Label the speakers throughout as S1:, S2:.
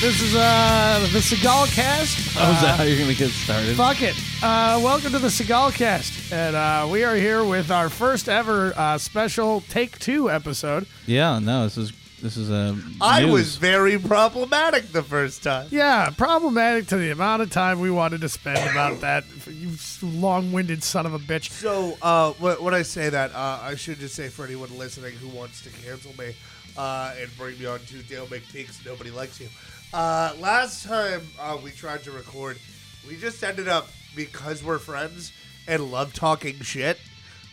S1: This is uh the Seagal Cast.
S2: Oh, is
S1: Uh,
S2: that
S3: Um,
S2: how you're going to get started?
S1: Fuck it. Uh, welcome to the Seagal Cast, and uh, we are here with our first ever uh, special take two episode.
S2: Yeah, no, this is this is a.
S3: I
S2: news.
S3: was very problematic the first time.
S1: Yeah, problematic to the amount of time we wanted to spend about that. You long-winded son of a bitch.
S3: So uh, wh- when I say that, uh, I should just say for anyone listening who wants to cancel me uh, and bring me on to Dale McTeague's Nobody Likes You. Uh, last time uh, we tried to record, we just ended up, because we're friends and love talking shit,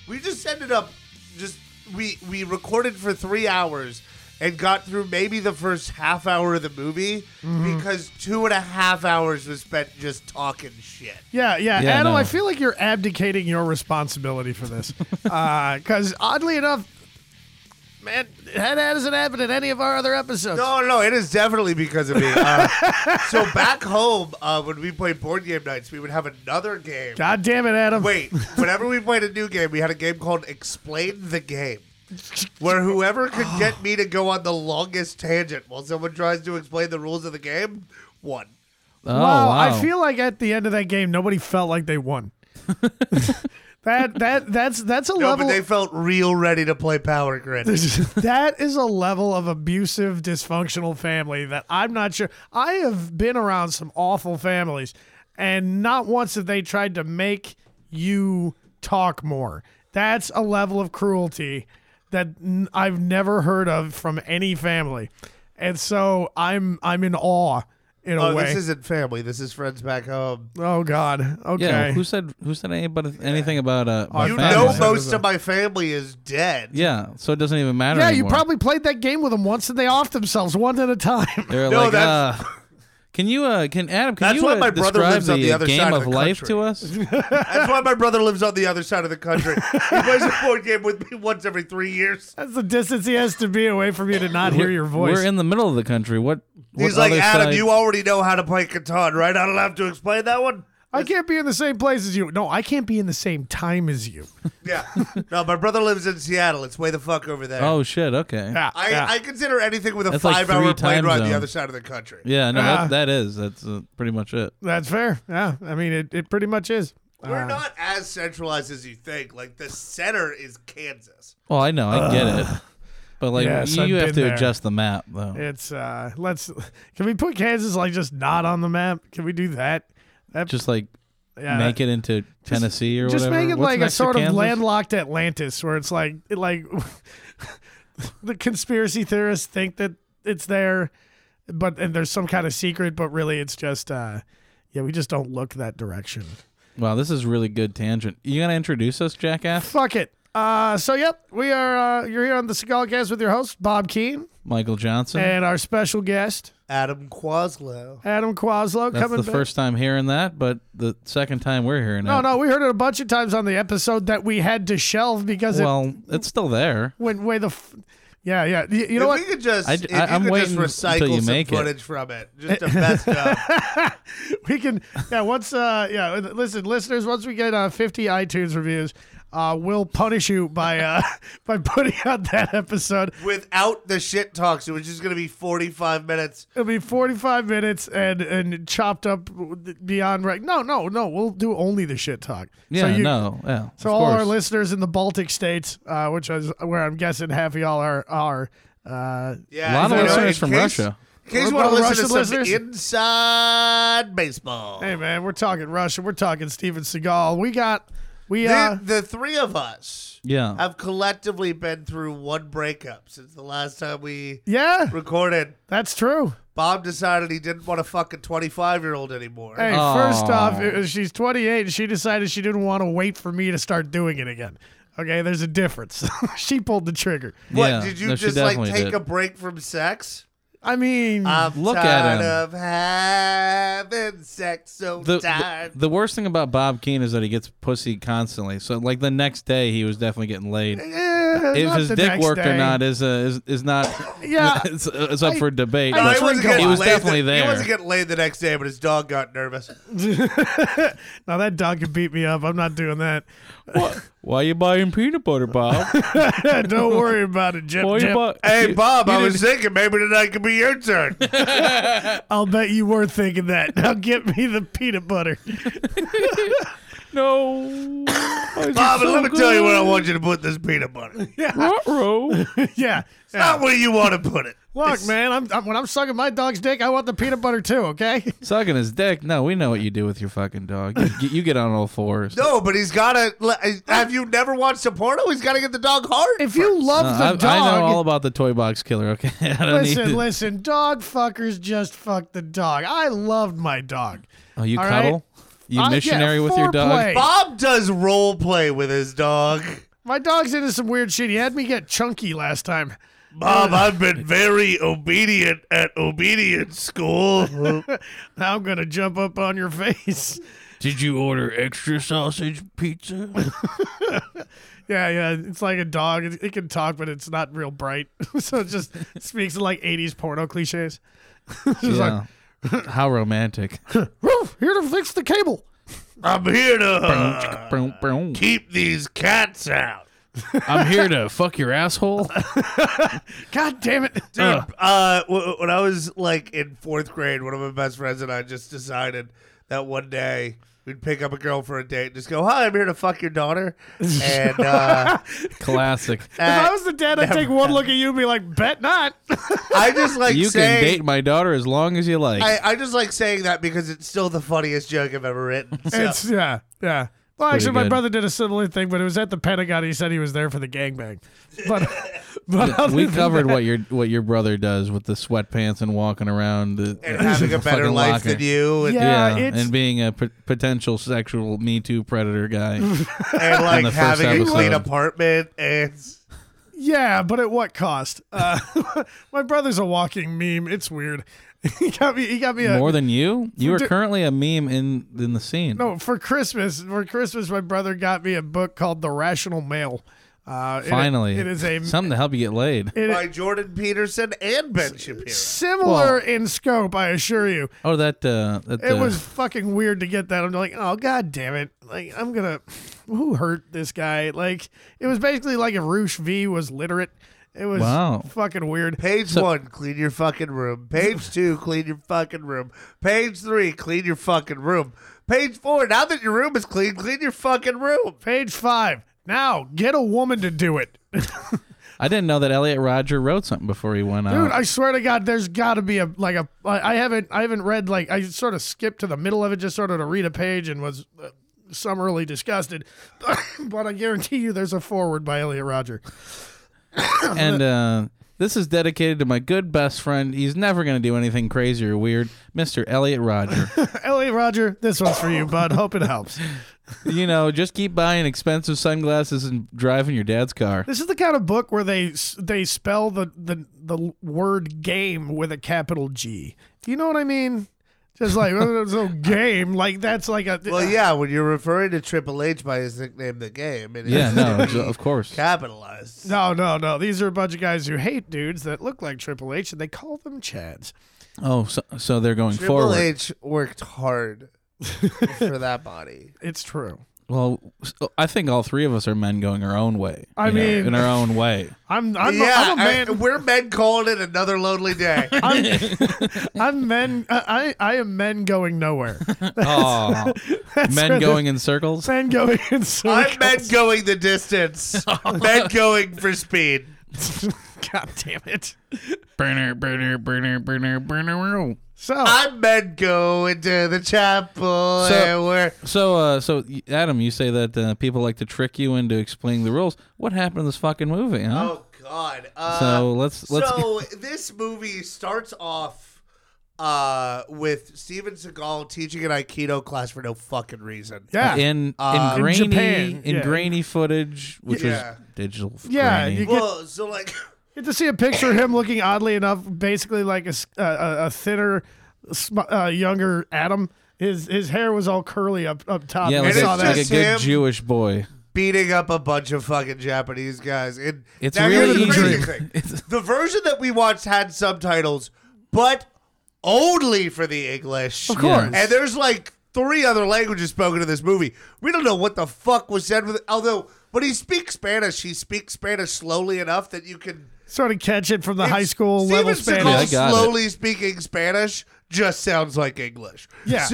S3: we just ended up just, we, we recorded for three hours and got through maybe the first half hour of the movie because two and a half hours was spent just talking shit.
S1: Yeah, yeah.
S2: Yeah,
S1: Adam,
S2: no.
S1: I feel like you're abdicating your responsibility for this. Because oddly enough, man, that hasn't happened in any of our other episodes.
S3: No, no, it is definitely because of me. Uh, so back home, uh, when we played board game nights, we would have another game.
S1: God damn it, Adam.
S3: Wait, whenever we played a new game, we had a game called Explain the Game, where whoever could get me to go on the longest tangent while someone tries to explain the rules of the game, won.
S2: Oh,
S1: wow,
S2: wow.
S1: I feel like at the end of that game, nobody felt like they won. that that that's that's a
S3: No,
S1: level
S3: but they felt real ready to play Power Grid.
S1: that is a level of abusive dysfunctional family that I'm not sure. I have been around some awful families, and not once have they tried to make you talk more. That's a level of cruelty that n- I've never heard of from any family, and so I'm I'm in awe in a
S3: Oh,
S1: way.
S3: this isn't family. This is friends back home.
S1: oh God. Okay.
S2: Yeah, who said who said anybody, anything about uh?
S1: Oh,
S2: my
S3: You
S1: Family.
S3: know,
S2: family?
S3: most of my family is dead.
S2: Yeah, so it doesn't even matter.
S1: yeah, you
S2: anymore.
S1: probably played that game with them once, and they off themselves one at a time.
S2: They're
S3: No,
S2: like,
S3: that's-
S2: uh, can you uh, can Adam, can
S3: That's
S2: you
S3: why
S2: uh,
S3: my brother
S2: describe
S3: lives on the other
S2: game
S3: side of
S2: of
S3: the
S2: life
S3: country.
S2: to us?
S3: That's why my brother lives on the other side of the country. he plays a board game with me once every three years.
S1: That's the distance he has to be away from you to not hear your voice.
S2: We're in the middle of the country. What? what
S3: He's like,
S2: other
S3: Adam,
S2: side-
S3: you already know how to play Catan, right? I don't have to explain that one.
S1: I can't be in the same place as you. No, I can't be in the same time as you.
S3: Yeah. no, my brother lives in Seattle. It's way the fuck over there.
S2: Oh shit! Okay.
S1: Yeah,
S3: I,
S1: yeah.
S3: I consider anything with a
S2: That's like
S3: five hour
S2: three
S3: plane
S2: time
S3: ride
S2: zone.
S3: the other side of the country.
S2: Yeah, no,
S1: Ah.
S2: that, that is that's uh, pretty much it.
S1: that's fair. Yeah, I mean, it, it pretty much is.
S3: We're
S1: Uh,
S3: not as centralized as you think. Like the center is Kansas.
S2: Well, I know, I get it, but like
S1: Yes,
S2: you,
S1: I've
S2: you
S1: been
S2: have to
S1: there.
S2: adjust the map though.
S1: It's uh, let's. Can we put Kansas like just not on the map? Can we do that? That
S2: Just like
S1: yeah,
S2: make it into Tennessee or
S1: Uh, Just
S2: whatever.
S1: make it
S2: What's
S1: like a
S2: next to
S1: sort of
S2: Kansas?
S1: landlocked Atlantis, where it's like it like the conspiracy theorists think that it's there, but and there's some kind of secret, but really it's just uh, yeah, we just don't look that direction.
S2: Wow, this is really good tangent. You gonna introduce us, jackass?
S1: Fuck it. Uh, so yep, we are. Uh, you're here on the Seagal Cast with your host Bob Keane
S2: Michael Johnson.
S1: and our special guest
S3: Adam Quaslow.
S1: Adam Quaslow
S2: That's
S1: coming.
S2: the
S1: back.
S2: first time hearing that, but the second time we're hearing
S1: No,
S2: it.
S1: no, we heard it a bunch of times on the episode that we had to shelve because
S2: Well, it's still there.
S1: it went way the. F- yeah, yeah. Y- You,
S3: You
S1: know
S3: know
S1: what?
S3: if we could just,
S2: I-
S3: if
S2: I-
S3: you
S2: I'm
S3: could just
S2: waiting until
S3: recycle
S2: you
S3: some
S2: make it.
S3: footage from it, just to best up.
S1: we can yeah once uh yeah listen listeners once we get uh 50 itunes reviews uh we'll punish you by uh by putting out that episode
S3: without the shit talks. It was just going to be 45 minutes.
S1: it'll be 45 minutes and and chopped up beyond right no no no we'll do only the shit talk
S2: Yeah,
S1: you,
S2: no, yeah.
S1: so
S2: of
S1: all our
S2: course.
S1: listeners in the baltic states uh which is where i'm guessing half of y'all are are uh
S3: Yeah,
S2: A lot of
S3: you know,
S2: listeners
S3: in
S2: from
S3: case-
S2: Russia.
S3: In
S1: What
S3: case you want to
S1: about
S3: listen to
S1: Russian
S3: some
S1: listeners?
S3: inside baseball,
S1: hey man we're talking russia we're talking steven seagal we got we
S3: the,
S1: uh
S3: the three of us
S2: Yeah.
S3: have collectively been through one breakup since the last time we
S1: yeah
S3: recorded.
S1: that's true
S3: Bob decided he didn't want to fuck a 25 year old anymore.
S1: Hey,
S2: Oh.
S1: first off, it- she's 28 and she decided she didn't want to wait for me to start doing it again. Okay, there's a difference. she pulled the trigger.
S3: what
S2: Yeah,
S3: did you
S2: no, she
S3: just like
S2: definitely
S3: take
S2: did.
S3: a break from sex?
S1: I mean,
S3: I'm
S2: Look at
S3: tired
S2: him.
S3: of having sex, so
S2: the, the
S3: tired.
S2: the worst thing about Bob Keane is that he gets pussy constantly. So like the next day he was definitely getting laid.
S1: eh, eh,
S2: if
S1: not
S2: his
S1: the
S2: dick
S1: next
S2: worked or
S1: day.
S2: not is uh, is is not.
S1: Yeah.
S2: it's, it's up
S1: I-
S2: for debate.
S1: I
S3: No,
S2: but
S1: just
S3: he wasn't
S1: He
S3: getting
S2: was
S3: laid
S2: definitely
S3: the, He
S2: there.
S3: wasn't getting laid the next day, but his dog got nervous.
S1: now that dog could beat me up. I'm not doing that.
S2: Why you buying peanut butter, Bob?
S1: Don't worry about it, Jip.
S2: Why you
S1: Jip.
S2: buy?
S3: Hey, Bob,
S2: you
S3: I was
S2: didn't-
S3: thinking maybe tonight could be your turn.
S1: I'll bet you were thinking that. Now get me the peanut butter.
S2: No. Why is it
S3: Bob,
S2: so
S3: let me tell you where I
S2: good?
S3: want you to put this peanut butter.
S2: Ruh-roh.
S1: yeah.
S3: Not where you want to put it.
S1: Look,
S3: It's-
S1: man, I'm, I'm, when I'm sucking my dog's dick, I want the peanut butter too, okay?
S2: Sucking his dick. No, we know what you do with your fucking dog. You, get- you get on all fours. Uh,
S3: No, but he's got to. Have you never watched a porno? He's got to get the dog hard.
S1: If you love
S2: Uh,
S1: the
S2: I,
S1: dog,
S2: I know all about the toy box killer. Okay, I don't need
S1: listen,
S2: to-
S1: listen, dog fuckers just fuck the dog. I loved my dog.
S2: Oh, you
S1: all right.
S2: cuddle? You
S1: Uh, yeah,
S2: missionary with your dog?
S1: foreplay.
S3: Bob does role play with his dog.
S1: My dog's into some weird shit. He had me get chunky last time.
S3: Bob, I've been very obedient at obedience school.
S1: Now I'm gonna jump up on your face.
S2: Did you order extra sausage pizza?
S1: yeah, yeah. It's like a dog. It, it can talk, but it's not real bright. so it just speaks in like '80s porno cliches. It's just like,
S2: yeah. How romantic.
S1: "Roof, here to fix the cable.
S3: I'm here to uh,
S2: Broom, broom.
S3: keep these cats out.
S2: I'm here to fuck your asshole.
S1: God damn it!
S3: Dude, uh, w- when I was like in fourth grade, one of my best friends and I just decided that one day we'd pick up a girl for a date and just go, Hi, I'm here to fuck your daughter. And uh,
S2: Classic.
S1: if I
S3: uh,
S1: was the dad, I'd take one look at you and be like, "Bet not."
S3: I just like
S2: you can
S3: saying,
S2: date my daughter as long as you like.
S3: I, I just like saying that because it's still the funniest joke I've ever written. So.
S1: It's yeah, yeah. Well,
S2: pretty
S1: actually, my
S2: good.
S1: brother did a similar thing, but it was at the Pentagon. He said he was there for the gangbang, but but other
S2: we
S1: than
S2: covered
S1: that-
S2: what your what your brother does with the sweatpants and walking around the,
S3: and having a better
S2: fucking
S3: life
S2: locker.
S3: than you, and,
S1: Yeah,
S2: Yeah,
S1: it's-
S2: and being a p- potential sexual Me Too predator guy.
S3: and
S2: In
S3: like
S2: the first
S3: having a clean
S2: episode.
S3: apartment, and
S1: Yeah, but at what cost? Uh, my brother's a walking meme. It's weird. he got me. He got me a
S2: More than you? You are
S1: Dude.
S2: currently a meme in in the scene.
S1: no for Christmas. For Christmas, my brother got me a book called The Rational Male. Uh, it-
S2: Finally.
S1: it is a
S2: something to help you get laid.
S1: it-
S3: by Jordan Peterson and Ben Shapiro.
S1: similar in scope. I assure you,
S2: Oh, that uh, that
S1: it
S2: uh,
S1: was fucking weird to get that. I'm like, oh god damn it! Like I'm gonna, who hurt this guy? Like it was basically like if Roosh V was literate. It was
S2: Wow.
S1: fucking weird.
S3: Page one, clean your fucking room. Page two, clean your fucking room. Page three, clean your fucking room. Page four, now that your room is clean, clean your fucking room.
S1: Page five. Now get a woman to do it.
S2: I didn't know that Elliot Roger wrote something before he went
S1: Dude,
S2: out.
S1: I swear to God, there's got to be a like a. I I haven't I haven't read like I sort of skipped to the middle of it just sort of to read a page and was uh, summarily disgusted, but I guarantee you there's a forward by Elliot Roger.
S2: and uh, this is dedicated to my good best friend. He's never going to do anything crazy or weird, Mister Elliot Roger.
S1: Elliot Roger, this one's for you, bud. Hope it helps.
S2: you know, just keep buying expensive sunglasses and driving your dad's car.
S1: This is the kind of book where they s- they spell the the the word game with a capital G. You know what I mean? Just like oh, so game, like that's like a
S3: Well, yeah, when you're referring to Triple H by his nickname, the game, it is
S2: Yeah, no, j- of course.
S3: capitalized.
S1: No, no, no. These are a bunch of guys who hate dudes that look like Triple H, and they call them Chads.
S2: Oh, so, so they're going
S3: Triple
S2: forward.
S3: H worked hard for that body.
S1: It's true.
S2: Well, s- I think all three of us are men going our own way.
S1: I
S2: you know,
S1: mean-
S2: in our own way.
S1: I'm, I'm,
S3: yeah,
S1: I'm a man.
S3: I- we're men calling it another lonely day.
S1: I'm men. I, I I am men going nowhere.
S2: Oh, men
S1: what
S2: going in circles.
S1: Men going in circles.
S3: I'm men going the distance.
S1: Oh
S3: men going for speed.
S1: God damn it.
S2: Burner, burner, burner, burner, burner.
S1: So
S3: I'm men going to the chapel
S2: So-
S3: and we're
S2: So, uh, so y- Adam, you say that uh, people like to trick you into explaining the rules. What happened in this fucking movie? Huh?
S3: Oh God. Uh,
S2: So let's- let's-
S3: So this movie starts off uh, with Steven Seagal teaching an Aikido class for no fucking reason.
S1: yeah,
S2: In
S3: Uh,
S2: in
S3: In
S2: grainy
S1: Japan,
S2: in
S1: yeah.
S2: grainy footage, which
S3: Yeah.
S2: was digital. f-
S1: Yeah,
S2: grainy.
S1: you-
S3: Well, so like,
S1: get to see a picture of him looking oddly enough, basically like a s- a, a- a thinner, sm- uh, younger Adam. His his hair was all curly up up top. I
S2: yeah, like, a-
S1: saw
S3: it's
S1: that.
S2: like a
S3: just
S2: good
S3: him.
S2: Jewish boy.
S3: beating up a bunch of fucking Japanese guys. And
S2: It's
S3: now here's
S2: really
S3: the crazy
S2: easy.
S3: thing.
S2: It's-
S3: the version that we watched had subtitles, but only for the English. Of
S2: course.
S3: And there's like three other languages spoken in this movie. We don't know what the fuck was said with although when he speaks Spanish, he speaks Spanish slowly enough that you can
S1: Sort of catch it from the high
S3: it's-
S1: school
S3: Steven
S1: level
S3: Seagal
S2: Yeah, I
S1: Spanish.
S2: got it.
S3: slowly speaking Spanish just sounds like English.
S1: Yeah.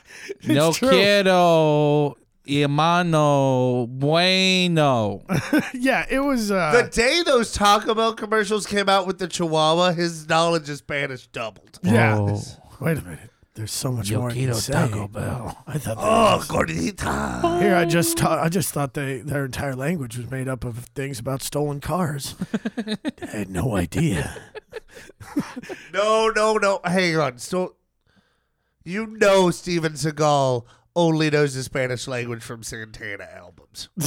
S3: So
S2: no
S1: true.
S2: quiero, hermano, bueno.
S1: yeah, it was.
S3: the
S1: Uh,
S3: day those Taco Bell commercials came out with the Chihuahua, his knowledge of Spanish doubled.
S1: yeah.
S2: Oh.
S1: Wait a minute. There's so much
S2: Yo
S1: more I can
S2: quiero
S1: say.
S2: Taco Bell.
S1: I thought.
S3: Oh, gordita.
S1: Here, I just ta- I just thought they their entire language was made up of things about stolen cars. I had no idea.
S3: No, no, no. Hang on. So you know Steven Seagal only knows the Spanish language from Santana albums.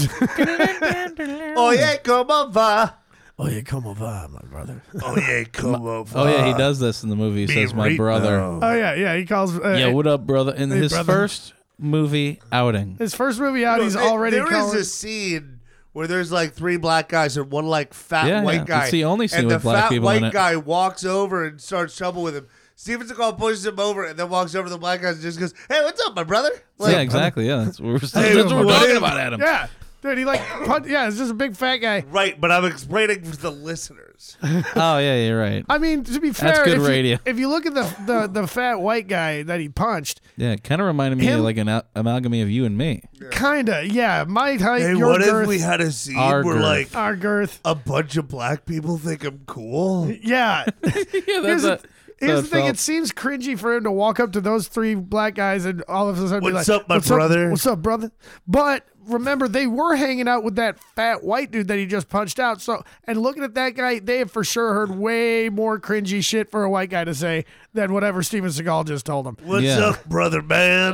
S3: oh yeah, como va?
S1: Oh, you come over, my brother.
S3: Oh yeah, como va?
S2: Oh yeah, he does this in the movie. He says my
S3: Burrito.
S2: brother.
S1: Oh yeah, yeah. He calls. Uh,
S2: Yeah, what up, brother? In
S1: Hey,
S2: his
S1: brother.
S2: first movie outing.
S1: his first movie out, he's
S3: There-
S1: already
S3: There is
S1: calling.
S3: a scene where there's like three black guys and one like fat
S2: Yeah,
S3: white
S2: yeah.
S3: guy.
S2: It's the only scene
S3: and
S2: with
S3: the
S2: black
S3: fat
S2: people
S3: white
S2: in it.
S3: guy walks over and starts trouble with him. Steven Seagal pushes him over and then walks over to the black guy and just goes, "Hey, what's up, my brother?" Like,
S2: yeah, exactly. Yeah, that's what we're,
S3: Hey,
S2: that's what we're
S3: what
S2: talking
S3: is-
S2: about, Adam.
S1: yeah, dude. He like, punch, yeah, it's just a big fat guy.
S3: Right, but I'm explaining for the listeners.
S2: Oh yeah, you're right.
S1: I mean, to be fair,
S2: That's good
S1: if,
S2: radio.
S1: You, if you look at the, the the fat white guy that he punched,
S2: Yeah, it kind of reminded me
S1: Him-
S2: of like an al- amalgamy of you and me.
S1: kinda, yeah, my height,
S3: Hey,
S1: your
S3: what
S1: girth,
S3: if we had a scene
S2: Our
S3: where
S2: girth.
S3: like
S1: our Ah, girth,
S3: a bunch of black people think I'm cool?
S1: yeah.
S2: yeah,
S1: Here's, the- here's the thing: it seems cringy for him to walk up to those three black guys and all of a sudden be
S3: What's
S1: like,
S3: up, my brother?"
S1: what's up, brother?" But remember, they were hanging out with that fat white dude that he just punched out. So, and looking at that guy, they have for sure heard way more cringy shit for a white guy to say than whatever Steven Seagal just told him.
S3: What's
S2: Yeah.
S3: up, brother man?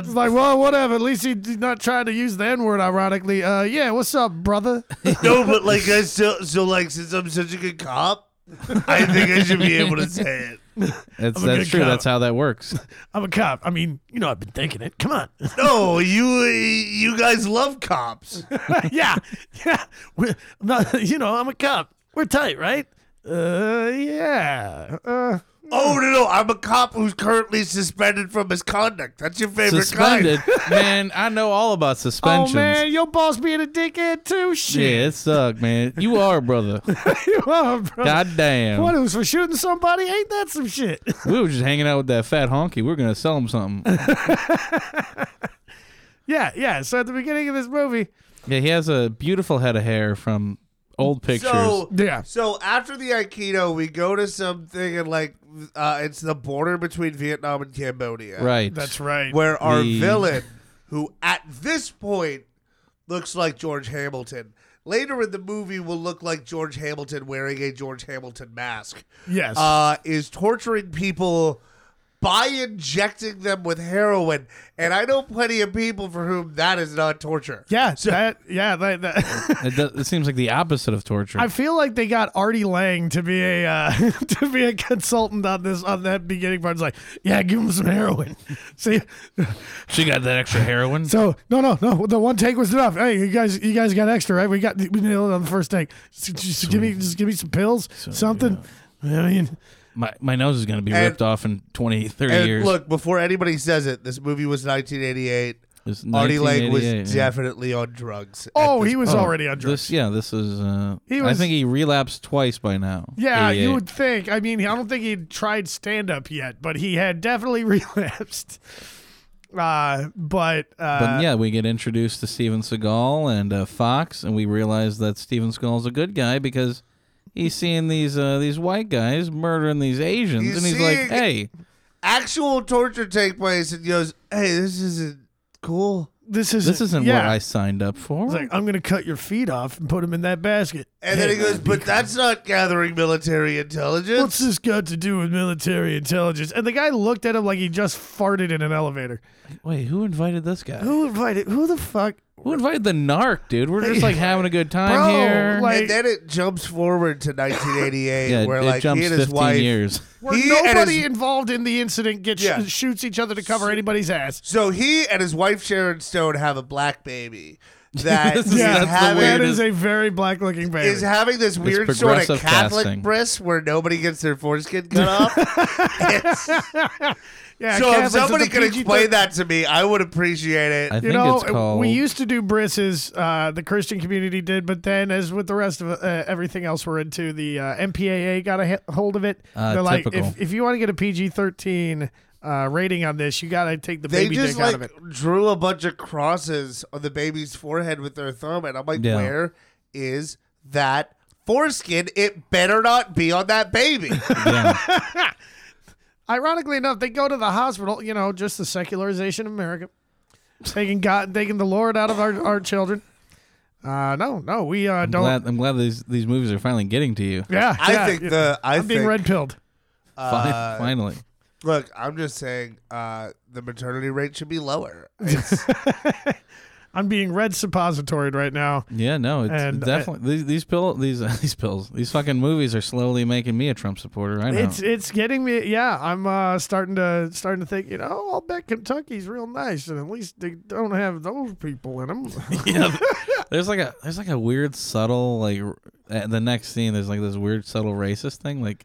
S1: It's like, well, whatever. At least he's not trying to use the N word, ironically. Uh, yeah, what's up, brother?
S3: no, but like I still so like since I'm such a good cop, I think I should be able to say it.
S2: It's,
S1: I'm a
S2: that's
S1: good
S2: true.
S1: cop.
S2: That's how that works.
S1: I'm a cop. I mean, you know, I've been thinking it. Come on.
S3: No, you you guys love cops.
S1: yeah, yeah. We're not, you know, I'm a cop. We're tight, right? Uh, yeah. Uh,
S3: Oh no, no, I'm a cop who's currently suspended from his conduct. That's your favorite
S2: Suspended,
S3: kind.
S2: man. I know all about
S1: oh
S2: suspensions.
S1: man, your boss being a dickhead too.
S2: yeah,
S1: Shit,
S2: it sucked, man. You are, brother.
S1: you are, bro.
S2: God damn.
S3: Oh.
S1: What it was for shooting somebody? Ain't that some shit?
S2: We were just hanging out with that fat honky. We were gonna sell him something.
S1: yeah, yeah. So at the beginning of this movie,
S2: yeah, he has a beautiful head of hair from old pictures.
S3: So
S1: Yeah.
S3: So after the Aikido, we go to something and like uh, it's the border between Vietnam and Cambodia.
S2: right.
S1: right.
S3: Where our
S2: The-
S3: villain, who at this point looks like George Hamilton, later in the movie will look like George Hamilton wearing a George Hamilton mask.
S1: yes.
S3: uh, is torturing people by injecting them with heroin. And I know plenty of people for whom that is not torture.
S1: yeah. that. Yeah. That. that.
S2: It, do- it seems like the opposite of torture.
S1: I feel like they got Artie Lang to be a uh, to be a consultant on Uh, this on that beginning part. It's like, yeah, give him some heroin. See,
S2: she got that extra heroin.
S1: So no, no, no. The one take was enough. Hey, you guys, you guys got extra, right? We got we nailed it on the first take. Just, just give me, just give me some pills, something. I mean,
S2: my my nose is gonna be
S3: And-
S2: ripped off in 20, 30
S3: And
S2: years.
S3: look, before anybody says it, this movie was 1988.
S2: It's
S3: Artie Lang was
S2: 1988, yeah.
S3: definitely on drugs. at
S1: oh,
S3: this
S1: he was
S2: Oh,
S1: already on drugs.
S2: This, yeah, this is. Uh,
S1: He
S2: I
S1: was-
S2: think he relapsed twice by now.
S1: Yeah,
S2: 88.
S1: you would think. I mean, I don't think he'd tried stand up yet, but he had definitely relapsed. Uh, but uh,
S2: But yeah, we get introduced to Steven Seagal and uh, Fox, and we realize that Steven Seagal's a good guy because he's seeing these uh, these white guys murdering these Asians,
S3: He's
S2: and he's like,
S3: seeing-
S2: "Hey,
S3: Actual torture take place and goes, hey, this isn't cool.
S1: this is
S2: this isn't
S1: yeah.
S2: what I signed up for."
S1: It's like, I'm gonna cut your feet off and put them in that basket.
S3: And then he goes, but that's not gathering military
S1: What's
S3: intelligence.
S1: this got to do with military intelligence? And the guy looked at him like he just farted in an elevator.
S2: Wait, who invited this guy? Who,
S1: Who invited? Who the fuck?
S2: invited the narc, dude? We're just like having a good time
S1: Bro,
S2: here.
S1: like-
S3: and then it jumps forward to 1988,
S2: yeah,
S3: where
S2: it
S3: like he and
S2: jumps
S3: his
S2: fifteen
S3: wife
S2: years.
S1: Where
S3: He and
S1: nobody
S3: his-
S1: involved in the incident gets
S3: Yeah.
S1: shoots each other to cover anybody's ass.
S3: So he and his wife Sharon Stone have a black baby. that
S2: This
S3: is
S2: is- that's the
S1: that
S3: having
S2: weirdest-
S1: is a very black looking baby.
S3: is having this weird sort of
S2: progressive
S3: Catholic
S2: casting.
S3: bris where nobody gets their foreskin cut off. It's-
S1: yeah,
S3: so if
S1: Catholics at
S3: somebody
S1: the
S3: could
S1: PG-13
S3: explain that to me, I would appreciate it.
S2: I
S1: You
S2: think
S1: know,
S2: it's called.
S1: we used to do brisses. Uh, the Christian community did, but then, as with the rest of uh, everything else we're into, the uh, MPAA got a he- hold of it.
S2: Ah,
S1: They're like,
S2: typical.
S1: if, if you want to get a PG thirteen uh, rating on this, you got to take the
S3: they
S1: baby
S3: just
S1: dick out of
S3: like
S1: it.
S3: drew a bunch of crosses on the baby's forehead with their thumb, and I'm like,
S2: Yeah.
S3: where is that foreskin? It better not be on that baby.
S2: yeah.
S1: Ironically enough, they go to the hospital. You know, just the secularization of America, taking God, taking the Lord out of our, our children. Uh, no, no, we uh,
S2: I'm
S1: don't.
S2: glad, I'm glad these these movies are finally getting to you.
S1: Yeah,
S3: I
S1: yeah,
S3: think
S1: yeah.
S3: the I
S1: I'm
S3: think
S1: being red pilled.
S2: Fin-
S3: uh,
S2: finally.
S3: look, I'm just saying uh, the maternity rate should be lower. It's-
S1: I'm being red suppositoried right now.
S2: Yeah, no, it's
S1: And I-
S2: definitely these these pill these these pills these fucking movies are slowly making me a Trump supporter. I know.
S1: It's it's getting me. Yeah, I'm uh, starting to starting to think. You know, I'll bet Kentucky's real nice, and at least they don't have those people in them.
S2: yeah, there's like a there's like a weird subtle like r- at the next scene there's like this weird subtle racist thing like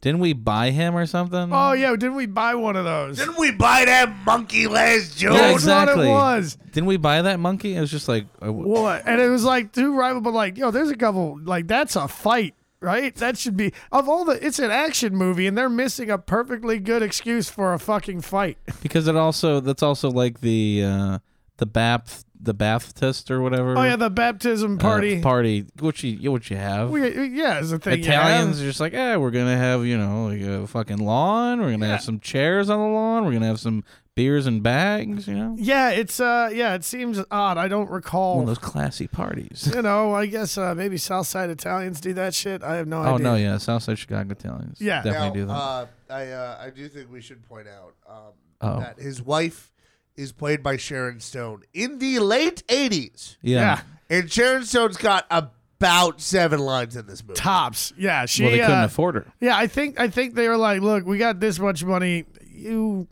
S2: didn't we buy him or something?
S1: oh yeah, didn't we buy one of those?
S3: Didn't we buy that monkey last June?
S2: Yeah,
S1: That's
S2: exactly.
S1: what it was.
S2: Didn't we buy that monkey? It was just like I w-
S1: What? And it was like two rival, but like, yo, there's a couple. Like that's a fight, right? That should be of all the. It's an action movie, and they're missing a perfectly good excuse for a fucking fight.
S2: because it also that's also like the uh the bath the Baptist or whatever.
S1: Oh yeah, the baptism
S2: uh,
S1: party.
S2: party which you what you have.
S1: We- yeah, is a thing. you have.
S2: Italians are just like, eh, we're gonna have you know like a fucking lawn. We're gonna have some chairs on the lawn. We're gonna have some beers and bags. You know,
S1: Yeah, it's uh, yeah, it seems odd. I don't recall.
S2: one of those classy parties.
S1: you know, I guess uh, maybe Southside Italians do that shit. I have no
S2: oh
S1: idea.
S2: no, yeah, Southside Chicago Italians.
S1: Yeah.
S2: definitely do
S3: Now,
S2: that.
S3: Uh, I uh, I do think we should point out um,
S2: Oh.
S3: that his wife is played by Sharon Stone in the late '80s,
S2: yeah.
S1: yeah.
S3: and Sharon Stone's got about seven lines in this movie.
S1: Tops. Yeah, she.
S2: Well, they couldn't
S1: uh,
S2: afford her.
S1: yeah, I think I think they were like, look, we got this much money. You,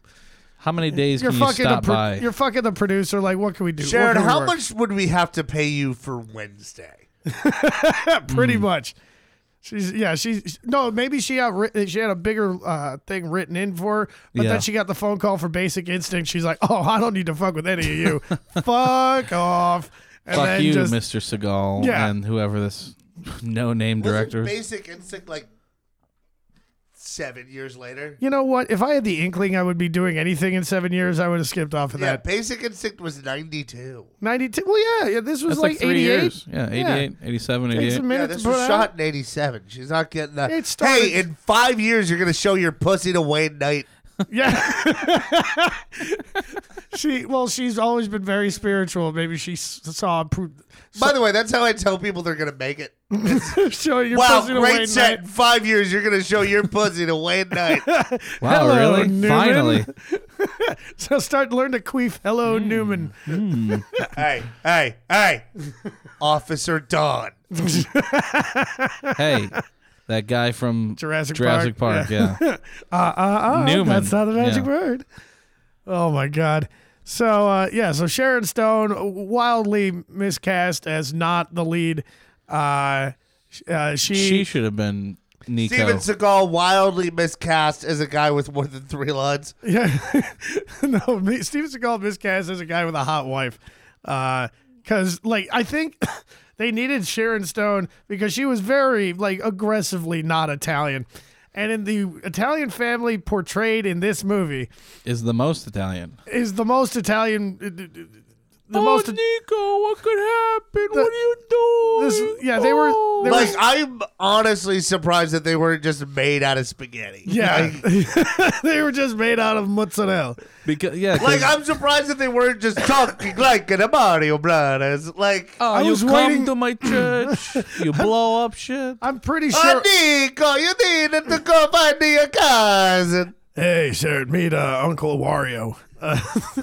S2: How many days
S1: you're
S2: can you
S1: fucking the
S2: stop
S1: pro-
S2: by?
S1: you're fucking the producer. Like, what can we do? What
S3: Sharon,
S1: can we
S3: how
S1: work?
S3: much would we have to pay you for Wednesday?
S1: Pretty
S2: Mm.
S1: much. She's yeah. She's no. Maybe she out. She had a bigger uh, thing written in for her, but
S2: Yeah.
S1: then she got the phone call for Basic Instinct. She's like, oh, I don't need to fuck with any of you. fuck off. And
S2: Fuck
S1: then
S2: you,
S1: just,
S2: Mr. Seagal,
S1: Yeah.
S2: and whoever this no-name director.
S3: Wasn't Basic Instinct like seven years later.
S1: You know what? If I had the inkling I would be doing anything in seven years, I would have skipped off of
S3: Yeah,
S1: that.
S3: Basic Instinct was '92.
S1: 92. Well, yeah, yeah this was
S2: That's like, three
S1: 88.
S2: years. Yeah, 88, 87,
S1: Takes a
S2: 88.
S1: minute
S3: Yeah,
S1: to
S3: this
S1: put
S3: was
S1: out.
S3: shot in '87. She's not getting that.
S1: It started-
S3: Hey, in five years, you're gonna show your pussy to Wayne Knight.
S1: Yeah. she, well, she's always been very spiritual. Maybe she s- saw, pro-
S3: By the way, that's how I tell people they're gonna make it.
S1: showing your
S3: Wow,
S1: pussy to Wayne
S3: great set!
S1: Knight.
S3: In five years, you're gonna show your pussy to Wayne Knight.
S2: Wow,
S1: Hello,
S2: really?
S1: Newman.
S2: Finally.
S1: So start to learn to queef. Hello,
S2: Hmm.
S1: Newman.
S3: hey, hey, hey, Officer Don.
S2: hey, that guy from
S1: Jurassic
S2: Jurassic
S1: Park.
S2: Park, yeah.
S1: Uh, uh, uh,
S2: Newman.
S1: That's not the magic
S2: Yeah.
S1: word. Oh my God. So uh, yeah, so Sharon Stone wildly miscast as not the lead. Uh, sh- uh, she,
S2: She should have been Nico.
S3: Steven Seagal wildly miscast as a guy with more than three lines.
S1: yeah, no, me- Steven Seagal miscast as a guy with a hot wife. Uh, cause like I think they needed Sharon Stone because she was very like aggressively not Italian, and in the Italian family portrayed in this movie
S2: is the most Italian. Oh,
S1: is the most Italian. The most
S2: Nico, what could happen?
S1: The- What
S2: are
S1: this- doing? yeah, they were- they were-
S3: Like, I'm honestly surprised that they weren't just made out of spaghetti.
S1: Yeah,
S3: Like,
S1: they were just made out of mozzarella.
S2: because Oh. yeah, 'cause-
S3: like, I'm surprised that they weren't just talking like in a Mario Brothers. Like,
S2: Oh,
S1: I
S2: you
S1: was
S2: come
S1: waiting-
S2: to my church, you blow up shit.
S1: I'm pretty sure.
S3: "Oh, Nico, you needed to go find your cousin.
S1: Hey, sir, meet uh, Uncle Wario.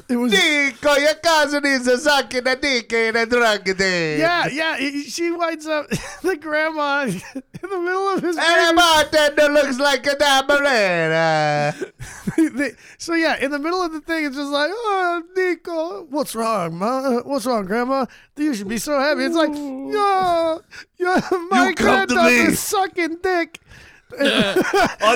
S1: It was
S3: Nico, your cousin is a sucking a dick and a drug day.
S1: yeah, yeah. he- She winds up the grandma in the middle of his.
S3: And a bartender looks like a damaretta.
S1: They- they- so yeah, in the middle of the thing, it's just like, oh, Nico, what's wrong, ma? What's wrong, Grandma? You should be so happy. It's like, no, yeah, my
S3: You come to
S1: granddaughter's
S3: me."
S1: sucking dick.
S3: On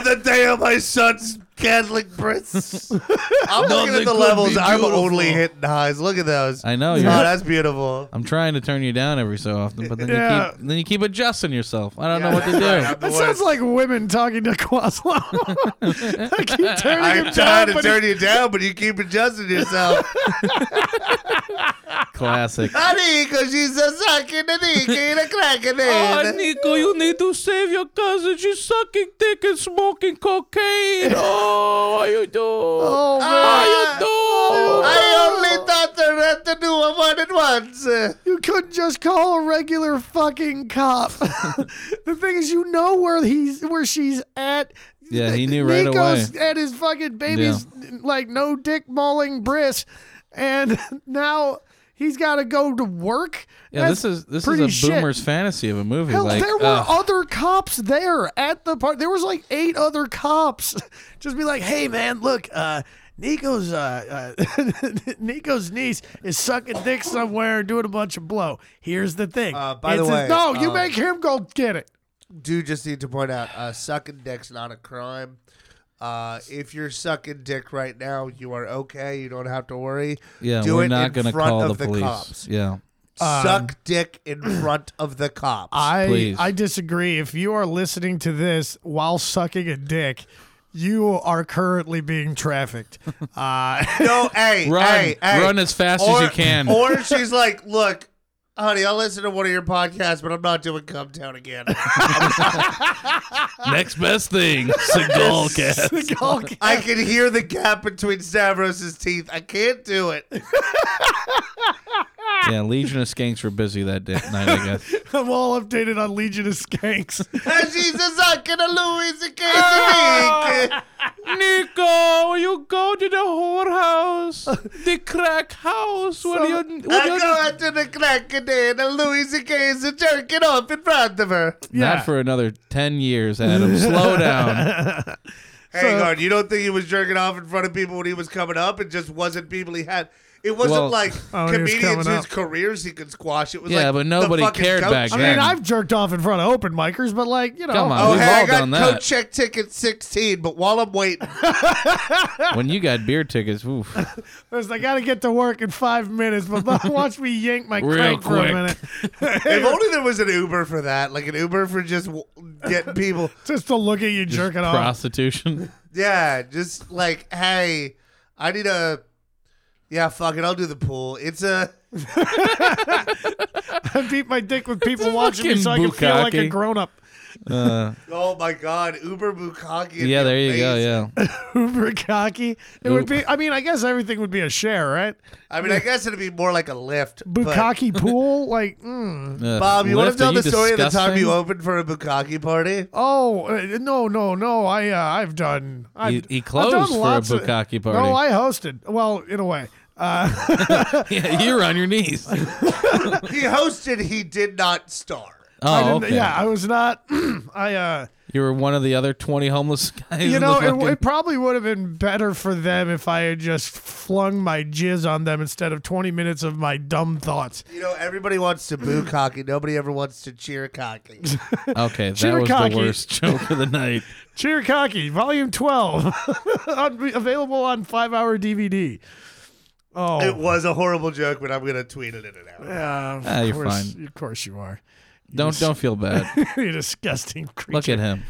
S3: the day of my son's Catholic prince. I'm looking
S2: Nothing
S3: at the
S2: could
S3: levels.
S2: be
S3: I'm
S2: beautiful.
S3: only hitting highs. Look at those.
S2: I know
S3: Oh,
S2: you're.
S3: that's beautiful.
S2: I'm trying to turn you down every so often, but then
S1: Yeah.
S2: you keep then you keep adjusting yourself. I don't
S3: Yeah,
S2: know what to
S3: that's right.
S2: do.
S3: I'm the
S1: That sounds
S3: worst.
S1: like women talking to Quaslow. I keep turning
S3: I'm
S1: him
S3: trying
S1: down,
S3: to
S1: but
S3: turn you down, but you keep adjusting yourself.
S2: Classic.
S3: Honey, because she's a sucking a dick and a cracking
S1: Oh,
S3: head.
S2: Nico, you need to save your cousin. She's sucking dick and smoking cocaine. Oh, what you do?
S1: oh man,
S3: Ah,
S2: do?
S3: I only thought there had to do a one at once.
S1: you couldn't just call a regular fucking cop. the thing is, you know where he's where she's at.
S2: Yeah, he knew right
S1: Nico's
S2: away.
S1: at his fucking baby's like no dick mauling bris, and now he's got to go to work.
S2: Yeah,
S1: That's
S2: this is this
S1: pretty
S2: is a
S1: shit.
S2: boomer's fantasy of a movie.
S1: Hell,
S2: like,
S1: there were
S2: uh,
S1: other cops there at the park. There was like eight other cops. Just be like, hey man, look, uh, Nico's uh, uh, Nico's niece is sucking dick somewhere and doing a bunch of blow. Here's the thing.
S3: Uh, by the
S1: It's a-
S3: way,
S1: no, you
S3: uh,
S1: make him go get it.
S3: Do just need to point out uh, sucking dick's not a crime. Uh, if you're sucking dick right now, you are okay. You don't have to worry.
S2: yeah,
S3: do
S2: we're
S3: it
S2: not
S3: in
S2: gonna
S3: front
S2: call
S3: of
S2: the
S3: the
S2: police. Um,
S3: cops.
S2: Yeah,
S3: Suck dick in front of the cops.
S1: I
S2: Please.
S1: I disagree. If you are listening to this while sucking a dick, you are currently being trafficked. Uh,
S3: no, hey,
S2: Run.
S3: hey, hey.
S2: Run as fast as you can.
S3: Or she's like, look, honey, I'll listen to one of your podcasts, but I'm not doing Come Town again.
S2: next best thing, Seagal cat.
S1: okay.
S3: I can hear the gap between Stavros's teeth. I can't do it.
S2: Yeah, Legion of Skanks were busy that day, night. I guess.
S1: I'm all updated on Legion of Skanks.
S3: And she's a sucking a Louis and Casey Nick.
S2: Nico, you go to the whorehouse, the crack house. When
S1: you-
S3: I go out to the crack and then a Louis and Casey jerking off in front of her.
S1: Yeah.
S2: Not for another ten years, Adam. Slow down.
S3: Hang on, you don't think he was jerking off in front of people when he was coming up? It just wasn't people he had. It wasn't
S2: Well-
S3: like
S1: Oh, when he was
S3: comedians
S1: coming
S3: whose
S1: up.
S3: careers he could squash. It was
S2: Yeah,
S3: like
S2: but
S3: the
S2: nobody
S3: fucking
S2: cared
S3: coach.
S2: back
S1: I
S2: then.
S1: mean, I've jerked off in front of open micers, but like, you know,
S2: Come on.
S3: Oh,
S2: We've
S3: hey,
S2: all
S3: I got
S2: done that.
S3: coat check ticket 16, but while I'm waiting,
S2: when you got beer tickets, oof.
S1: there's- I got to get to work in five minutes, but watch me yank my
S2: Real
S1: crank for a
S2: quick.
S1: minute.
S3: if only there was an Uber for that, like an Uber for just w- getting people.
S1: Just to look at you jerking off.
S2: prostitution.
S3: Yeah, just like, hey, I need a. Yeah, fuck it, I'll do the pool. It's a.
S1: I beat my dick with people watching me
S2: fucking
S1: so I can feel like a
S2: bukkake.
S1: grown up.
S2: Uh,
S3: Oh my god, Uber Bukaki.
S2: yeah, there you go. Yeah.
S1: Uber cocky. It would be, I mean, I guess everything would be a share, right?
S3: I mean, I guess it'd be more like a lift. But
S1: Bukaki pool? Like, mm.
S2: Uh,
S3: Bob, you want to
S2: Lyft,
S3: tell
S2: are you
S3: the story of the time
S2: disgusting?
S3: you opened for a Bukaki party?
S1: Oh uh, no no no! I uh, I've done. I've,
S2: He- he
S1: I've done
S2: closed for a
S1: lots of-
S2: bukkake party.
S1: No, I hosted. Well, in a way.
S2: Yeah, you're on your knees.
S3: He hosted, he did not star.
S1: I
S2: Oh,
S1: didn't,
S2: okay.
S1: Yeah, I was not. I uh,
S2: You were one of the other 20 homeless guys.
S1: you
S2: in
S1: know,
S2: the
S1: it,
S2: fucking-
S1: it probably would have been better for them if I had just flung my jizz on them instead of twenty minutes of my dumb thoughts.
S3: You know, everybody wants to boo cocky. Nobody ever wants to cheer cocky.
S2: okay, that
S1: Cheer
S2: was
S1: cocky.
S2: the worst joke of the night.
S1: Cheer cocky, volume twelve, on, available on five hour DVD. Oh,
S3: It was a horrible joke, but I'm gonna tweet it in an hour.
S1: yeah, of
S2: Ah, you're
S1: course,
S2: fine.
S1: Of course, you are.
S2: Don't don't feel bad.
S1: You're a disgusting Ah,
S2: Look
S1: creature.
S2: at him.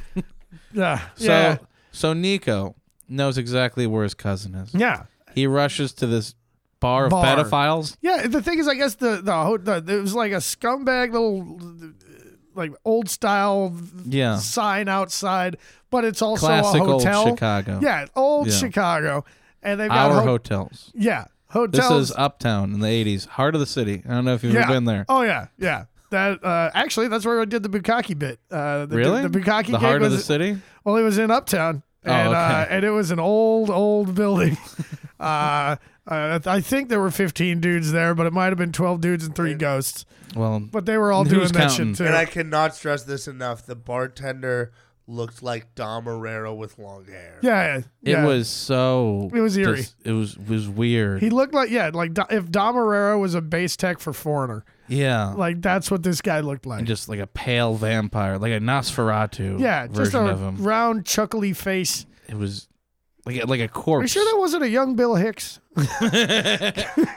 S1: Yeah,
S2: So
S1: yeah,
S2: so Nico knows exactly where his cousin is.
S1: yeah.
S2: He rushes to this bar of
S1: Bar.
S2: pedophiles.
S1: Yeah, the thing is, I guess the the, ho- the it was like a scumbag little like old style
S2: Yeah.
S1: sign outside, but it's also
S2: Classic
S1: a hotel.
S2: old Chicago.
S1: Yeah, old
S2: Yeah.
S1: Chicago, and they've got
S2: Our
S1: ho-
S2: hotels.
S1: yeah
S2: This
S1: hotels.
S2: is uptown in the 80s, heart of the city. I don't know if you've
S1: yeah.
S2: ever been there.
S1: Oh yeah, yeah. That uh, actually, that's where I did the bukkake bit. Uh, the,
S2: really?
S1: The, bukkake
S2: the
S1: gig
S2: heart of
S1: was
S2: the city?
S1: well, it was in Uptown,
S2: Oh,
S1: and uh,
S2: okay.
S1: and it was an old old building. Uh, uh, I think there were 15 dudes there, but it might have been 12 dudes and three ghosts.
S2: Well,
S1: But they were all
S2: Who's
S1: doing that
S2: counting?
S1: shit too.
S3: And I cannot stress this enough. The bartender looked like Dom Herrera with long hair.
S1: yeah, yeah, yeah.
S2: it was so.
S1: It was eerie.
S2: just- it was was weird.
S1: He looked like yeah, like Do- if Dom Herrera was a base tech for Foreigner,
S2: yeah,
S1: like that's what this guy looked like.
S2: and just like a pale vampire, like a Nosferatu.
S1: yeah,
S2: version
S1: just a
S2: of him.
S1: round, chuckly face.
S2: It was like a, like a
S1: Are you
S2: corpse
S1: sure that wasn't a young Bill Hicks?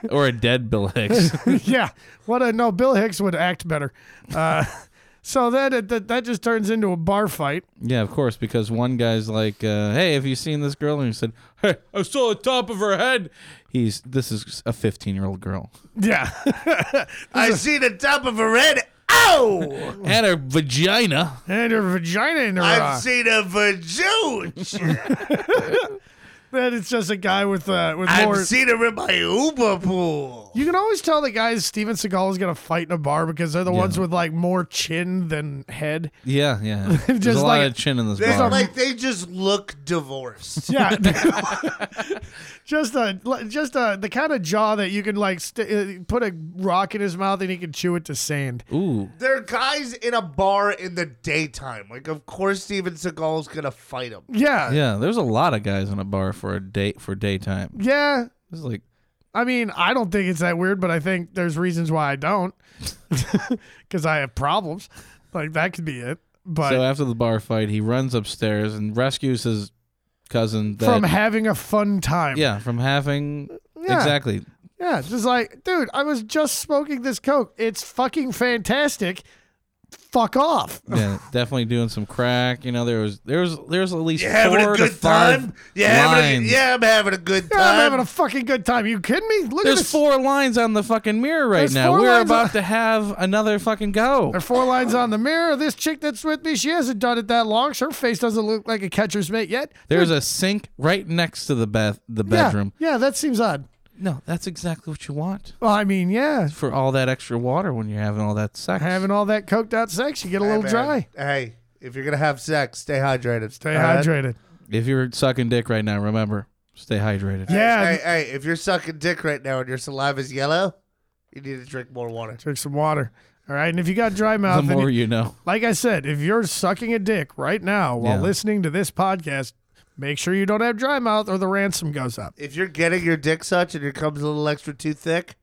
S2: or a dead Bill Hicks.
S1: yeah. What a no. Bill Hicks would act better. Uh, so then it, that that just turns into a bar fight.
S2: yeah, of course, because one guy's like, uh, "Hey, have you seen this girl?" And he said, "Hey, I saw the top of her head." He's this is a 15 year old girl
S1: Yeah.
S3: I see the top of a red. Ow!
S2: and her vagina.
S1: and her vagina in her eye.
S3: I've seen a vajooch.
S1: Then it's just a guy with uh, with more.
S3: I've seen her in my Uber pool.
S1: you can always tell the guys Steven Seagal is gonna fight in a bar because they're the ones with like more chin than head.
S2: Yeah, yeah. There's
S1: Just
S2: a lot
S1: like-
S2: of chin in this
S3: They,
S2: bar.
S3: like they just look divorced.
S1: Yeah, just a just a the kind of jaw that you can like st- uh, put a rock in his mouth and he can chew it to sand.
S2: Ooh,
S3: They're guys in a bar in the daytime. Like, of course, Steven Seagal's gonna fight them.
S1: Yeah, yeah.
S2: yeah. There's a lot of guys in a bar for a date for daytime. It's like
S1: I mean, I don't think it's that weird, but I think there's reasons why I don't, because I have problems. Like that could be it. But
S2: so after the bar fight, he runs upstairs and rescues his cousin. That,
S1: from having a fun time.
S2: uh, yeah, from having
S1: Yeah.
S2: exactly
S1: Yeah, just like, dude, I was just smoking this coke. It's fucking fantastic. Fuck off.
S2: yeah, definitely doing some crack. You know, there was there was there was at least
S3: You having
S2: four
S3: a
S2: to
S3: good
S2: five
S3: time? Yeah, having a,
S2: lines.
S3: yeah, I'm having a good time.
S1: Yeah, I'm having a fucking good time. You kidding me? Look at
S2: There's
S1: this.
S2: four lines on the fucking mirror right
S1: There's
S2: now.
S1: four
S2: We're
S1: lines
S2: about
S1: on-
S2: to have another fucking go.
S1: There are four lines on the mirror. This chick that's with me, she hasn't done it that long. So her face doesn't look like a catcher's mitt yet.
S2: There's a sink right next to the bath the
S1: Yeah,
S2: bedroom.
S1: Yeah, that seems odd.
S2: No, that's exactly what you want
S1: Well, I mean, yeah.
S2: for all that extra water when you're having all that sex.
S1: Having all that coked out sex, you get a
S3: Hey,
S1: little
S3: man.
S1: dry.
S3: Hey, if you're gonna have sex, stay hydrated.
S1: Stay
S3: All right?
S1: hydrated.
S2: if you're sucking dick right now, remember stay hydrated.
S1: Yeah.
S3: Hey, hey, if you're sucking dick right now and your saliva's yellow, you need to drink more water.
S1: Drink some water. All right. And if you got dry
S2: The
S1: mouth, and
S2: more
S1: you-
S2: you know.
S1: like I said, if you're sucking a dick right now while
S2: Yeah.
S1: listening to this podcast, make sure you don't have dry mouth or the ransom goes up.
S3: If you're getting your dick such and your cum's a little extra too thick,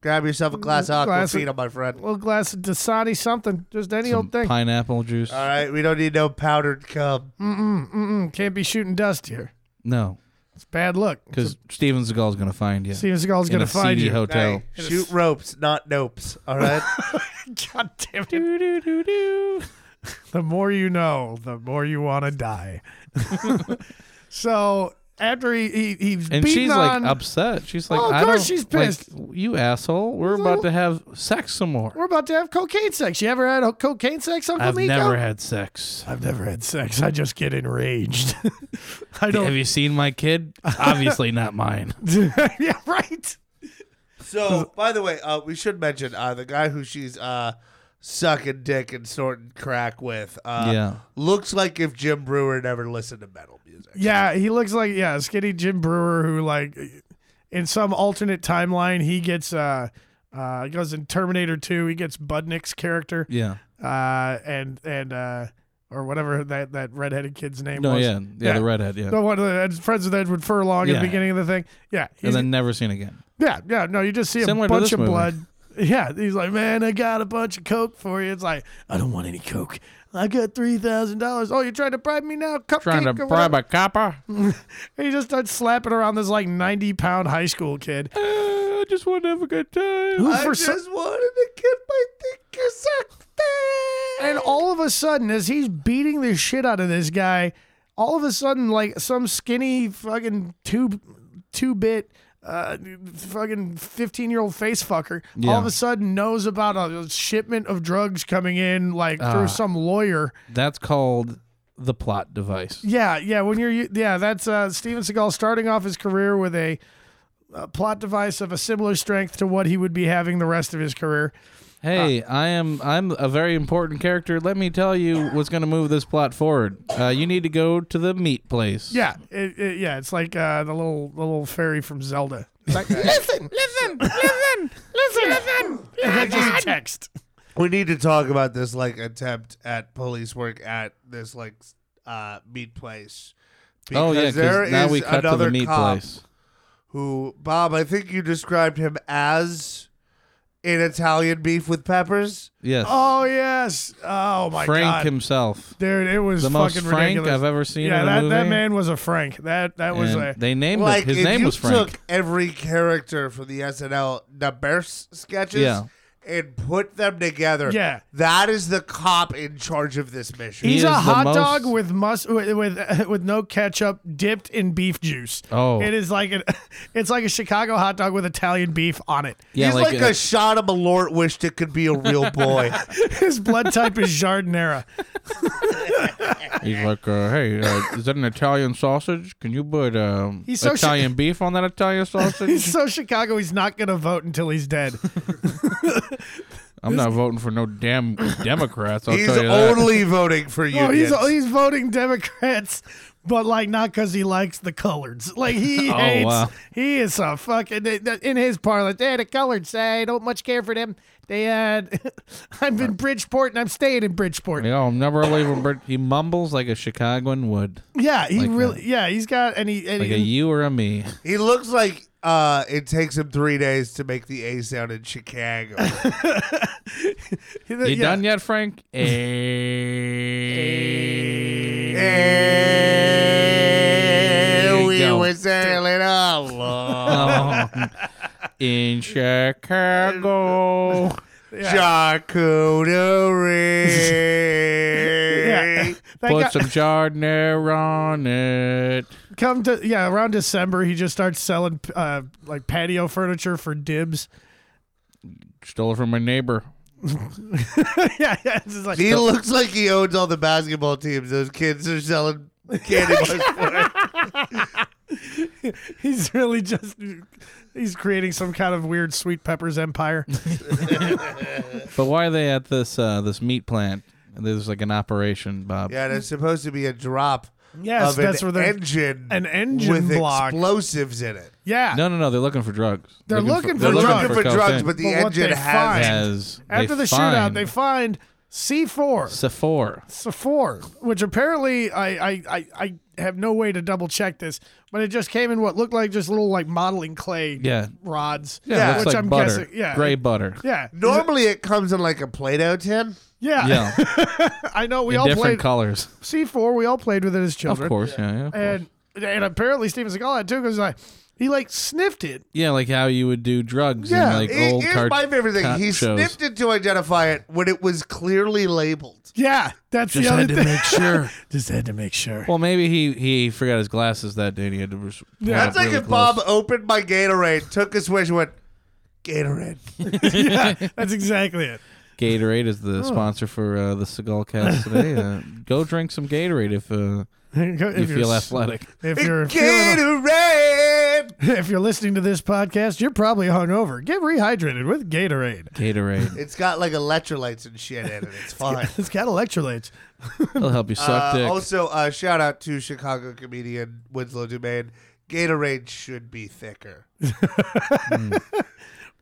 S3: grab yourself a glass of
S1: Glass of-
S3: Aquafina, my friend.
S1: little glass of Dasani something, just any
S2: Some
S1: old thing.
S2: pineapple juice.
S3: All right, we don't need no powdered cum.
S1: Mm. Mm-mm, mm-mm, can't be shooting dust here.
S2: no,
S1: It's bad look.
S2: because Steven Seagal's gonna find you
S1: Steven Seagal's
S2: in
S1: gonna
S2: a
S1: find
S2: seedy
S1: you.
S2: hotel.
S3: Hey, shoot ropes, not nopes. All right.
S1: God damn it. the more you know, the more you want to die. so after he, he he's
S2: And
S1: beaten
S2: she's
S1: on,
S2: like upset. She's like,
S1: Oh, of
S2: I
S1: course
S2: don't,
S1: she's
S2: like,
S1: pissed.
S2: you asshole. We're about to have sex some more.
S1: we're about to have cocaine sex. You ever had a cocaine sex, Uncle
S2: I've
S1: Nico?
S2: never had sex.
S1: I've never had sex. I just get enraged. I
S2: Have
S1: don't.
S2: you seen my kid? Obviously not mine.
S1: yeah, right.
S3: so, by the way, uh, we should mention uh, the guy who she's uh, sucking dick and snorting crack with. Uh,
S2: Yeah.
S3: Looks like if Jim Brewer never listened to metal music.
S1: Yeah, he looks like yeah, skinny Jim Brewer who like in some alternate timeline he gets uh uh goes in Terminator 2, he gets Budnick's character
S2: Yeah.
S1: uh and and uh or whatever that that redheaded kid's name
S2: No,
S1: was.
S2: yeah. Yeah,
S1: Yeah.
S2: the redhead. Yeah.
S1: The one that's friends with Edward Furlong at
S2: Yeah.
S1: the beginning of the thing. Yeah.
S2: and
S1: he's-
S2: then never seen again.
S1: yeah, yeah. No, you just see a
S2: Similar to
S1: bunch
S2: this
S1: of
S2: movie.
S1: blood. Yeah. He's like, Man, I got a bunch of Coke for you. It's like, I don't want any Coke. I got three thousand dollars. Oh, you're trying to bribe me now? Cupcake
S2: Trying to
S1: or
S2: bribe
S1: whatever."
S2: a copper?
S1: And he just starts slapping around this like 90 pound high school kid.
S2: Uh, I just want to have a good time.
S1: Who
S3: I
S1: for
S3: just
S1: so-
S3: wanted to get my dick sucked.
S1: and all of a sudden, as he's beating the shit out of this guy, all of a sudden, like some skinny fucking two two bit uh fucking 15 year old face fucker all
S2: Yeah.
S1: of a sudden knows about a shipment of drugs coming in like
S2: Ah.
S1: through some lawyer
S2: That's called the plot device.
S1: Yeah, yeah. When you're yeah, that's uh, Steven Seagal starting off his career with a, uh plot device of a similar strength to what he would be having the rest of his career,
S2: Hey, I am I'm a very important character. Let me tell you what's going to move this plot forward. Uh, you need to go to the meat place.
S1: Yeah, it, it, yeah, it's like uh, the little the little fairy from Zelda. It's like,
S2: Listen, listen.
S1: and then just text.
S3: We need to talk about this like attempt at police work at this like s- uh, meat place.
S2: Oh yeah,
S3: Because there
S2: because now
S3: is
S2: we cut to the
S3: another
S2: meat
S3: cop
S2: place.
S3: Who Bob? I think you described him as an Italian beef with peppers.
S2: Yes.
S1: Oh yes. Oh my
S2: Frank
S1: god.
S2: himself.
S1: Dude, it was
S2: The most
S1: fucking
S2: Frank
S1: ridiculous.
S2: I've ever seen
S1: yeah,
S2: in a
S1: that,
S2: movie.
S1: that man was a Frank. That that was
S2: And
S1: a
S2: they named
S3: like
S2: it. His
S3: if
S2: name
S3: you
S2: was Frank.
S3: took every character from the SNL the Bears sketches
S2: Yeah.
S3: and put them together.
S1: Yeah.
S3: that is the cop in charge of this mission.
S2: He
S1: He's
S2: is
S1: a
S2: the
S1: hot
S2: most-
S1: dog with mus with with, with no ketchup dipped in beef juice.
S2: Oh.
S1: It is like an it's like a Chicago hot dog with Italian beef on it.
S2: yeah,
S3: He's like,
S2: uh,
S3: a shot of Malort wished it could be a real boy.
S1: His blood type is Jardinera.
S2: He's like, uh, hey, uh, is that an Italian sausage? Can you put um,
S1: He's so
S2: Italian beef on that Italian
S1: He's
S2: sausage?
S1: so Chicago he's not gonna vote until he's dead.
S2: I'm not voting for no damn Democrats. I'll
S3: He's
S2: tell you that.
S3: only voting for you.
S1: No, Oh, he's he's voting Democrats, but like not because he likes the coloreds. Like he
S2: Oh,
S1: hates.
S2: wow.
S1: He is a fucking in his parlance. They the coloreds. I don't much care for them. They uh, I'm in Bridgeport and I'm staying in Bridgeport.
S2: You know, I'm never leaving. Brit- He mumbles like a Chicagoan would,
S1: Yeah, he
S2: Like
S1: really.
S2: that.
S1: Yeah, he's got and he and
S2: like a
S1: he,
S2: you or a me.
S3: He looks like uh, it takes him three days to make the A sound in Chicago.
S1: he-
S2: You
S1: yeah.
S2: done yet, Frank? Eh.
S3: Eh,
S2: you
S3: we
S2: go.
S3: were sailing along
S2: Um, in Chicago.
S1: Yeah.
S3: charcuterie.
S1: Yeah. That guy-
S2: Put some Chardonnay on it.
S1: come to yeah around December he just starts selling uh like patio furniture for dibs.
S2: Stole it from my neighbor.
S1: yeah, yeah, it's just like
S3: He looks like he owns all the basketball teams. Those kids are selling candy bars for him.
S1: He's really just he's creating some kind of weird sweet peppers empire.
S2: But why are they at this uh, this meat plant? There's like an operation, Bob.
S3: Yeah, there's supposed to be a drop
S1: Yes,
S3: of an
S1: that's where they're-
S3: engine,
S1: an engine
S3: with
S1: block.
S3: explosives in it.
S1: Yeah.
S2: No, no, no. They're looking for drugs.
S1: They're looking for
S3: They're
S1: drugs.
S3: looking for drugs,
S2: cocaine.
S3: but the
S1: But what
S3: engine
S1: they
S3: has
S1: find-
S2: As they
S1: After the shootout,
S2: find
S1: they find C4,
S2: Sephora.
S1: C4, which apparently I, I I I have no way to double check this, but it just came in what looked like just little like modeling clay
S2: Yeah.
S1: rods.
S2: Yeah, looks
S1: which
S2: like
S1: I'm
S2: butter.
S1: guessing. Yeah,
S2: gray butter.
S1: Yeah,
S3: Normally, it comes in like a Play-Doh tin.
S1: yeah.
S2: Yeah,
S1: I know we
S2: in
S1: all
S2: different
S1: played
S2: colors.
S1: C4. We all played with it as
S2: Of
S1: children.
S2: course, yeah, yeah. of course.
S1: And and apparently Steven Seagal had too because like "Oh, he like sniffed it
S2: yeah, like how you would do drugs
S1: Yeah,
S2: in like
S3: Here-
S2: old
S3: Here's
S2: cart-
S3: my favorite thing.
S2: cop
S3: He
S2: shows.
S3: sniffed it to identify it when it was clearly labeled.
S1: Yeah, that's
S2: Just
S1: the other
S2: had to
S1: thing.
S2: make sure.
S1: Just had to make sure.
S2: Well, maybe he he forgot his glasses that day. and He had to. Res-
S1: Yeah.
S2: pull
S3: That's
S2: it
S3: like
S2: really
S3: if Bob
S2: close.
S3: opened my Gatorade, took a swig, and went, Gatorade.
S1: yeah, that's exactly it.
S2: Gatorade is
S1: Oh.
S2: the sponsor for uh, the Seagal cast today. Uh, go drink some Gatorade if uh, you
S1: If you're
S2: feel
S1: s-
S2: athletic.
S1: If you're feeling,
S3: Gatorade!
S1: if you're listening to this podcast, you're probably hungover. Get rehydrated with Gatorade.
S2: Gatorade.
S3: It's got like electrolytes and shit in it. It's fine.
S1: It's got electrolytes.
S2: It'll help you suck
S3: Uh,
S2: dick.
S3: also, uh, shout out to Chicago comedian Winslow Dumain. Gatorade should be thicker.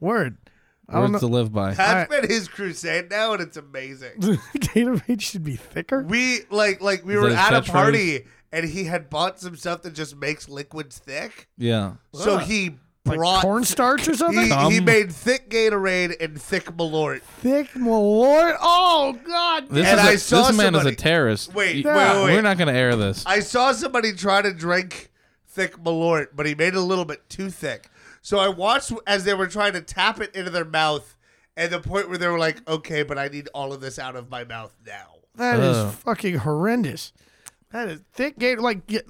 S1: Word. I don't
S2: Words to live by.
S3: That's been his crusade now, and it's amazing.
S1: know. Gatorade should be thicker.
S3: We like like we
S2: Is
S3: were
S2: that his
S3: at a
S2: catchphrase?
S3: party, and he had bought some stuff that just makes liquids thick.
S2: Yeah.
S3: So he
S1: Like
S3: brought
S1: cornstarch or something.
S3: He, he
S2: Cum.
S3: made thick Gatorade and thick Malort.
S1: Thick Malort. Oh God.
S2: This,
S3: And
S2: is a,
S3: I saw
S2: this man is
S3: somebody-
S2: a terrorist.
S3: Wait,
S2: Y-
S3: wait, wait, wait.
S2: We're not going to air this.
S3: I saw somebody try to drink thick Malort, but he made it a little bit too thick. So I watched as they were trying to tap it into their mouth at the point where they were like, okay, but I need all of this out of my mouth now.
S1: That is
S2: Ugh.
S1: fucking horrendous. That is thick Gator. Like get-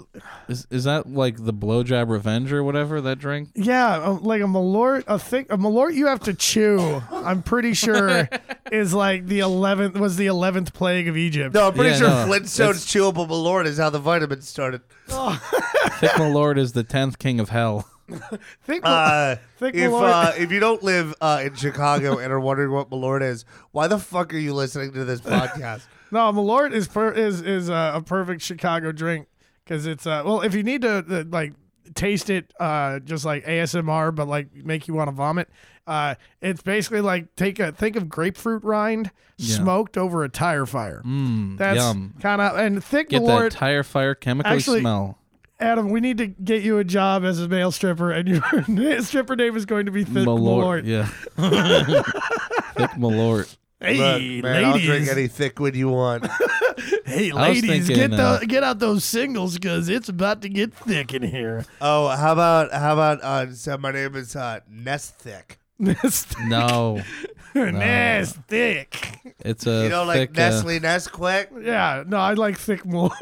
S2: Is, is that like the blowjob revenge or whatever, that drink?
S1: Yeah, uh, like a malort, a thick a malort you have to chew. I'm pretty sure is like the eleventh was the eleventh plague of Egypt.
S3: No, I'm pretty
S2: Yeah,
S3: sure
S2: no,
S3: Flintstone's chewable Malort is how the vitamins started.
S2: Thick Malord is the 10th king of hell.
S1: Think
S3: Uh,
S1: Think
S3: if
S1: Malort-
S3: uh, if you don't live uh, in Chicago and are wondering what Malort is, why the fuck are you listening to this podcast?
S1: No, Malort is per- is is uh, a perfect Chicago drink because it's uh well if you need to uh, like taste it uh just like ASMR but like make you want to vomit uh it's basically like take a think of grapefruit rind
S2: Yeah.
S1: smoked over a tire fire.
S2: Mm,
S1: That's
S2: yum.
S1: kind of and thick
S2: Get that
S1: Malort.
S2: tire fire chemically
S1: Actually-
S2: smell.
S1: Adam, we need to get you a job as a male stripper, and your stripper name is going to be Thick Malort.
S2: Malort. Yeah. Thick Malort.
S1: Hey,
S3: Look, man, I'll drink
S1: ladies!
S3: any thick one you want.
S1: hey,
S2: I was
S1: ladies!
S2: thinking,
S1: get
S2: uh,
S1: the, get out those singles because it's about to get thick in here.
S3: Oh, how about how about uh, so my name is uh, Nest Thick.
S1: That's
S2: No,
S1: That's thick.
S2: it's a
S3: You know,
S2: thick.
S3: like
S2: uh,
S3: Nestle Nesquik.
S1: Yeah, no, I like thick more.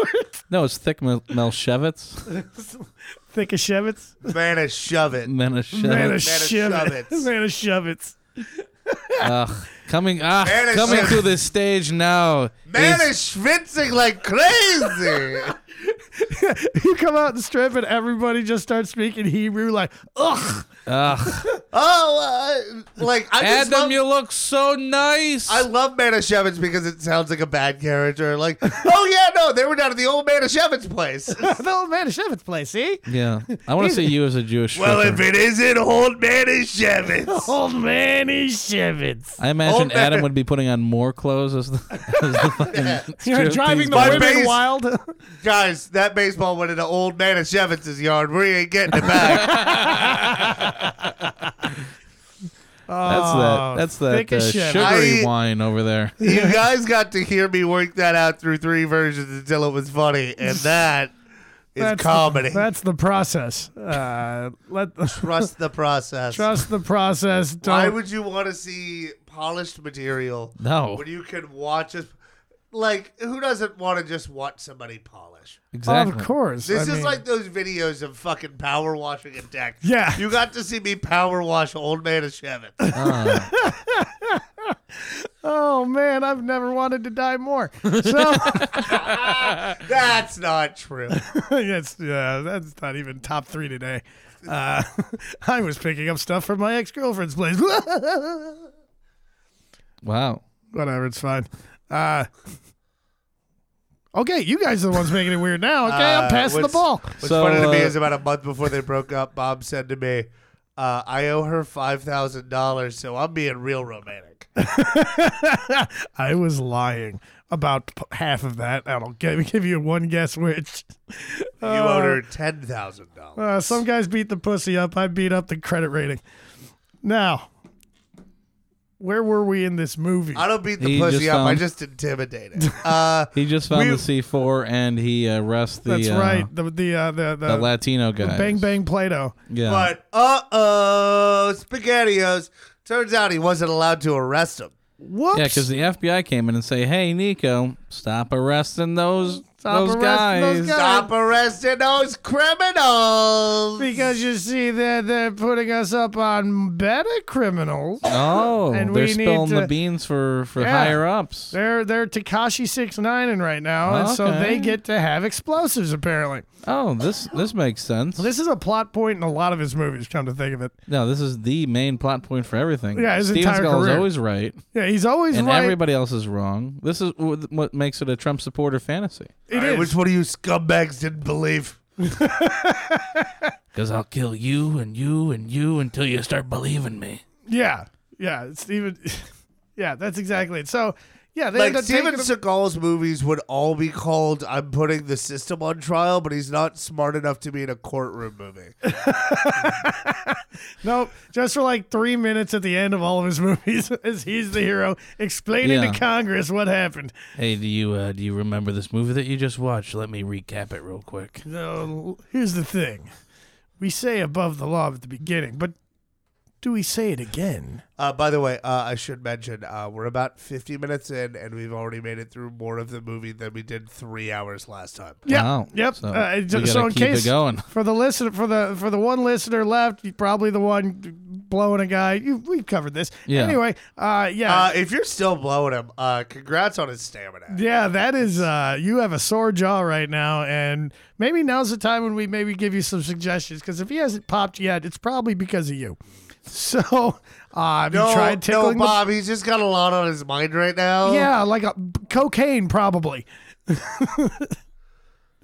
S2: no, it's thick Mel- Melchevitz.
S1: thick as Shevitz.
S3: Man, I shove it.
S1: Man of
S2: Manischewitz.
S1: Shevitz.
S3: Shevitz.
S1: Man of Shevitz.
S2: Ugh. Coming, ah,
S3: Manischewitz.
S2: coming to the stage now.
S3: Man
S2: is-
S3: is schwitzing like crazy.
S1: You come out and strip, and everybody just starts speaking Hebrew, like, ugh.
S2: Ugh.
S3: oh, uh, like I just
S2: Adam,
S3: love,
S2: you look so nice.
S3: I love Manischewitz because it sounds like a bad character. Like, oh yeah, no, they were down at the old Manischewitz place.
S1: The old man of Shevitz place, see?
S2: yeah, I want to see you as a Jewish.
S3: well,
S2: stripper.
S3: if it isn't old Manischewitz,
S1: Old man is Shevitz.
S2: I imagine
S3: Old man.
S2: Adam would be putting on more clothes as the, as the fucking
S1: You're
S2: striptease
S1: driving the
S2: boy.
S3: My
S1: women
S3: base-
S1: wild.
S3: guys, that baseball went into old Manischewitz's yard. We ain't getting it back.
S2: That's
S1: Oh,
S2: that. That's
S1: thick
S2: that uh,
S1: as Shevitz.
S2: sugary
S3: I-
S2: wine over there.
S3: you guys got to hear me work that out through three versions until it was funny, and that is
S1: That's
S3: comedy.
S1: The, that's the process. Uh, let
S3: Trust the process.
S1: trust the process. Don't,
S3: Why would you want to see polished material
S2: No,
S3: when you can watch us? Like, who doesn't want to just watch somebody polish?
S2: exactly.
S1: Oh, Of course.
S3: This
S1: I
S3: is
S1: mean-
S3: like those videos of fucking power washing a deck.
S1: Yeah.
S3: You got to see me power wash old man of Shevin.
S2: Ah.
S1: oh man, I've never wanted to die more. So.
S3: That's not true.
S1: yes, yeah, that's not even top three today. Uh, I was picking up stuff from my ex girlfriend's place.
S2: wow.
S1: Whatever, it's fine. Uh, okay, you guys are the ones making it weird now. Okay,
S3: Uh,
S1: I'm passing the
S3: what's-
S1: ball.
S3: What's
S2: So,
S3: funny to me
S2: uh,
S3: is about a month before they broke up, Bob said to me, uh, I owe her $5,000, so I'm being real romantic.
S1: I was lying about p- half of that. I'll give, give you one guess which.
S3: You
S1: Uh,
S3: owed her $10,000.
S1: Uh, some guys beat the pussy up. I beat up the credit rating. Now, where were we in this movie?
S3: I don't beat the
S2: He
S3: pussy
S2: just
S3: up. I
S2: found-
S3: just intimidate it. Uh,
S2: He just found
S3: We-
S2: the C four and he uh, arrests the
S1: That's
S2: uh,
S1: right. The the uh, the, the,
S2: the Latino
S1: the
S2: guy.
S1: bang bang Play-Doh.
S2: Yeah.
S3: But uh oh, SpaghettiOs. Turns out he wasn't allowed to arrest him.
S1: Whoops.
S2: yeah, because the FBI came in and say, "Hey, Nico, stop arresting those
S1: Stop
S2: those,
S1: arresting
S2: guys.
S1: those guys."
S3: Stop arresting those criminals.
S1: because you see they're, they're putting us up on better criminals.
S2: Oh,
S1: And
S2: they're
S1: we need
S2: spilling
S1: to-
S2: the beans for for
S1: Yeah.
S2: higher ups.
S1: They're they're Takashi six nine in right now, and so
S2: Okay.
S1: they get to have explosives apparently.
S2: Oh, this this makes sense.
S1: This is a plot point in a lot of his movies. Come to think of it,
S2: no, this is the main plot point for everything.
S1: Yeah, his
S2: Steven
S1: entire
S2: Seagal is
S1: career.
S2: always right,
S1: yeah, he's always
S2: and
S1: right.
S2: everybody else is wrong. This is wh- what makes it a Trump supporter fantasy.
S1: It
S3: All right,
S1: is.
S3: Which one of you scumbags didn't believe?
S2: Because I'll kill you and you and you until you start believing me.
S1: yeah, yeah, Steven. yeah, that's exactly it. So yeah, they
S3: Like
S1: end up
S3: Steven
S1: taking him-
S3: Seagal's movies would all be called "I'm putting the system on trial," but he's not smart enough to be in a courtroom movie.
S1: Nope. Just for like three minutes at the end of all of his movies, as he's the hero explaining
S2: Yeah.
S1: to Congress what happened.
S2: Hey, do you uh, do you remember this movie that you just watched? Let me recap it real quick.
S1: So, here's the thing we say above the law at the beginning, but do we say it again?
S3: Uh, by the way, uh, I should mention uh, we're about 50 minutes in, and we've already made it through more of the movie than we did three hours last time.
S1: Yep.
S2: Wow.
S1: Yep.
S2: So,
S1: Uh,
S2: we
S1: ju-
S2: gotta
S1: so in
S2: keep it
S1: case
S2: going.
S1: for the listener, for the for the one listener left, probably the one blowing a guy. You, we've covered this.
S2: Yeah.
S1: Anyway, uh, yeah.
S3: Uh, if you're still blowing him, uh, congrats on his stamina.
S1: yeah, that is uh you have a sore jaw right now and maybe now's the time when we maybe give you some suggestions cuz if he hasn't popped yet, it's probably because of you. So, uh, have
S3: No,
S1: you tried
S3: no,
S1: tickling the-
S3: Bob. He's just got a lot on his mind right now.
S1: Yeah, like a cocaine probably. but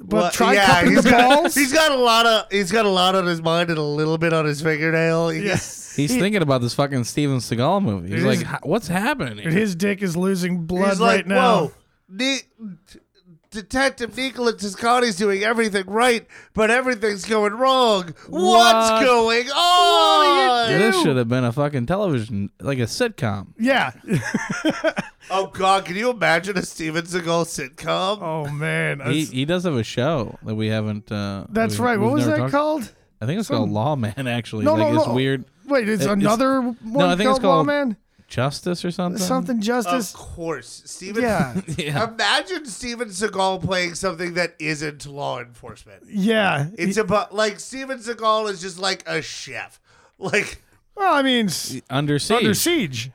S3: Well,
S1: try
S3: yeah,
S1: cupping
S3: he's
S1: the
S3: got,
S1: balls.
S3: He's got a lot of he's got a lot on his mind and a little bit on his fingernail. He-
S1: Yes.
S2: He's thinking about this fucking Steven Seagal movie. He's
S1: It
S2: like,
S1: is-
S2: "H- what's happening? here?"
S1: His dick is losing blood
S3: He's like,
S1: right now.
S3: whoa, Ne- Detective Nicholas Tiscani's doing everything right, but everything's going wrong.
S2: What?
S3: What's going on?
S1: you
S2: This
S1: do.
S2: should have been a fucking television, like a sitcom.
S1: Yeah.
S3: oh God, can you imagine a Steven Seagal sitcom?
S1: oh man.
S2: He,
S1: That's,
S2: he does have a show that we haven't. Uh,
S1: that's
S2: we-
S1: right. What
S2: we've
S1: was
S2: never
S1: that
S2: talked-
S1: called?
S2: I think it's called Lawman. Actually,
S1: No,
S2: like
S1: no,
S2: it's
S1: no.
S2: weird
S1: Wait, it's
S2: It- it's-
S1: another one
S2: I think it's
S1: called,
S2: called- um,
S1: Lawman?
S2: justice or something.
S1: Something
S3: Of
S1: Justice.
S3: course, Steven.
S1: yeah.
S2: Yeah.
S3: Imagine Steven Seagal playing something that isn't law enforcement.
S1: Yeah.
S3: It's about like Steven Seagal is just like a chef, like
S1: well, I mean, s-
S2: Under siege.
S1: under siege.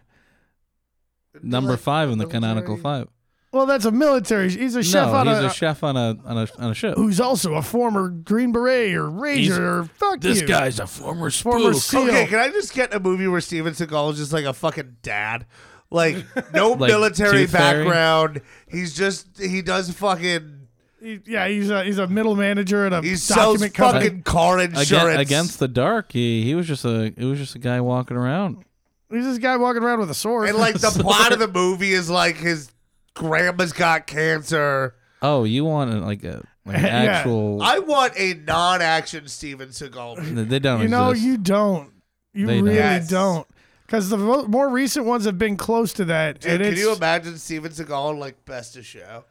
S2: Number
S3: like,
S2: five in the
S3: military-
S2: canonical five.
S1: Well, that's a military. He's a chef
S2: no,
S1: on
S2: he's
S1: a, uh,
S2: a, chef on a on a on a ship.
S1: who's also a former Green Beret or Ranger
S2: He's-
S1: or fuck
S2: This
S1: you.
S2: guy's a former spook.
S1: Former SEAL.
S3: Okay, can I just get a movie where Steven Seagal is just like a fucking dad? Like no
S2: Like
S3: military
S2: Tooth Fairy?
S3: background. He's just he does fucking
S1: He- yeah, he's a he's a middle manager at a
S3: he sells
S1: document company.
S3: fucking car
S2: Aga-
S3: insurance.
S2: against the dark, he, he was just a it was just a guy walking around.
S1: He's this guy walking around with a sword.
S3: and like the plot of the movie is like his grandma's got cancer.
S2: Oh, you want uh, like a like an
S1: Yeah.
S2: actual?
S3: I want a non-action Steven Seagal. movie.
S2: they don't.
S1: you know,
S2: exist.
S1: you don't. You
S2: They don't.
S1: really
S3: Yes.
S1: don't. Because the mo- more recent ones have been close to that.
S3: Dude,
S1: and
S3: can
S1: it's
S3: you imagine Steven Seagal like best of show?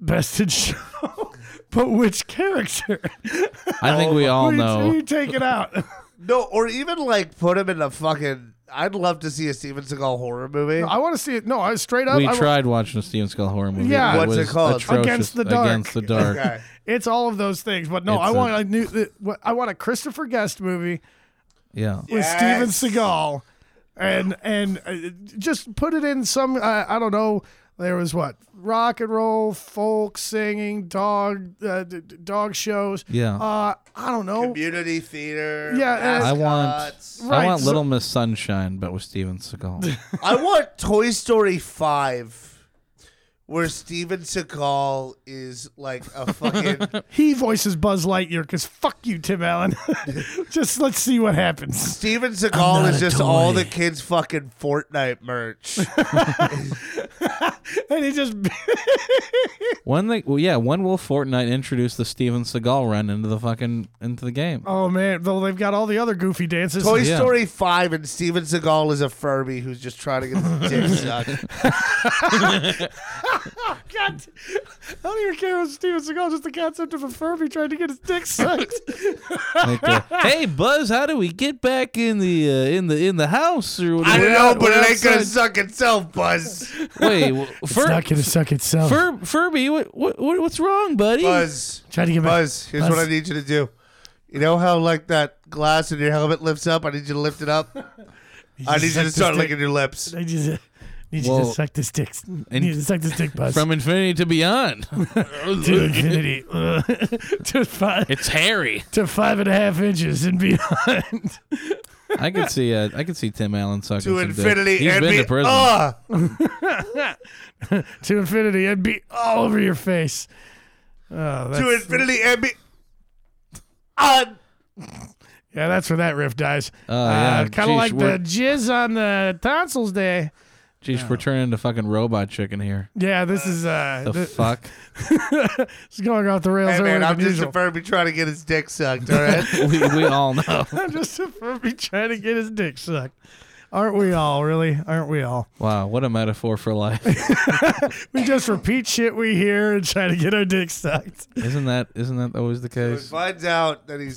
S1: best in show. but which character?
S2: I think we all
S1: who, you- who
S2: know.
S1: you take it out?
S3: No, or even like put him in a fucking. I'd love to see a Steven Seagal horror movie.
S1: I want to see it. No, I straight up.
S2: We
S1: I-
S2: tried watching a Steven Skull horror movie.
S1: Yeah.
S2: It
S3: What's it
S2: was
S3: called?
S2: atrocious.
S1: Against the Dark.
S2: Against the dark.
S3: Okay.
S1: It's all of those things. But no,
S2: It's
S1: I
S2: a-
S1: want a, new. the- what- I want a Christopher Guest movie
S2: Yeah.
S1: with
S3: Yes.
S1: Steven Seagal, and and uh, just put it in some. Uh, I don't know. There was what rock and roll, folk singing, dog uh, d- d- dog shows.
S2: Yeah.
S1: Uh, I don't know.
S3: Community theater.
S1: Yeah, uh,
S2: I want.
S3: mascots.
S2: I
S1: Right,
S2: want
S1: so-
S2: Little Miss Sunshine, but with Steven Seagal.
S3: I want Toy Story Five, where Steven Seagal is like a fucking
S1: He voices Buzz Lightyear because fuck you, Tim Allen. just let's see what happens.
S3: Steven Seagal
S2: not
S3: is
S2: a
S3: just all
S2: toy.
S3: the kids fucking Fortnite merch.
S1: And he just
S2: when they, well, yeah, when will Fortnite introduce the Steven Seagal run into the fucking into the game?
S1: oh man, though they've got all the other goofy dances.
S3: Toy
S2: Yeah.
S3: Story Five and Steven Seagal is a Furby who's just trying to get his dick sucked.
S1: Oh, God, I don't even care about Steven Seagal. Just the concept of a Furby trying to get his dick sucked.
S2: Like, uh, hey, Buzz, how do we get back in the uh, in the in the house or
S3: I
S2: whatever?
S3: don't
S1: We're
S3: know,
S1: out-
S3: but
S1: we're
S3: it ain't gonna
S1: outside.
S3: suck itself, Buzz.
S2: Wait, w- Fur-
S1: gonna suck itself.
S2: Fur- Furby, what, what what what's wrong, buddy?
S3: Buzz.
S1: Try to get back.
S3: Buzz, here's what
S1: Buzz.
S3: I need you to do. You know how like that glass in your helmet lifts up? I need you to lift it up. I need you to start licking your lips.
S1: I just need
S2: Well,
S1: you to suck this dick.
S2: and-
S1: need to suck this dick, Buzz.
S2: From infinity to beyond,
S1: to infinity, Ugh. to five,
S2: it's Harry.
S1: to five and a half inches and beyond.
S2: I could see uh, I could see Tim Allen sucking
S3: To
S2: some dick.
S3: infinity
S2: He's
S3: and
S2: been
S3: be- oh! Ah,
S2: to prison.
S3: Ugh.
S1: to infinity and be all over your face. Oh,
S3: to
S1: that's,
S3: infinity and be on.
S1: yeah, that's where that riff dies.
S2: Oh,
S1: kind
S2: yeah.
S1: of
S2: Jeez,
S1: Ah, like the
S2: we're-
S1: jizz on the tonsils day.
S2: Jeez, we're turning into fucking robot chicken here.
S1: Yeah, this is uh,
S2: The
S1: th-
S2: fuck?
S1: it's going off the rails.
S3: Hey
S1: earlier
S3: man,
S1: than
S3: I'm just
S1: usual.
S3: a Furby trying to get his dick sucked. All right.
S2: we, we all know.
S1: I'm just a Furby trying to get his dick sucked. Aren't we all, really? Aren't we all?
S2: Wow, what a metaphor for life.
S1: We just repeat shit we hear and try to get our dick sucked.
S2: Isn't that isn't that always the
S3: He
S2: case?
S3: finds out that he's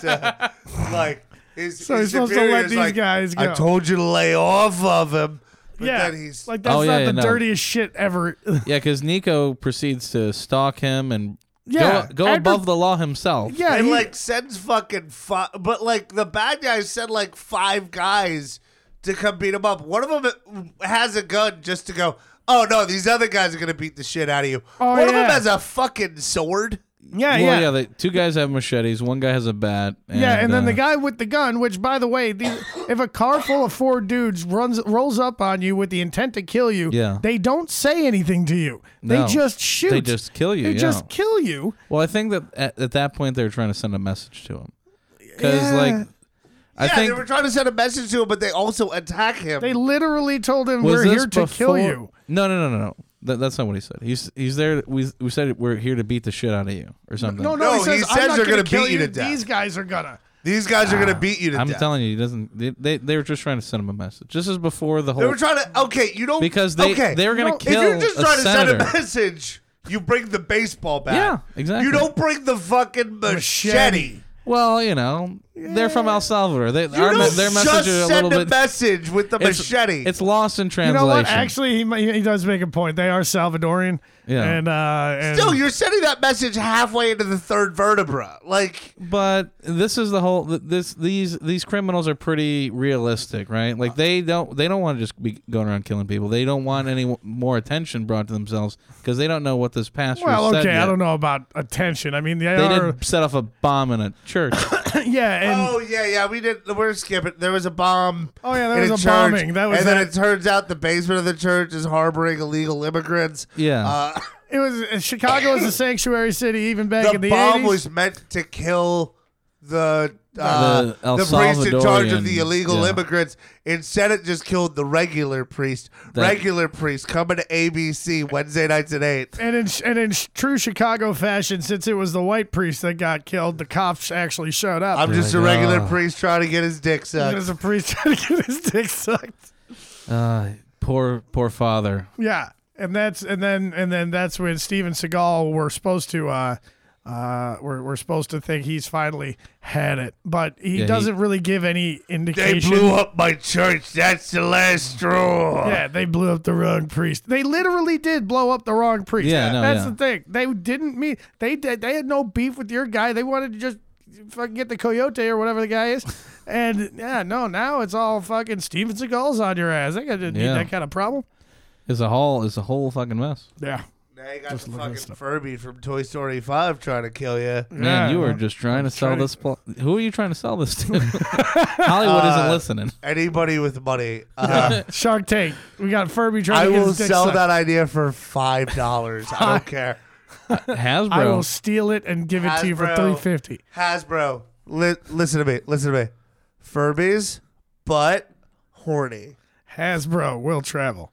S3: to like. His,
S1: So
S3: his
S1: he's supposed to
S3: superior's
S1: let these
S3: like,
S1: guys go.
S3: I told you to lay off of him. But
S1: yeah.
S3: then he's
S1: like, that's
S2: Oh,
S1: not
S2: yeah,
S1: the
S2: no.
S1: dirtiest shit ever.
S2: Yeah, because Nico proceeds to stalk him and
S1: yeah,
S2: go, go
S1: Edgar-
S2: above the law himself.
S1: Yeah,
S3: and
S1: he-
S3: like sends fucking five, but like the bad guys send like five guys to come beat him up. One of them has a gun just to go. Oh no, these other guys are gonna beat the shit out of you.
S1: Oh,
S3: One of them
S1: yeah.
S3: has a fucking sword.
S1: yeah,
S2: well,
S1: yeah.
S2: yeah. the two guys have machetes. One guy has a bat. And,
S1: Yeah, and then
S2: uh,
S1: the guy with the gun, which by the way, the, if a car full of four dudes runs rolls up on you with the intent to kill you,
S2: Yeah.
S1: they don't say anything to you.
S2: No.
S1: they just shoot.
S2: They just kill you,
S1: They
S2: yeah.
S1: just kill you.
S2: Well, I think that at, at that point they were trying to send a message to him because,
S1: Yeah.
S2: like, I
S3: yeah,
S2: think
S3: they were trying to send a message to him, but they also attack him.
S1: They literally told him
S2: was
S1: we're
S2: this
S1: here to kill
S2: before-
S1: you.
S2: No, no, no, no, no. That, that's not what he said. He's he's there. We we said we're here to beat the shit out of you or something.
S1: No, no,
S3: No,
S1: he says,
S3: he
S1: I'm
S3: says
S1: not
S3: they're
S1: gonna
S3: gonna
S1: kill
S3: beat you to death.
S1: These guys are gonna.
S3: These guys are gonna beat you to
S2: Ah, I'm
S3: death.
S2: telling you, he doesn't. They, they they were just trying to send him a message. This is before the whole
S3: they were trying to. Okay, you don't
S2: because they
S3: okay.
S2: they were gonna
S1: No, if
S2: kill
S3: if you're just
S2: a
S3: trying
S2: senator.
S3: to send a message, you bring the baseball bat.
S2: Yeah, exactly.
S3: You don't bring the fucking machete.
S1: Machete.
S2: well, you know, they're from El Salvador. They our,
S3: You
S2: me-
S3: don't
S2: their
S3: just
S2: message is a
S3: send
S2: little bit.
S3: message with the
S2: it's,
S3: machete.
S2: it's lost in
S1: You
S2: translation.
S1: know what? Actually, he ma- he does make a point. They are Salvadorian.
S2: Yeah.
S1: And uh, and
S3: Still, you're sending that message halfway into the third vertebra. Like,
S2: But this is the whole th- this these these criminals are pretty realistic, right? Like they don't they don't want to just be going around killing people. They don't want any w- more attention brought to themselves because they don't know what this pastor
S1: well,
S2: said.
S1: okay, I
S2: yet.
S1: don't know about attention. I mean, they,
S2: They
S1: are.
S2: did set off a bomb in a church.
S1: yeah, and
S3: oh yeah, yeah, we did. We're skipping. There was a bomb.
S1: Oh, yeah, there
S3: in
S1: was a
S3: church,
S1: bombing. That was
S3: and then
S1: that-
S3: it turns out the basement of the church is harboring illegal immigrants.
S2: Yeah.
S3: uh,
S1: it was Chicago was a sanctuary city even back
S3: the,
S1: in the
S3: bomb
S1: 80s.
S3: was meant to kill the uh,
S2: The El
S3: the, priest in charge of
S2: Salvadorian,
S3: the illegal
S2: yeah.
S3: immigrants. Instead, it just killed the regular priest.
S2: That-
S3: regular priest coming to ABC Wednesday nights at eight.
S1: And in and in sh- true Chicago fashion, since it was the white priest that got killed, the cops actually showed up.
S3: I'm just
S2: like,
S3: a regular
S2: "Ah."
S3: priest trying to get his dick sucked.
S1: There's a priest trying to get his dick sucked.
S2: uh, poor poor father.
S1: Yeah, and that's and then and then that's when Steven Seagal were supposed to. Uh, uh, we're, we're supposed to think he's finally had it, but he
S2: Yeah, he-
S1: doesn't really give any
S3: They
S1: indication.
S3: blew up my church. That's the last straw.
S1: Yeah, they blew up the wrong priest. They literally did blow up the wrong priest.
S2: Yeah, no,
S1: that's
S2: yeah.
S1: the thing. They didn't mean they did. They had no beef with your guy. They wanted to just fucking get the coyote or whatever the guy is. And yeah, no, now it's all fucking Steven Seagal's on your ass. I didn't need
S2: Yeah.
S1: that kind of problem.
S2: Is a whole is a whole fucking mess.
S1: Yeah,
S3: Now you got
S1: Just
S3: the
S1: look at
S3: fucking
S1: stuff.
S3: Furby from Toy Story 5 trying to kill you.
S2: Man,
S1: Yeah,
S2: you were
S1: no.
S2: just trying to sell
S1: trying to-
S2: this. Pl- Who are you trying to sell this to? Hollywood isn't
S3: Uh,
S2: listening.
S3: Anybody with money. Uh,
S1: Shark Tank. We got Furby
S3: I
S1: trying to get
S3: will
S1: his dick
S3: sell
S1: sucked.
S3: that idea for $5. I don't care.
S2: Hasbro.
S1: I will steal it and give it to you for
S3: Hasbro.
S1: three fifty.
S3: Hasbro, li- listen to me. Listen to me. Furbies, but horny.
S1: Hasbro will travel.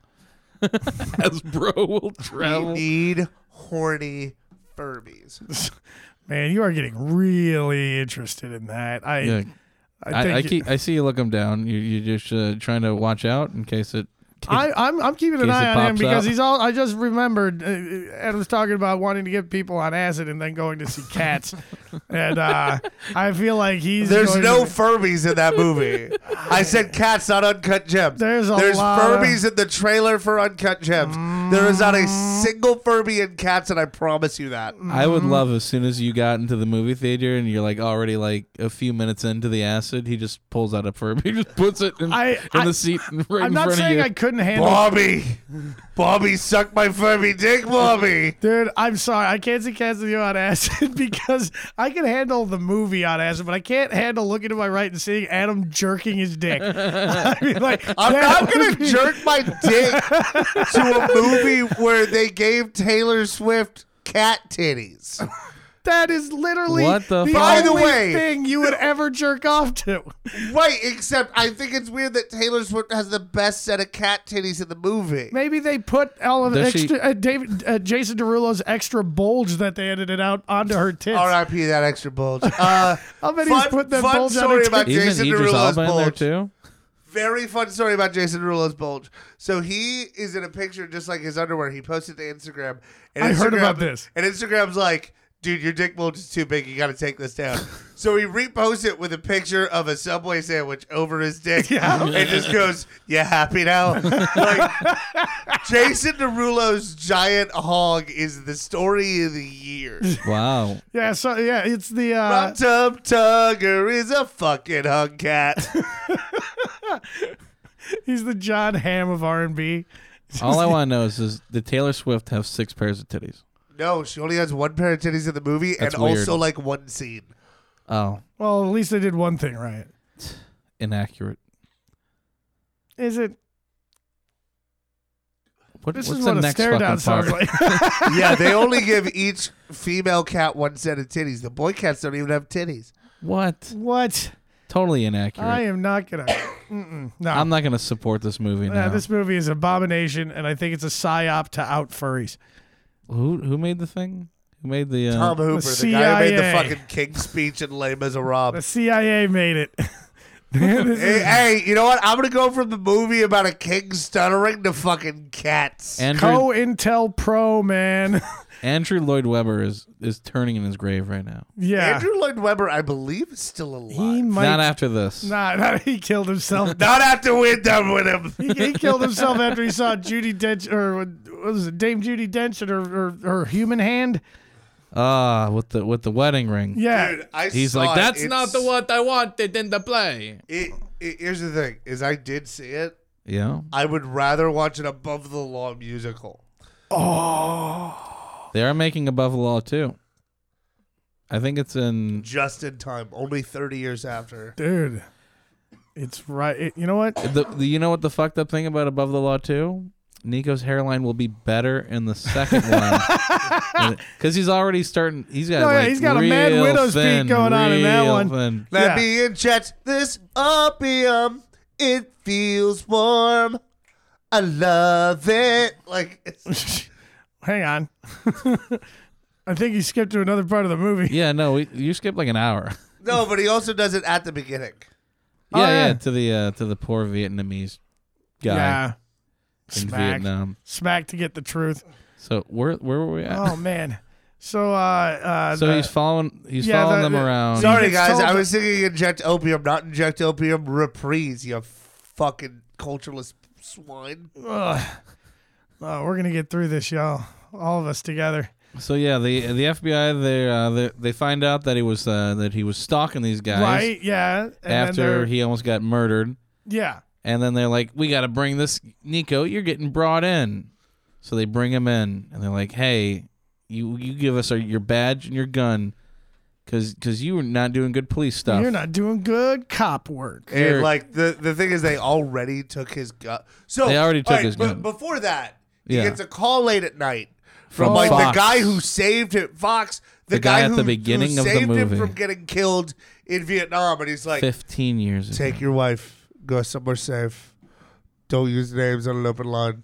S2: Hasbro will
S3: We
S2: travel.
S3: need horny Furbies.
S1: Man, you are getting really interested in that. I
S2: Yeah.
S1: I, think
S2: I, I
S1: you-
S2: keep. I see you look him down. You you just uh, trying to watch out in case it.
S1: I, I'm, I'm keeping an
S2: case
S1: eye
S2: it
S1: on him
S2: pops
S1: because
S2: up.
S1: he's all. I just remembered uh, Adam's talking about wanting to get people on acid and then going to see cats, and uh, I feel like he's.
S3: There's
S1: going
S3: no
S1: to-
S3: Furbies in that movie. I said cats, not uncut gems.
S1: There's a
S3: There's
S1: lot of- Mm.
S3: Furbies in the trailer for uncut gems. There is not a single Furby in cats, and I promise you that.
S2: I
S1: mm-hmm.
S2: would love as soon as you got into the movie theater and you're like already like a few minutes into the acid, he just pulls out a Furby, he just puts it in,
S1: I-
S2: in
S1: I-
S2: the seat and right
S1: I'm
S2: in
S1: not
S2: front of you.
S1: saying I couldn't handle.
S3: Bobby, Bobby, suck my Furby dick, Bobby.
S1: Dude, I'm sorry. I can't see cats with you on acid because I can handle the movie on acid, but I can't handle looking to my right and seeing Adam jerking his dick. I mean, like,
S3: I'm
S1: that
S3: not gonna
S1: would be-
S3: jerk my dick to a movie where they gave Taylor Swift cat titties.
S1: That is literally
S2: What the fuck?
S3: By the
S1: only
S3: way-
S1: thing you would ever jerk off to.
S3: Right, except I think it's weird that Taylor Swift has the best set of cat titties in the movie.
S1: Maybe they put all of
S2: Does
S1: extra,
S2: she-
S1: uh, David, uh, Jason Derulo's extra bulge that they edited out onto her tits.
S3: R.I.P. that extra bulge. Uh,
S1: How many
S3: fun
S1: put that
S3: fun
S1: bulge on
S3: story
S1: her
S3: about
S2: Isn't
S3: Jason
S2: Idris
S3: Derulo's
S2: Elba in there
S3: bulge.
S2: too?
S3: Very fun story about Jason Derulo's bulge. So he is in a picture just like his underwear. He posted to Instagram. And
S1: I heard
S3: Instagram-
S1: about this.
S3: And Instagram's like, dude, your dick bulge is too big. You got to take this down. so he reposts it with a picture of a Subway sandwich over his dick
S1: Yeah.
S3: and just goes, you happy now? like, Jason Derulo's giant hog is the story of the year.
S2: Wow.
S1: Yeah, so yeah, it's the uh,
S3: Rum Tum Tugger is a fucking hug cat.
S1: he's the John Ham of R and B.
S2: All I want to know is, is did Taylor Swift have six pairs of titties?
S3: No, she only has one pair of titties in the movie
S2: That's
S3: and
S2: weird.
S3: also like one scene.
S2: Oh,
S1: Well, at least they did one thing right.
S2: inaccurate.
S1: Is it?
S2: What,
S1: This
S2: what's
S1: is
S2: the
S1: what a
S2: next
S1: stare down
S2: fucking
S1: sounds
S2: part?
S1: like.
S3: yeah, they only give each female cat one set of titties. The boy cats don't even have titties.
S2: What?
S1: what?
S2: Totally inaccurate.
S1: I am not gonna. Mm-mm, no,
S2: I'm not going to support this movie
S1: Uh,
S2: now.
S1: this movie is an abomination, and I think it's a psyop to out furries.
S2: Who who made the thing? Who made the? Uh,
S3: Tom Hooper, the, guy who made the
S1: CIA.
S3: fucking King speech in Les Miserables.
S1: The CIA made it. This
S3: Hey,
S1: is-
S3: hey, you know what? I'm gonna go from the movie about a king stuttering to fucking cats.
S2: Andrew
S1: Co Intel Pro, man.
S2: Andrew Lloyd Webber is is turning in his grave right now.
S1: yeah.
S3: Andrew Lloyd Webber, I believe, is still alive.
S1: he might.
S2: Not after this.
S1: nah, nah, he killed himself.
S3: Not after we're done with him.
S1: he, he killed himself after he saw Judy Dench, or what was it, Dame Judy Dench and her, her, her human hand?
S2: Ah, with the with the wedding ring.
S1: Yeah.
S3: Dude, I
S2: He's
S3: saw
S2: like,
S3: it.
S2: that's
S3: It's-
S2: not the what I wanted in the play.
S3: It, it, here's the thing: is I did see it.
S2: Yeah,
S3: I would rather watch an above the law musical.
S2: they are making Above the Law too. I think it's in.
S3: Just in time, only 30 years after.
S1: Dude. It's right. it- you know what?
S2: The, the, you know what the fucked up thing about Above the Law too? Nico's hairline will be better in the second one because he's already starting. He's got
S1: No, yeah,
S2: like,
S1: he's got a mad
S2: real
S1: widow's peak
S2: thin,
S1: going on in that
S2: real
S1: one.
S2: thin.
S3: Let
S1: Yeah.
S3: me inject this opium. It feels warm. I love it. Like, it's,
S1: Hang on. I think you skipped to another part of the movie.
S2: Yeah, no, we, you skipped like an hour.
S3: no, but he also does it at the beginning.
S1: Oh,
S2: Yeah, yeah,
S1: yeah.
S2: to the uh, to the poor Vietnamese guy
S1: Yeah.
S2: in
S1: Smack.
S2: Vietnam.
S1: Smack to get the truth.
S2: So where where were we at?
S1: Oh, man. So, uh, uh,
S2: Uh. so
S1: the-
S2: he's following he's
S1: Yeah,
S2: following
S1: the-
S2: them
S1: the-
S2: around.
S3: Sorry,
S1: gets
S3: guys.
S1: Oh, told
S3: I
S1: that-
S3: was thinking inject opium, not inject opium reprise, you fucking cultureless swine.
S1: Ugh. Uh, we're gonna get through this, y'all. All of us together.
S2: So yeah, the the FBI they uh, they, they find out that he was uh, that he was stalking these guys
S1: Right? Yeah. And then
S2: after
S1: they're-
S2: he almost got murdered,
S1: yeah.
S2: and then they're like, "We got to bring this Nico. You're getting brought in." So they bring him in, and they're like, "Hey, you you give us our, your badge and your gun, because you were not doing good police stuff.
S1: You're not doing good cop work.
S2: Here.
S3: And like the the thing is, they already took his gun. So
S2: They already took
S3: alright,
S2: his
S3: but
S2: gun.
S3: Before that,
S2: Yeah.
S3: he gets a call late at night from,
S2: From
S3: like
S2: Fox.
S3: the guy who saved him, Fox, the,
S2: The guy at
S3: who,
S2: the beginning
S3: who
S2: of the
S3: saved
S2: movie.
S3: him from getting killed in Vietnam, and he's like,
S2: Fifteen years. ago.
S3: "Take your wife, go somewhere safe, don't use names on an open line,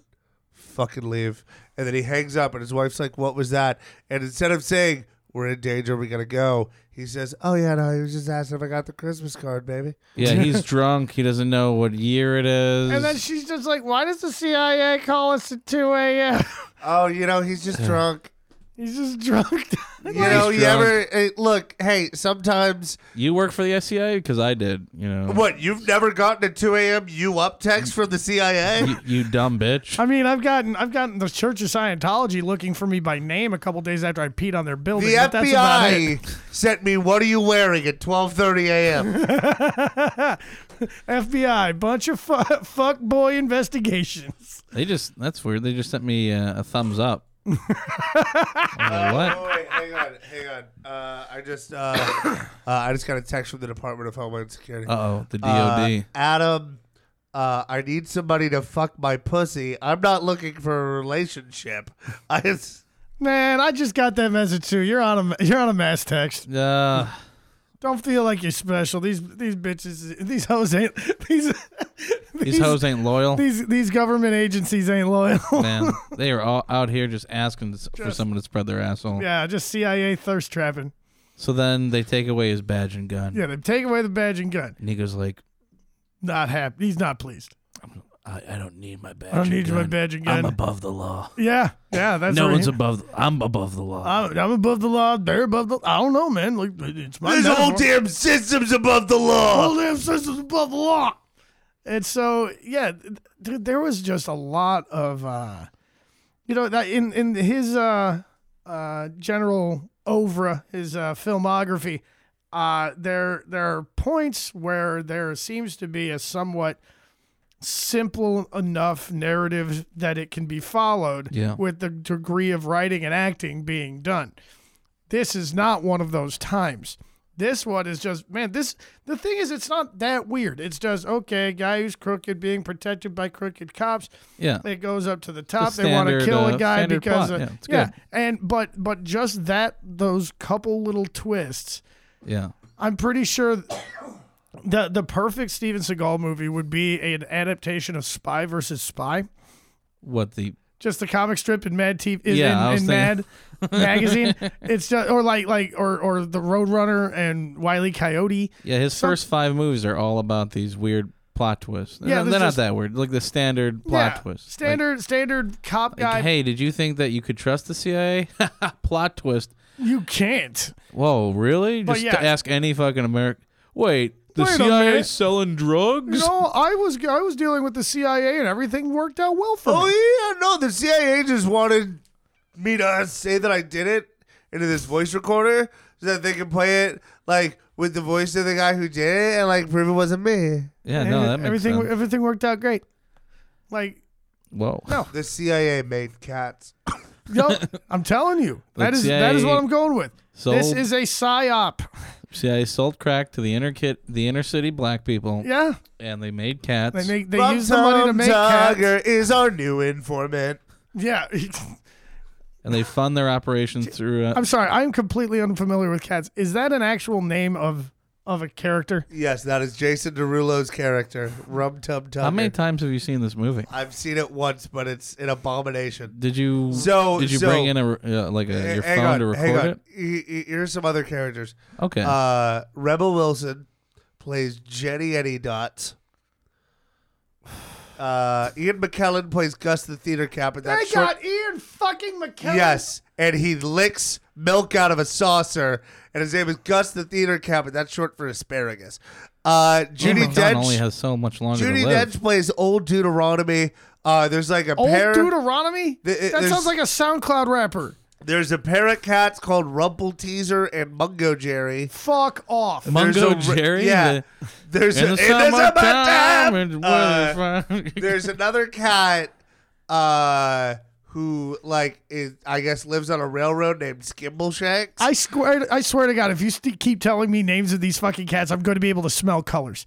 S3: fucking leave." And then he hangs up, and his wife's like, "What was that?" And instead of saying, "We're in danger, we gotta go," he says, "Oh yeah, no, he was just asking if I got the Christmas card, baby."
S2: Yeah, he's drunk. He doesn't know what year it is.
S1: And then she's just like, "Why does the CIA call us at 2 a.m.?"
S3: Oh, you know, he's just drunk.
S1: He's just drunk.
S3: You
S2: He's
S3: know, you
S2: drunk.
S3: ever eh, look? Hey, sometimes
S2: you work for the SCA because I did. You know,
S3: what you've never gotten a two a.m. you up text from the CIA.
S2: You, you dumb bitch.
S1: I mean, I've gotten I've gotten the Church of Scientology looking for me by name a couple days after I peed on their building.
S3: The
S1: but that's about it.
S3: FBI sent me, "What are you wearing?" at twelve thirty a.m.
S1: FBI, bunch of fu- fuck boy investigations.
S2: They just that's weird. They just sent me uh, a thumbs up. I'm like, what?
S3: wait, hang on, hang on. Uh, I just, uh, uh, I just got a text from the Department of Homeland Security.
S2: Uh oh, the
S3: Uh,
S2: DOD.
S3: Adam, uh, I need somebody to fuck my pussy. I'm not looking for a relationship. I just.
S1: Man, I just got that message too. You're on a you're on a mass text.
S2: Uh,
S1: Don't feel like you're special. These these bitches, these hoes ain't these
S2: these hoes ain't loyal,
S1: these these government agencies ain't loyal.
S2: man. They are all out here just asking s- for someone to spread their asshole.
S1: yeah, just CIA thirst trapping.
S2: So then they take away his badge and gun.
S1: Yeah, they take away the badge and gun.
S2: And he goes like,
S1: Not happy. He's not pleased.
S4: I, I don't need my badge.
S1: I don't need my
S4: again.
S1: badge again.
S4: I'm above the law.
S1: yeah, yeah. That's
S4: no
S1: right.
S4: one's above. I'm above the law.
S1: I'm, I'm above the law. They're above the. I don't know, man. Like it's my
S3: This whole
S1: metaphor.
S3: damn system's above the law.
S1: whole damn system's above the law. And so, yeah, th- th- there was just a lot of, uh, you know, that in in his uh, uh, general oeuvre, his uh, filmography, uh, there there are points where there seems to be a somewhat simple enough narrative that it can be followed
S2: Yeah.
S1: with the degree of writing and acting being done. This is not one of those times. This one is just man, this the thing is it's not that weird. It's just okay, guy who's crooked being protected by crooked cops.
S2: Yeah.
S1: It goes up to the top.
S2: The
S1: they want to
S2: standard,
S1: kill
S2: uh,
S1: a guy
S2: standard
S1: because
S2: plot.
S1: uh,
S2: Yeah, it's good.
S1: and but but just that those couple little twists
S2: Yeah.
S1: I'm pretty sure the the perfect Steven Seagal movie would be an adaptation of Spy versus Spy,
S2: What the
S1: just the comic strip in Mad TV in,
S2: Yeah, I
S1: in,
S2: was
S1: in Mad
S2: thinking-
S1: magazine. It's just or like like or or the Roadrunner and Wiley Coyote.
S2: Yeah, his
S1: Some-
S2: first five movies are all about these weird plot twists.
S1: Yeah,
S2: Yeah,
S1: there's
S2: they're not
S1: just-
S2: that weird. Like the standard plot
S1: Yeah,
S2: twist.
S1: Standard standard cop
S2: Like, like,
S1: guy.
S2: hey, did you think that you could trust the CIA? plot twist.
S1: You can't.
S2: Whoa, really?
S1: But
S2: Just
S1: yeah.
S2: to ask any fucking American. Wait, the
S1: Wait a
S2: CIA
S1: minute.
S2: selling drugs?
S1: No, I was I was dealing with the CIA and everything worked out well for me.
S3: Oh yeah, no, the CIA just wanted me to say that I did it into this voice recorder so that they could play it like with the voice of the guy who did it and like prove it wasn't me.
S2: Yeah, no, that makes
S1: everything
S2: sense.
S1: everything worked out great. Like
S2: Whoa.
S1: no,
S3: The CIA made cats.
S1: Yo, I'm telling you, that
S2: Let's
S1: is that is
S2: say-
S1: what I'm going with.
S2: So-
S1: this is a psyop.
S2: CIA sold crack to the inner kid, the inner city black people,
S1: Yeah,
S2: and they made cats.
S1: they make they
S3: Rum
S1: use the money to
S3: Tum
S1: make
S3: Tugger
S1: cats.
S3: is our new informant.
S1: Yeah,
S2: and they fund their operations through. Uh,
S1: I'm sorry, I'm completely unfamiliar with cats. Is that an actual name of of a character?
S3: Yes, that is Jason Derulo's character, Rum Tum Tugger.
S2: how many times have you seen this movie?
S3: I've seen it once, but it's an abomination.
S2: Did you
S3: So-
S2: did you
S3: so-
S2: bring in a uh, like a, your
S3: Hang
S2: phone
S3: on,
S2: to
S3: hang
S2: record
S3: on.
S2: it?
S3: E- e- Here's some other characters.
S2: Okay.
S3: Uh, Rebel Wilson plays Jenny Any Dots. Uh, Ian McKellen plays Gus the theater cap. And that
S1: They
S3: short-
S1: got Ian fucking McKellen.
S3: yes, and he licks milk out of a saucer, and his name is Gus the theater cap, and that's short for asparagus. Uh, Judy
S2: Cameron Dunn Oh only
S3: Dench.
S2: has so much longer
S3: Judy
S2: to live.
S3: Dench plays Old Deuteronomy. Uh, there's like a
S1: Old
S3: pair.
S1: Deuteronomy.
S3: The- it-
S1: that
S3: there's-
S1: sounds like a SoundCloud rapper.
S3: there's a pair of cats called Rumple Teaser and Mungo Jerry.
S1: Fuck off.
S3: There's
S2: Mungo
S3: a re-
S2: Jerry,
S3: Yeah.
S2: the-
S3: there's
S2: in
S3: a,
S2: the
S3: in the
S2: summertime,
S3: summertime.
S2: and
S3: Uh,
S2: weather fine.
S3: there's another cat uh, who, like, is, I guess lives on a railroad named Skimbleshanks.
S1: I swear, I swear to God, if you st- keep telling me names of these fucking cats, I'm going to be able to smell colors.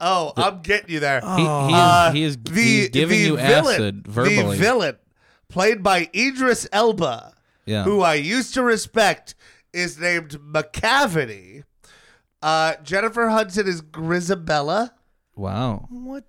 S3: oh, I'm getting you there.
S2: he, he is,
S3: Uh,
S2: he is
S3: the-
S2: he's giving
S3: the
S2: you
S3: villain-
S2: acid verbally.
S3: The villain, played by Idris Elba,
S2: yeah.
S3: who I used to respect, is named McCavity. Uh, Jennifer Hudson is Grisabella.
S2: wow.
S1: What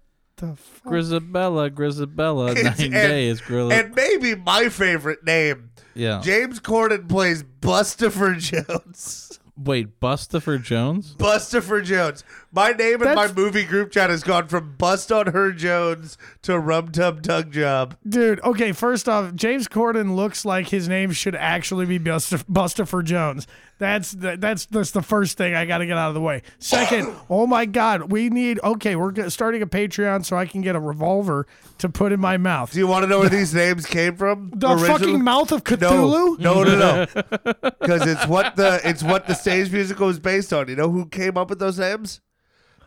S1: the fuck?
S2: Grisabella, Grisabella,
S3: It's-
S2: nine
S3: and-
S2: days, Grilla.
S3: And maybe my favorite name.
S2: yeah.
S3: James Corden plays Bustafer Jones.
S2: Wait, Bustopher Jones?
S3: Bustafer Jones. My name in my
S1: That's-
S3: movie group chat has gone from Bust on Her Jones to Rum Tub Tug Job.
S1: Dude, okay, first off, James Corden looks like his name should actually be Buster, Buster for Jones. That's the, that's that's the first thing I got to get out of the way. Second, oh my god, we need okay, we're go- starting a Patreon so I can get a revolver to put in my mouth.
S3: Do you want to know where these names came from?
S1: the
S3: Original-
S1: fucking mouth of
S3: no,
S1: Cthulhu?
S3: no, no, no, because it's what the it's what the stage musical is based on. You know who came up with those names?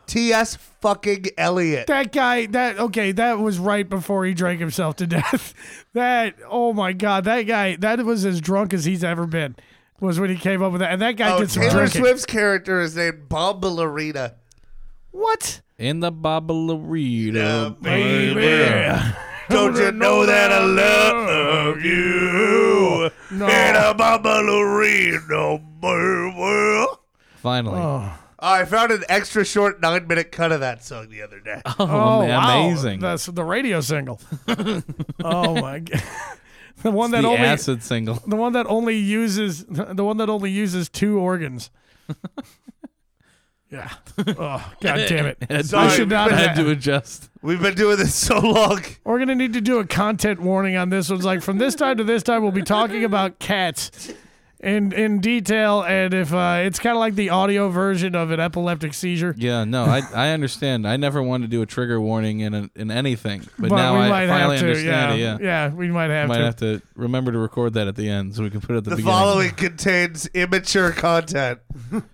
S3: T.S. fucking Eliot.
S1: That guy, that okay, that was right before he drank himself to death. That oh my god, that guy, that was as drunk as he's ever been. Was when he came up with that, and that guy
S3: Oh,
S1: did some
S3: Taylor
S1: drinking.
S3: Swift's character is named Bob Ballerina.
S1: What?
S2: In the Babalorita.
S3: Don't you know that I love you?
S1: No.
S3: In a Babalorino world.
S2: Finally. Oh,
S3: I found an extra short nine minute cut of that song the other day.
S1: Oh, wow.
S2: amazing.
S1: That's the radio single. oh my god. The one that
S2: the
S1: only
S2: acid single.
S1: the one that only uses the one that only uses two organs. Yeah. Oh, God damn it.
S3: Sorry.
S1: I should not
S2: I had
S1: have.
S2: to adjust.
S3: We've been doing this so long.
S1: We're going to need to do a content warning on this one. It's like from this time to this time, we'll be talking about cats in, in detail. And if uh, it's kind of like the audio version of an epileptic seizure.
S2: Yeah, no, I I understand. I never wanted to do a trigger warning in a, in anything, but,
S1: But
S2: now
S1: we
S2: I
S1: might
S2: finally
S1: have to.
S2: understand
S1: yeah.
S2: it. Yeah,
S1: we might have
S2: might
S1: to.
S2: have to remember to record that at the end so we can put it at the,
S3: The
S2: beginning.
S3: following contains immature content.
S1: and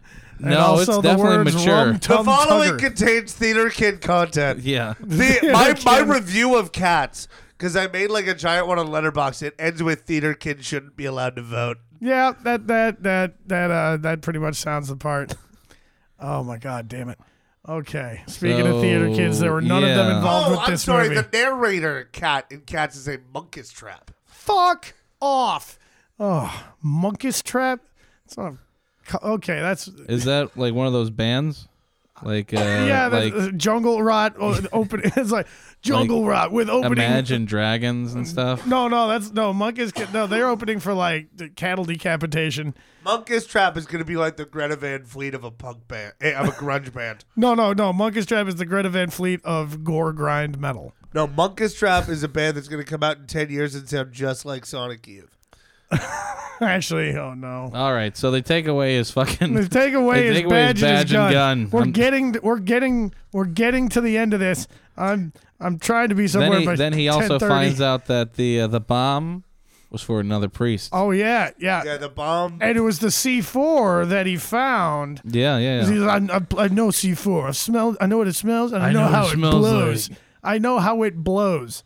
S2: no,
S1: also
S2: it's
S1: the
S2: definitely
S1: words
S2: mature.
S1: rum
S3: The
S1: tum
S3: following
S1: tugger.
S3: contains theater kid content.
S2: yeah,
S3: The, my, my
S1: kid.
S3: review of cats, because I made like a giant one on Letterbox. It ends with theater kid shouldn't be allowed to vote.
S1: Yeah, that that that that uh that pretty much sounds the part. Oh my god, damn it. Okay. Speaking of theater kids, there were none of them
S2: Yeah.
S1: involved
S3: oh,
S1: with
S3: I'm
S1: this
S3: sorry.
S1: movie.
S3: The narrator cat in Cats is a monkus trap.
S1: Fuck off. Oh, Monkus Trap. It's not co- Okay, that's
S2: is that like one of those bands? Like uh,
S1: yeah, that's
S2: like
S1: uh, Jungle Rot o- open it's like Jungle Rot with opening
S2: Imagine Dragons and stuff.
S1: No, no, that's no Monkus Ca- no, they're opening for like the cattle decapitation.
S3: Monkus trap is going to be like the Greta Van Fleet of a punk band, eh, of a grunge band.
S1: No, no, no. Monkus Trap is the Greta Van Fleet of gore grind metal.
S3: No, Monkus trap is a band that's going to come out in ten years and sound just like Sonic Youth.
S1: Actually, oh no.
S2: All right, so they take away his fucking.
S1: The takeaway
S2: They
S1: is
S2: take away his
S1: badge, and his
S2: badge and
S1: gun.
S2: gun. Um,
S1: We're
S2: I'm-
S1: getting, we're getting, we're getting to the end of this. I'm, I'm trying to be somewhere.
S2: Then he,
S1: by
S2: then he also
S1: 10:30.
S2: finds out that the uh, the bomb was for another priest.
S1: Oh yeah, yeah,
S3: Yeah, the bomb.
S1: And it was the C4 that he found.
S2: Yeah, yeah, yeah.
S1: He's like, I, I know C4. I smell. I know what it smells, and I,
S2: I
S1: know,
S2: know what
S1: how
S2: it
S1: it
S2: smells
S1: blows.
S2: like.
S1: I know how it blows.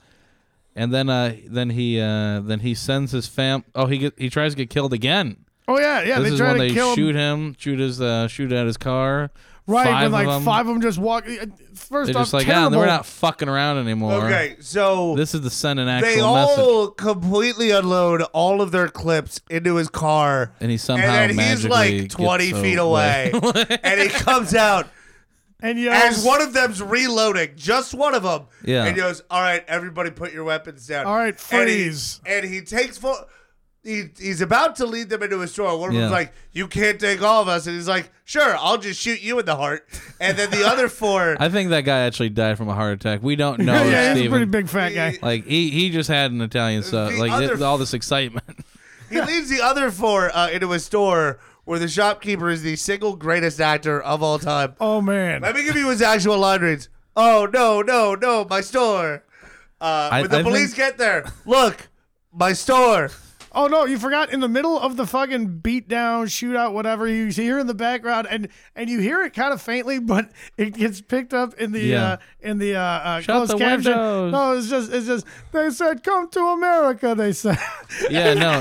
S2: And then uh then he uh then he sends his fam. Oh, he get, he tries to get killed again.
S1: Oh yeah, yeah.
S2: this
S1: they
S2: is
S1: try to
S2: when they
S1: kill
S2: shoot
S1: him.
S2: him, shoot his uh shoot at his car.
S1: Right,
S2: five
S1: when like
S2: of 'em.
S1: five of them just walk. First
S2: They're
S1: off,
S2: just like, yeah,
S1: terrible.
S2: we're not fucking around anymore.
S3: Okay, so
S2: This is the send an actual
S3: they
S2: message,
S3: all completely unload all of their clips into his car.
S2: and he somehow
S3: and then he's
S2: magically
S3: like
S2: gets
S3: 20
S2: so
S3: feet
S2: lit.
S3: away and he comes out
S1: and
S3: as
S1: yells,
S3: one of them's reloading just one of them
S2: Yeah.
S3: and he goes all right everybody put your weapons down
S1: All right,
S3: And he-
S1: freeze.
S3: and he, takes full he, he's about to lead them into a store. One of
S2: Yeah.
S3: them's like, "You can't take all of us," and he's like, "Sure, I'll just shoot you in the heart." And then the other four,
S2: I think that guy actually died from a heart attack. We don't know.
S1: yeah, he's a
S2: Steven.
S1: pretty big fat guy.
S2: Like he, he just had an Italian sub.
S3: The
S2: Like
S3: other-
S2: it- all this excitement.
S3: he leads the other four uh, into a store where the shopkeeper is the single greatest actor of all time.
S1: Oh man.
S3: Let me give you his actual line reads. Oh no, no, no, my store. Uh,
S2: I-
S3: when the
S2: I
S3: police
S2: think-
S3: get there, look, my store.
S1: Oh no, you forgot in the middle of the fucking beatdown, shootout, whatever, you hear in the background and and you hear it kind of faintly, but it gets picked up in the
S2: Yeah.
S1: uh in the uh, uh
S2: Shut
S1: closed
S2: the
S1: caption.
S2: windows.
S1: No, it's just it's just they said come to America, they said.
S2: yeah, no,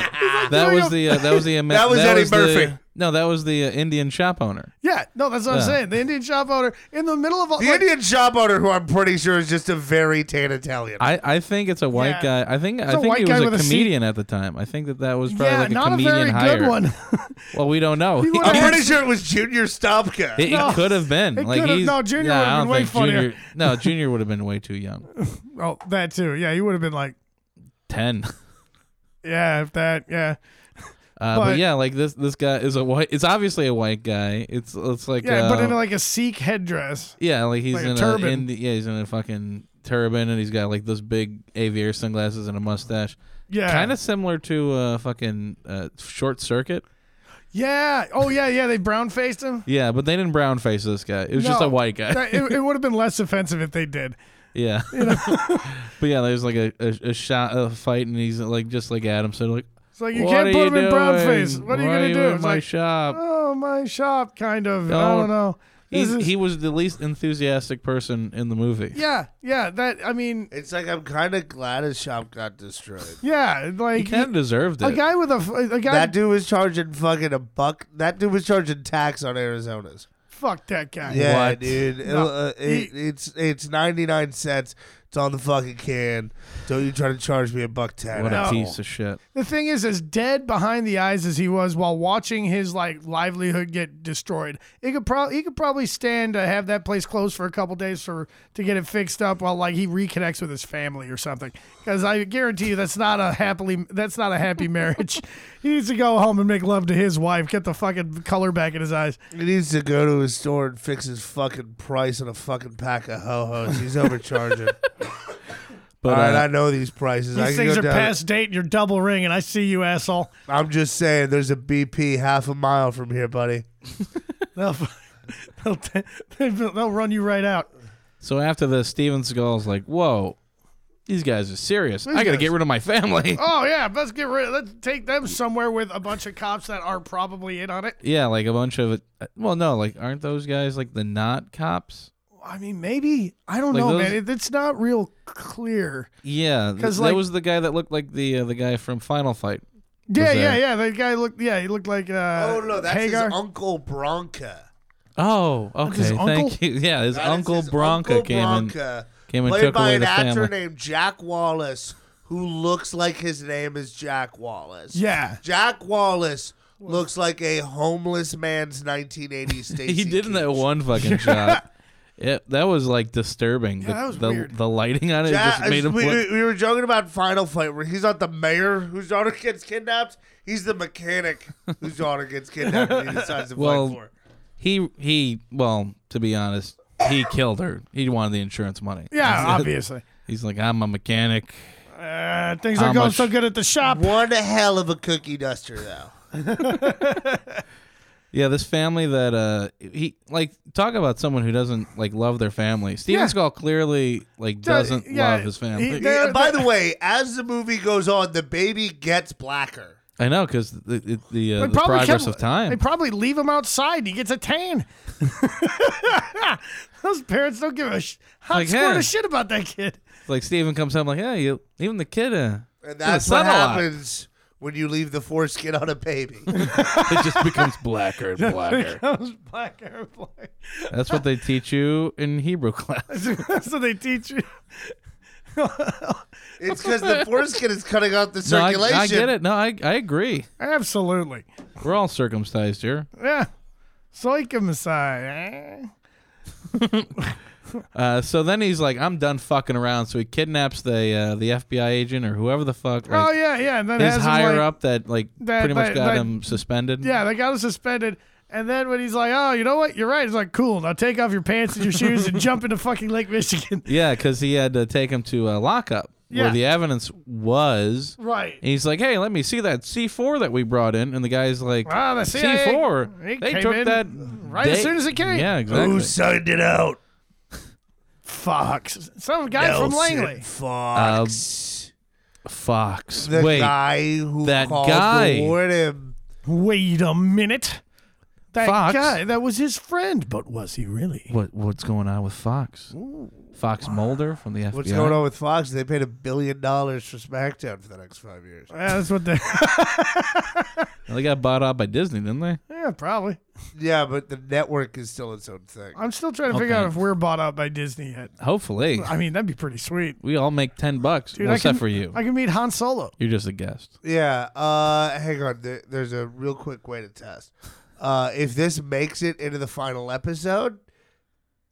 S2: that was the uh, that was the
S3: That was Eddie
S2: the-
S3: Murphy.
S2: no, that was the uh, Indian shop owner.
S1: yeah, no, that's what I'm
S2: Yeah.
S1: saying. The Indian shop owner in the middle of all
S3: The Indian shop owner, who I'm pretty sure is just a very tan Italian.
S2: I, I think it's a white
S1: Yeah.
S2: guy. I think
S1: a
S2: I think
S1: white
S2: he
S1: guy
S2: was a
S1: with a seat.
S2: comedian at the time. I think that that was probably
S1: yeah,
S2: like a
S1: not a
S2: comedian
S1: very
S2: hire.
S1: good one.
S2: Well, we don't know. He,
S1: would-
S3: I'm
S1: I-
S3: pretty sure it was Junior Stopka.
S2: it,
S1: No.
S2: could have been
S1: It
S2: like
S1: could have-
S2: he's
S1: no, Junior
S2: nah,
S1: would have
S2: I don't
S1: been way
S2: think
S1: funnier.
S2: Junior, no, Junior would have been way too young.
S1: oh, that too. Yeah, you would have been like,
S2: Ten.
S1: yeah, if that, yeah.
S2: Uh, but,
S1: But-
S2: yeah, like this this guy is a white. It's obviously a white guy. It's it's like
S1: Yeah, but
S2: uh,
S1: in like a Sikh headdress.
S2: Yeah, like he's
S1: Like a
S2: in a,
S1: turban.
S2: in yeah, he's in a fucking turban and he's got like those big aviator sunglasses and a mustache.
S1: Yeah.
S2: Kind of similar to uh fucking uh, short circuit.
S1: Yeah. Oh yeah, yeah, they brown faced him.
S2: Yeah, but they didn't brown face this guy. It was just
S1: No,
S2: a white guy.
S1: that- it, would have been less offensive if they did.
S2: yeah. but yeah, there's like a, a, a shot a fight and he's like just like Adam said like
S1: It's like you
S2: "What
S1: can't
S2: are
S1: put him in brown
S2: doing?
S1: face. What are you gonna do?
S2: in
S1: It's
S2: my
S1: like,
S2: shop.
S1: oh my shop, kind of. I don't
S2: Don't-
S1: know. This
S2: He's,
S1: is-
S2: he was the least enthusiastic person in the movie.
S1: yeah, yeah. That I mean,
S3: It's like I'm kind of glad his shop got destroyed.
S1: yeah,
S2: He
S1: like
S2: kind of deserved
S1: a
S2: it.
S1: guy with a f- a guy.
S3: That dude was charging fucking a buck. That dude was charging tax on Arizona's.
S1: fuck that guy.
S3: Yeah,
S2: What?
S3: dude. It-
S1: No,
S3: uh,
S1: he-
S3: it- it's it's ninety nine cents It's on the fucking can. Don't you try to charge me a buck ten.
S2: What
S3: No.
S2: a piece of shit.
S1: The thing is, as dead behind the eyes as he was while watching his like livelihood get destroyed, it could probably he could probably stand to have that place closed for a couple days for to get it fixed up while like he reconnects with his family or something. Because I guarantee you, that's not a happily that's not a happy marriage. he needs to go home and make love to his wife. Get the fucking color back in his eyes.
S3: He needs to go to his store and fix his fucking price on a fucking pack of ho hos. He's overcharging.
S2: But
S3: All right,
S2: uh,
S3: I know these prices. I
S1: These
S3: can
S1: things
S3: go
S1: are
S3: down-
S1: past date. and You're double ringing. I see you, asshole.
S3: I'm just saying, there's a BP half a mile from here, buddy.
S1: They'll they'll, they'll run you right out.
S2: so after this, Steven Seagal's like, "Whoa, these guys are serious. I got to
S1: guys-
S2: get rid of my family."
S1: Oh yeah, let's get rid. Let's take them somewhere with a bunch of cops that are probably in on it.
S2: yeah, like a bunch of uh, well, no, like aren't those guys like the not cops?
S1: I mean, maybe I don't
S2: Like
S1: know,
S2: those-
S1: man. It, it's not real clear.
S2: Yeah, th-
S1: 'Cause,
S2: that
S1: like-
S2: was the guy that looked like the uh, the guy from Final Fight.
S1: Yeah,
S2: Was
S1: yeah,
S2: that-
S1: yeah. That guy looked. Yeah, he looked like. Uh,
S3: oh no, that's
S1: Hagar.
S3: his uncle Bronca.
S2: Oh,
S1: his
S2: okay,
S1: uncle?
S2: thank you. Yeah, his
S3: That is
S2: uncle
S3: his
S2: Bronca
S3: Uncle
S2: came in,
S3: Bronca,
S2: came and
S3: played
S2: took
S3: by
S2: away
S3: an
S2: the
S3: actor
S2: family.
S3: named Jack Wallace, who looks like his name is Jack Wallace.
S1: Yeah.
S3: Jack Wallace looks like a homeless man's 1980s Stacy.
S2: he did in that
S3: Keach.
S2: one fucking shot. It, that was like disturbing. the,
S1: that was
S2: the,
S1: weird.
S2: the lighting on it
S3: Jack,
S2: just made him
S3: we,
S2: look.
S3: we- we were joking about Final Fight where he's not the mayor whose daughter gets kidnapped. He's the mechanic whose daughter gets kidnapped and he decides to
S2: Well,
S3: fight for. it.
S2: He he. Well, to be honest, he killed her. He wanted the insurance money.
S1: yeah, obviously.
S2: He's like, I'm a mechanic.
S1: Uh, things
S2: How
S1: are going
S2: much-
S1: so good at the shop.
S3: One hell of a cookie duster though.
S2: Yeah, this family that uh he like talk about someone who doesn't like love their family. Steven
S1: Yeah.
S2: Seagal clearly like
S1: Does-
S2: doesn't
S1: yeah,
S2: love his family.
S1: he-
S3: Yeah,
S1: They're-
S3: by the way, as the movie goes on, the baby gets blacker.
S2: I know because the the, the, uh,
S1: They
S2: the progress
S1: kept-
S2: of time.
S1: They probably leave him outside. He gets a tan. Those parents don't give a sh- hot
S2: Like,
S1: squirt
S2: hey.
S1: of shit about that kid.
S2: like Steven comes home like, yeah, you even the kid. Uh,
S3: And
S2: Yeah,
S3: that's
S2: son a
S3: what
S2: lot.
S3: happens when you leave the foreskin on a baby.
S4: It just becomes blacker and blacker.
S1: black hair, black.
S2: that's what they teach you in Hebrew class.
S1: so they teach you.
S3: it's because the foreskin is cutting out the
S2: No, I,
S3: circulation.
S2: I get it. No, I I agree.
S1: Absolutely.
S2: We're all circumcised here.
S1: Yeah. Soika Messiah.
S2: Uh, so then he's like, I'm done fucking around. So he kidnaps the uh, the FBI agent or whoever the fuck.
S1: Oh
S2: Like,
S1: yeah, yeah. And then
S2: his
S1: has him,
S2: higher
S1: like-
S2: up that like
S1: That-
S2: pretty much
S1: that-
S2: got
S1: that-
S2: him suspended.
S1: Yeah, they got him suspended. And then when he's like, "Oh, you know what? You're right." He's like, "Cool. Now take off your pants and your shoes and jump into fucking Lake Michigan."
S2: Yeah, because he had to take him to a lockup
S1: Yeah.
S2: where the evidence was.
S1: Right.
S2: And he's like, "Hey, let me see that C4 that we brought in." And the guy's like,
S1: Wow, the CIA
S2: "C4?
S1: it
S2: they
S1: came
S2: took
S1: in
S2: that
S1: right as
S2: they-
S1: soon as it came.
S2: Yeah, exactly.
S3: Who signed it out?
S1: Fox. Some guy from
S3: Nelson
S1: Langley.
S3: Fox.
S2: Fox.
S3: the
S2: Um, Wait,
S3: guy who
S2: that
S3: called
S2: guy.
S3: to warn him.
S1: Wait a minute. That
S2: Fox?
S1: guy. That was his friend, but was he really?
S2: what what's going on with Fox? Fox Mulder from the FBI.
S3: What's going on with Fox? They paid a billion dollars for SmackDown for the next five years.
S1: Yeah, that's what they.
S2: They got bought out by Disney, didn't they?
S1: yeah, probably.
S3: Yeah, but the network is still its own thing.
S1: I'm still trying to figure
S2: Okay.
S1: out if we're bought out by Disney yet.
S2: Hopefully,
S1: I mean, that'd be pretty sweet.
S2: we all make ten bucks.
S1: Dude,
S2: well,
S1: I
S2: except
S1: can-
S2: for you.
S1: I can meet Han Solo.
S2: You're just a guest.
S3: Yeah. Uh, hang on. There, there's a real quick way to test. Uh, if this makes it into the final episode,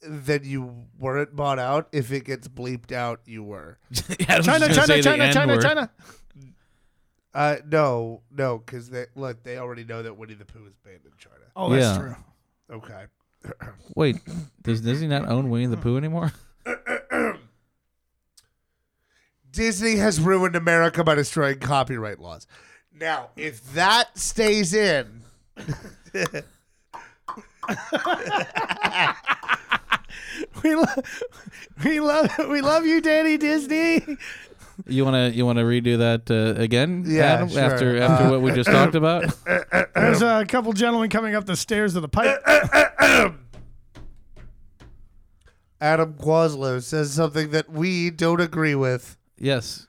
S3: then you weren't bought out. If it gets bleeped out, you were.
S1: China, China, China, China, China.
S3: Uh, no, no, because they look. They already know that Winnie the Pooh is banned in China.
S1: Oh, that's
S2: Yeah.
S1: true.
S3: Okay.
S2: Wait, does Disney not own Winnie the Pooh anymore?
S3: Disney has ruined America by destroying copyright laws. Now, if that stays in,
S1: We love, we love, we love you, Danny Disney.
S2: You wanna you wanna redo that uh, again?
S3: Yeah,
S2: Adam,
S3: sure.
S2: After after
S3: Uh,
S2: what we just talked about.
S1: There's a couple gentlemen coming up the stairs of the pipe.
S3: Adam Quaslow says something that we don't agree with.
S2: Yes,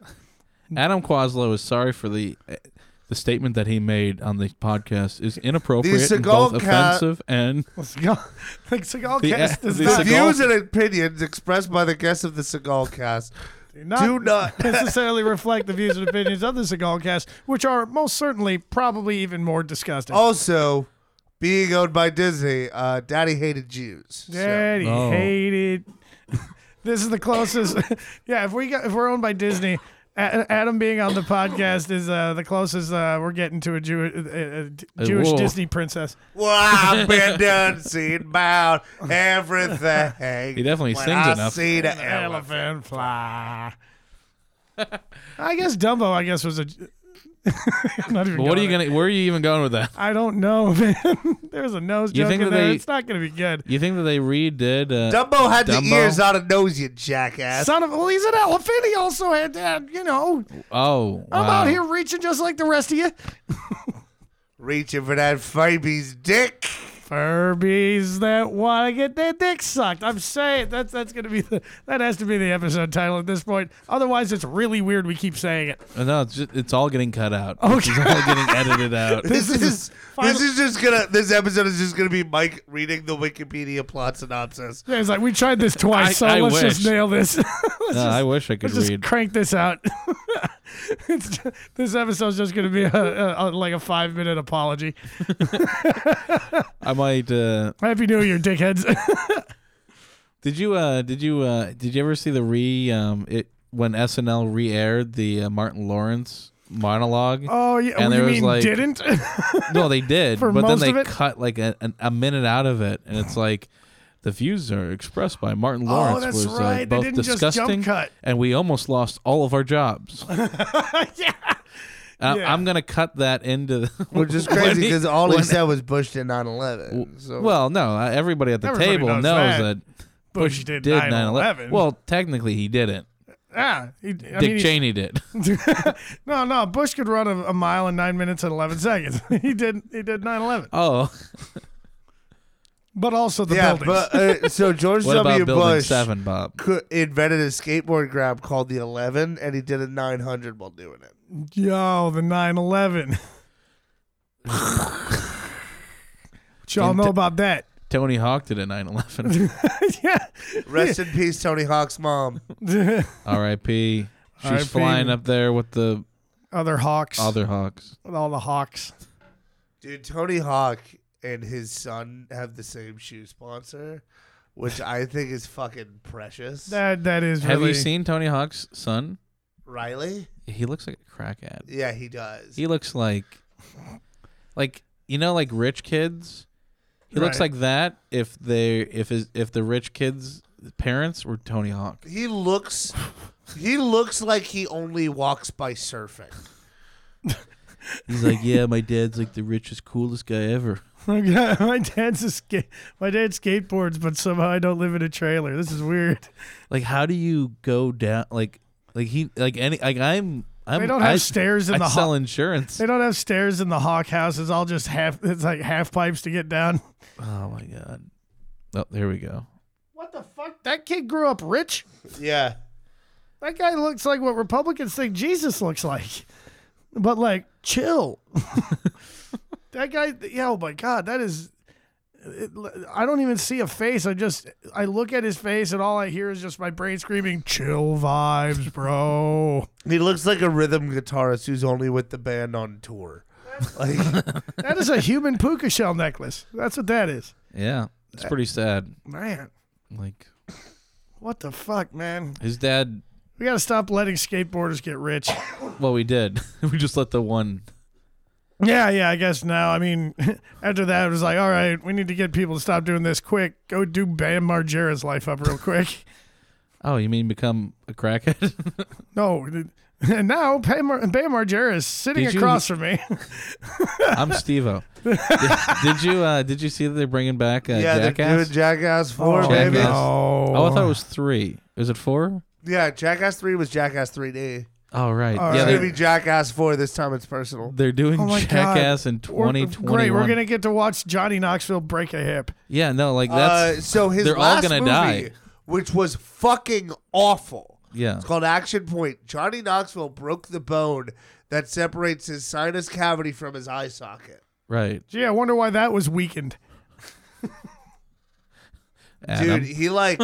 S2: Adam Quaslow is sorry for the The statement that he made on the podcast is inappropriate,
S3: The
S2: and both
S3: Seagal cat-
S2: offensive and
S1: Seagal, like Seagal
S2: The-
S1: cast does
S2: the
S1: not,
S3: The
S2: Seagal-
S3: views and opinions expressed by the guests of the Seagal cast.
S1: not
S2: Ah.
S3: do not-
S1: necessarily reflect the views and opinions of the Seagal cast, which are most certainly probably even more disgusting.
S3: Oh, Also, being owned by Disney, uh, Daddy hated Jews. so-
S1: Daddy
S2: Oh.
S1: hated. this is the closest. yeah, if we got, if we're owned by Disney, A- Adam being on the podcast is uh, the closest uh, we're getting to a Jew- uh, uh, Jewish
S2: whoa.
S1: Disney princess.
S3: Well, I've been done, seen about everything.
S2: He definitely
S3: when
S2: sings
S3: I
S2: enough.
S3: See the
S1: Elephant
S3: elephant.
S1: fly. I guess Dumbo. I guess was a. I'm not even
S2: But what
S1: going
S2: are you
S1: there.
S2: gonna? Where are you even going with that?
S1: I don't know, man. There's a nose
S2: You
S1: joke
S2: think
S1: in
S2: that
S1: there.
S2: they-
S1: It's not going to be good.
S2: You think that they redid? Uh,
S3: Dumbo had
S2: Dumbo?
S3: the ears out of nose, you jackass.
S1: Son of well, he's an elephant. He also had that. You know,
S2: oh,
S1: I'm
S2: wow.
S1: out here reaching just like the rest of you.
S3: Reaching for that Furby's dick.
S1: Furbies that want to get their dick sucked. I'm saying that's that's gonna be the that has to be the episode title at this point. Otherwise, it's really weird. We keep saying it.
S2: Uh, No, it's, just, it's all getting cut out. Okay. It's all getting edited out.
S3: This, is,
S1: final-
S3: this is just gonna. This episode is just gonna be Mike reading the Wikipedia plot synopsis.
S1: Yeah, it's like we tried this twice, so
S2: I
S1: let's just
S2: wish.
S1: nail this. let's
S2: No, I wish I could
S1: just
S2: read.
S1: crank this out. it's ju- this episode's just gonna be a, a, a- like a five minute apology.
S2: I might. Uh,
S1: Happy New Year, dickheads.
S2: did you? Uh, did you? Uh, did you ever see the re? Um, it when SNL re-aired the uh, Martin Lawrence monologue.
S1: oh yeah,
S2: And
S1: oh,
S2: there
S1: you
S2: was,
S1: mean
S2: like-
S1: didn't?
S2: No, they did,
S1: For
S2: but then
S1: most
S2: they
S1: of it?
S2: cut like a, an, a minute out of it, and it's like the views are expressed by Martin Lawrence
S1: Oh, that's
S2: was uh,
S1: right. They
S2: both
S1: didn't just jump
S2: disgusting,
S1: cut.
S2: and we almost lost all of our jobs.
S1: yeah.
S2: And
S1: Yeah.
S2: I'm gonna cut that into the,
S3: Which is
S2: when
S3: crazy
S2: he-
S3: because all he
S2: when-
S3: said was Bush did 9/11. So
S2: Well, no, uh, everybody at the
S1: Everybody
S2: table
S1: knows
S2: knows,
S1: that.
S2: that.
S1: Bush
S2: Bush,
S1: did
S2: did
S1: 9/11.
S2: 9/11. Well, technically he didn't.
S1: Yeah, he, I
S2: Dick
S1: mean, he-
S2: Cheney did.
S1: no, no. Bush could run a, a mile in nine minutes and eleven seconds. he did. He did nine eleven.
S2: Oh,
S1: But also the
S3: yeah,
S1: buildings.
S3: but uh, so George
S2: what
S3: W.
S2: about Building
S3: Bush
S2: Seven, Bob?
S3: cou- invented a skateboard grab called the 11, and he did a 900 while doing it.
S1: Yo, the nine eleven. what y'all
S2: And
S1: know
S2: t-
S1: about that?
S2: Tony Hawk did a 9/11.
S1: yeah.
S3: Rest in peace, Tony Hawk's mom.
S2: R.I.P. She's
S1: R.I.P.
S2: flying up there with the
S1: Other hawks.
S2: other Hawks.
S1: With all the hawks.
S3: Dude, Tony Hawk and his son have the same shoe sponsor, which I think is fucking precious.
S1: That that is
S2: Have
S1: really-
S2: you seen Tony Hawk's son?
S3: Riley?
S2: He looks like a crack ad.
S3: Yeah, he does.
S2: He looks like, like you know, like rich kids. He looks
S1: Right.
S2: like that if they if his, if the rich kids' parents were Tony Hawk.
S3: He looks he looks like he only walks by surfing.
S2: He's like, yeah, my dad's like the richest, coolest guy ever.
S1: My God, my dad's a ska- my dad skateboards, but somehow I don't live in a trailer. This is weird.
S2: Like, how do you go down? Like, like he, like any, like I'm, I'm.
S1: They don't have
S2: I-
S1: stairs in
S2: I
S1: the
S2: sell
S1: hall.
S2: insurance.
S1: They don't have stairs in the hawk house. It's all just half. It's like half pipes to get down.
S2: Oh my god. Oh, there we go.
S1: What the fuck? That kid grew up rich.
S3: Yeah.
S1: That guy looks like what Republicans think Jesus looks like, but like chill. that guy, yeah, oh my God, that is. It, I don't even see a face. I just I look at his face and all I hear is just my brain screaming chill vibes, bro.
S3: He looks like a rhythm guitarist who's only with the band on tour. Like
S1: that is a human puka shell necklace. That's what that is.
S2: Yeah, it's pretty sad.
S1: Man,
S2: Like
S1: what the fuck, man?
S2: his dad.
S1: We got to stop letting skateboarders get rich.
S2: Well, we did. we just let the one.
S1: Yeah, yeah, I guess now. I mean, after that, it was like, all right, we need to get people to stop doing this quick. Go do Bam Margera's life up real quick.
S2: Oh, you mean become a crackhead?
S1: no. And now Bam, Mar- Bam Margera is sitting
S2: Did you-
S1: across from me.
S2: I'm Stevo. did, did you uh, did you see that they're bringing back uh,
S3: Yeah, they're
S2: Jackass?
S3: doing Jackass 4,
S1: Oh,
S3: baby.
S2: Jackass.
S1: no.
S2: oh, I thought it was three. Is it four?
S3: Yeah, Jackass 3 was Jackass 3D.
S2: Oh right.
S1: All
S2: yeah,
S3: It's
S1: right.
S3: going
S2: they're,
S3: to be Jackass 4 this time it's personal.
S2: they're doing
S1: Oh, my God.
S2: Jackass in
S1: We're-
S2: 2021.
S1: Great, we're gonna get to watch Johnny Knoxville break a hip.
S2: Yeah, no, like that's
S3: uh, so his
S2: they're all
S3: last
S2: gonna
S3: movie,
S2: die.
S3: which was fucking awful.
S2: Yeah.
S3: It's called Action Point. Johnny Knoxville broke the bone that separates his sinus cavity from his eye socket.
S2: Right.
S1: Gee, I wonder why that was weakened.
S2: Adam.
S3: Dude, he like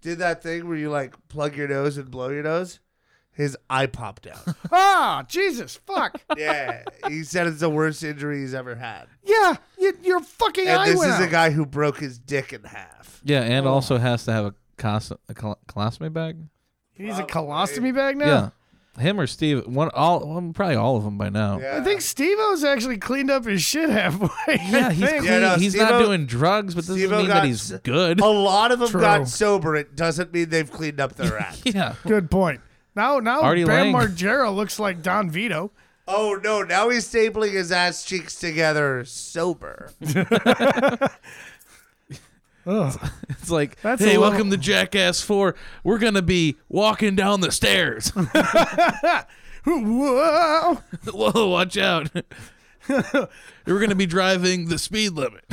S3: did that thing where you like plug your nose and blow your nose. His eye popped out.
S1: Ah, Jesus, fuck.
S3: yeah, he said it's the worst injury he's ever had.
S1: yeah, you, your fucking
S3: And
S1: eye
S3: this
S1: went
S3: is
S1: out.
S3: a guy who broke his dick in half.
S2: Yeah, and also has to have a, cos- a col- colostomy bag.
S1: He needs a colostomy bag now.
S2: Yeah. Him or Steve, one all, well, probably all of them by now.
S3: Yeah.
S1: I think Steve-O's actually cleaned up his shit halfway.
S2: Yeah,
S1: I
S2: he's
S1: think.
S2: clean.
S3: Yeah, no,
S2: he's not
S3: Steve-O-
S2: doing drugs, but doesn't
S3: Steve-O
S2: mean
S3: got
S2: that he's
S3: s-
S2: good.
S3: a lot of them
S1: True.
S3: got sober. It doesn't mean they've cleaned up their act.
S2: yeah.
S1: Good point. Now, now
S2: Artie
S1: Bam
S2: Lang.
S1: Margera looks like Don Vito.
S3: oh no, now he's stapling his ass cheeks together sober.
S2: It's like,
S1: That's a
S2: hey,
S1: little-
S2: welcome to Jackass 4. We're going to be walking down the stairs.
S1: Whoa!
S2: Whoa, watch out. We're going to be driving the speed limit.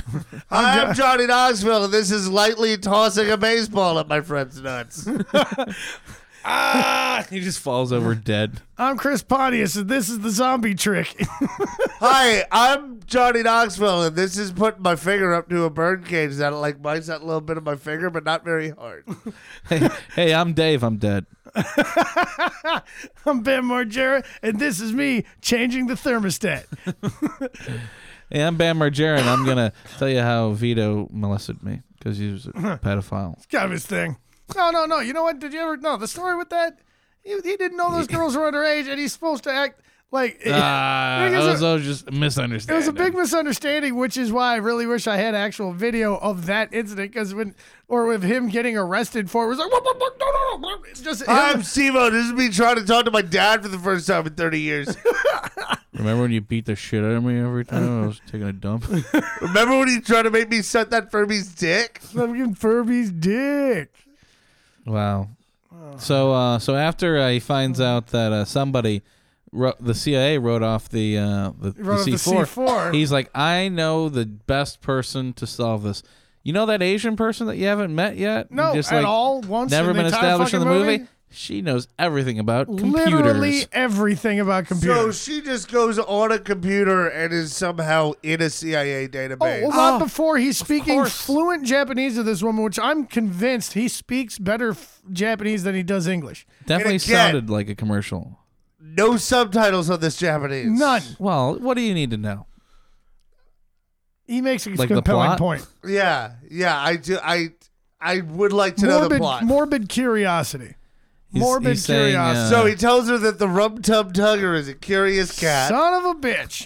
S3: I'm, Johnny Knoxville, and this is lightly tossing a baseball at my friend's nuts.
S2: ah! He just falls over dead.
S1: I'm Chris Pontius, and this is the zombie trick.
S3: Hi, I'm Johnny Knoxville, and this is putting my finger up to a bird cage that like bites that little bit of my finger, but not very hard.
S2: hey, hey, I'm Dave. I'm dead.
S1: I'm Ben Margera, and this is me changing the thermostat.
S2: Hey, I'm Bam Margera, and I'm gonna tell you how Vito molested me because he was a pedophile.
S1: kind of his thing. No, no, no. You know what? Did you ever know the story with that? He, he didn't know those girls were underage, and he's supposed to act like.
S2: Ah,
S1: It
S2: I
S1: was a-
S2: was, I was just
S1: it
S2: misunderstanding.
S1: was a big misunderstanding, which is why I really wish I had actual video of that incident, because when or with him getting arrested for it, it was like, "Whoop, whoop, whoop, no, no, no, whoop." It's just him-
S3: I'm Stevo. This is me trying to talk to my dad for the first time in 30 years.
S2: Remember when you beat the shit out of me every time I was taking a dump?
S3: Remember when he tried to make me suck that Furby's dick?
S1: fucking Furby's dick.
S2: wow.
S3: Oh.
S2: So, uh, so after uh, he finds out that uh, somebody, wrote, the CIA wrote off the uh, the, the
S1: Run up the
S2: C4,
S1: C4.
S2: he's like, I know the best person to solve this. You know that Asian person that you haven't met yet?
S1: No,
S2: Just,
S1: at
S2: like,
S1: all. Once
S2: Never
S1: in the
S2: been
S1: entire
S2: established in the
S1: fucking
S2: movie? She knows everything about computers.
S1: Literally everything about
S3: So
S1: computers.
S3: she just goes on a computer and is somehow in a CIA database.
S1: Oh, well, not
S2: Oh,
S1: before he's speaking
S2: course.
S1: fluent Japanese to this woman, which I'm convinced he speaks better f- Japanese than he does English.
S2: Definitely
S3: And again-
S2: sounded like a commercial.
S3: no subtitles on this Japanese.
S1: None.
S2: Well, what do you need to know?
S1: He makes a
S2: Like the
S1: compelling
S2: plot?
S1: point.
S3: Yeah, yeah. I do. I I would like to know the
S1: Morbid,
S3: plot.
S1: morbid curiosity.
S2: He's-
S1: morbid
S2: he's saying,
S1: curiosity.
S2: uh,
S3: so he tells her that the rum tub tugger is a curious cat.
S1: Son of a bitch.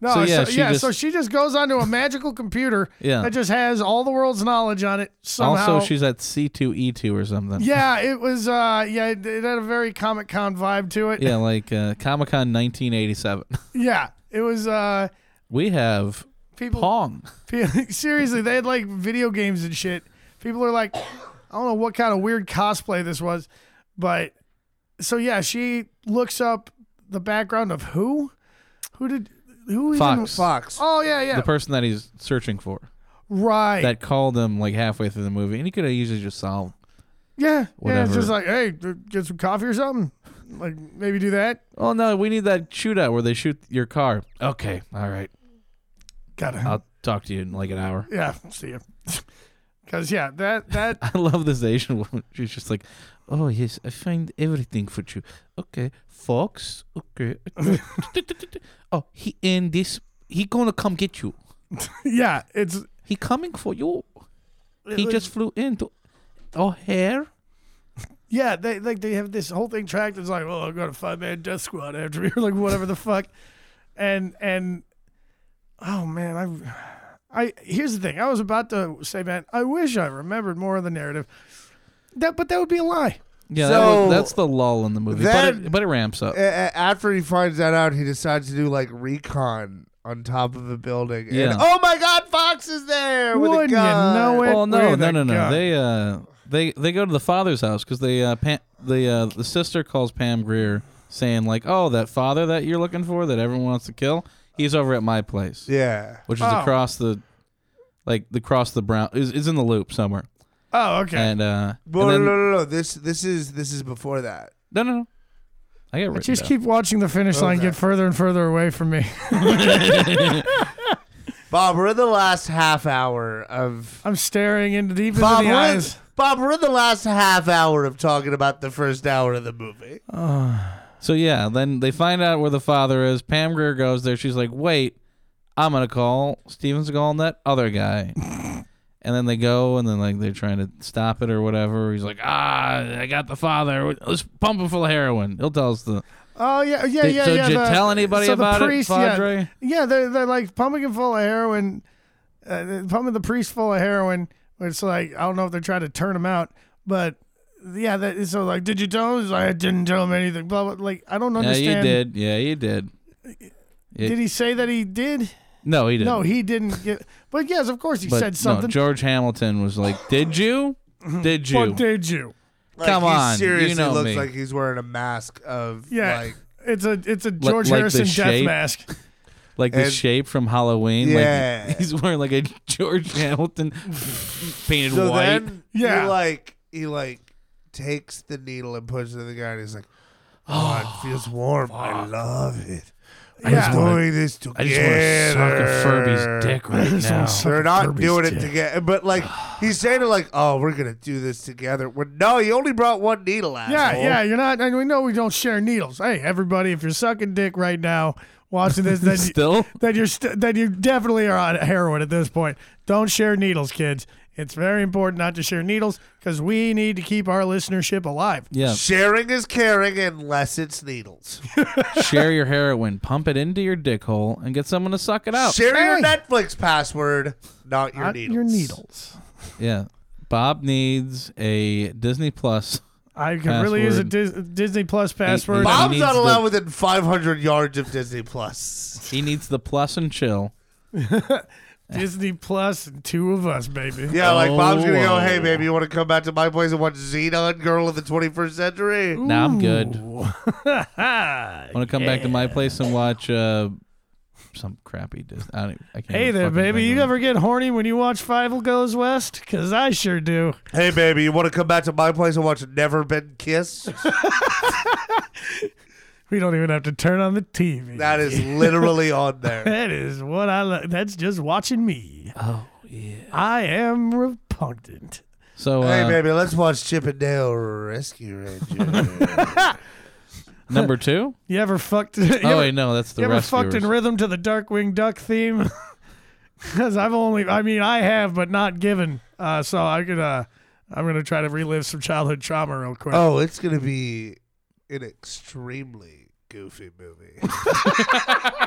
S1: No, so
S2: So,
S1: yeah,
S2: yeah,
S1: so,
S2: she just-
S1: she just goes onto a magical computer
S2: Yeah.
S1: that just has all the world's knowledge on it somehow.
S2: Also, she's at C two E two or something.
S1: yeah, it was uh yeah, it, it had a very Comic Con vibe to it.
S2: Yeah, like uh, Comic Con 1987.
S1: Yeah, It was uh
S2: We have
S1: people
S2: Pong.
S1: Pe- Seriously, they had like video games and shit. People are like, I don't know what kind of weird cosplay this was, but so yeah, she looks up the background of who, who did, who even-
S2: Fox.
S3: Fox.
S1: Oh yeah, yeah,
S2: The person that he's searching for
S1: right.
S2: that called him like halfway through the movie, and he could have easily just solved.
S1: yeah, yeah. It's
S2: whatever.
S1: just like, hey, d- get some coffee or something. Like maybe do that.
S2: Oh no, we need that shootout where they shoot your car. Okay, all right,
S1: Gotta.
S2: I'll talk to you in like an hour.
S1: yeah. See ya. Cause yeah, that that
S2: I love this Asian woman. She's just like, oh yes, I find everything for you. Okay, Fox. Okay. oh, he and this he gonna come get you.
S1: yeah, it's
S2: He coming for you. He just flew into oh, O'Hare.
S1: Yeah, they like they have this whole thing tracked. It's like, oh, I've got a five man death squad after me, or like whatever the fuck. And and oh man, I I here's the thing. I was about to say, man, I wish I remembered more of the narrative. That but that would be a lie.
S2: Yeah,
S3: So-
S2: that was, that's the lull in the movie, but
S3: Then-
S2: it, but it ramps up.
S3: A- a- After he finds that out, he decides to do like recon on top of a building. And,
S2: Yeah.
S3: oh my God, Fox is there with
S1: Wouldn't
S3: a
S1: you
S3: gun.
S1: know it?
S2: Well, no,
S1: Where'd
S2: no,
S1: that
S2: no, no.
S1: gun?
S2: They uh, they they go to the father's house because they uh, Pam, the uh, the sister calls Pam Greer saying like, oh, that father that you're looking for that everyone wants to kill, he's over at my place.
S3: Yeah.
S2: which is
S1: Oh.
S2: across the like the cross the brown is is in the loop somewhere.
S1: Oh, okay.
S2: And uh,
S3: No,
S2: and
S3: no,
S2: then-
S3: no, no, no. This, this is, this is before that.
S2: no, no, no. I got
S1: I
S2: written
S1: just
S2: down.
S1: keep watching the finish line
S3: Okay.
S1: get further and further away from me.
S3: Bob, we're in the last half hour of
S1: I'm staring into deep into the
S3: Bob, we're in,
S1: eyes.
S3: Bob, we're in the last half hour of talking about the first hour of the movie.
S2: So yeah, then they find out where the father is. Pam Greer goes there. She's like, "Wait, I'm gonna call Steven Seagal and that other guy." and then they go, and then like they're trying to stop it or whatever. He's like, "Ah, I got the father. Let's pump him full of heroin. He'll tell us the."
S1: Oh yeah, yeah,
S2: Did-
S1: yeah,
S2: so
S1: yeah.
S2: did you
S1: the-
S2: tell anybody
S1: so the
S2: about it,
S1: priest,
S2: Padre?
S1: Yeah, yeah they're, they're like pumping him full of heroin, uh, they're pumping the priest full of heroin. It's like I don't know if they're trying to turn him out, but yeah, that so like, did you tell him? He's like, I didn't tell him anything. Blah blah. Like I don't understand.
S2: Yeah, you did. Yeah, you did.
S1: Did he say that he did?
S2: No, he didn't.
S1: No, he didn't get. But yes, of course he
S2: But
S1: said something.
S2: No, George Hamilton was like, "Did you? Did you?"
S1: what did you?
S3: Like,
S2: Come
S3: he
S2: on,
S3: seriously
S2: you know
S3: looks
S2: me.
S3: like he's wearing a mask of
S1: Yeah,
S3: like
S1: it's a it's a George
S2: like the
S1: Harrison death
S2: shape?
S1: mask.
S2: like the
S3: And-
S2: shape from Halloween.
S3: Yeah.
S2: Like he's wearing like a George Hamilton painted
S3: So
S2: white.
S3: then
S1: Yeah.
S3: he like he like takes the needle and puts it in the guy and he's like, Oh, it feels warm. I love it. We're
S1: Yeah.
S3: doing this together.
S2: I just want to suck a Furby's dick right now.
S3: They're not doing it together. But like he's saying it like, Oh, we're gonna do this together. Well, no, you only brought one needle out.
S1: Yeah, yeah, you're not. And we know we don't share needles. Hey, everybody, if you're sucking dick right now, watching this, then you,
S2: Still,
S1: then you're st- then you definitely are on heroin at this point. Don't share needles, kids. It's very important not to share needles because we need to keep our listenership alive.
S2: yeah.
S3: Sharing is caring unless it's needles.
S2: Share your heroin, pump it into your dick hole, and get someone to suck it out.
S3: Share your
S1: Hey.
S3: Netflix password, not your
S1: Not
S3: needles.
S1: Your needles.
S2: Yeah. Bob needs a Disney Plus.
S1: I could really use a
S2: Password.
S1: Dis- Disney Plus password.
S2: Bob-
S3: Bob's
S2: needs
S3: not
S2: the-
S3: allowed within 500 yards of Disney Plus.
S2: He needs the Plus and Chill.
S1: Disney Plus, and two of us, baby.
S3: Yeah, like Bob's gonna go,
S2: Oh.
S3: hey, baby, you want to come back to my place and watch Xenon Girl of the 21st Century?
S2: Now I'm good.
S1: hey
S2: I want to come back to my place and watch uh, some crappy Disney. I, don't, e, I can't even
S1: there,
S2: fucking
S1: baby.
S2: think
S1: You
S2: of it.
S1: ever get horny when you watch Five Goes West? Because I sure do.
S3: Hey, baby, you want to come back to my place and watch Never Been Kissed?
S1: We don't even have to turn on the TV.
S3: That is literally on there.
S1: That is what I like. That's just watching me. Oh, yeah. I am repugnant.
S2: So uh,
S3: Hey, baby, let's watch Chip and Dale Rescue Ranger.
S2: number two.
S1: You ever fucked? You
S2: oh
S1: ever,
S2: wait, no, that's the
S1: you ever
S2: Rescuers.
S1: fucked in rhythm to the Darkwing Duck theme? Because I've only, I mean, I have, but not given. Uh, so I could, uh, I'm gonna try to relive some childhood trauma real quick.
S3: oh, it's going to be an extremely goofy movie.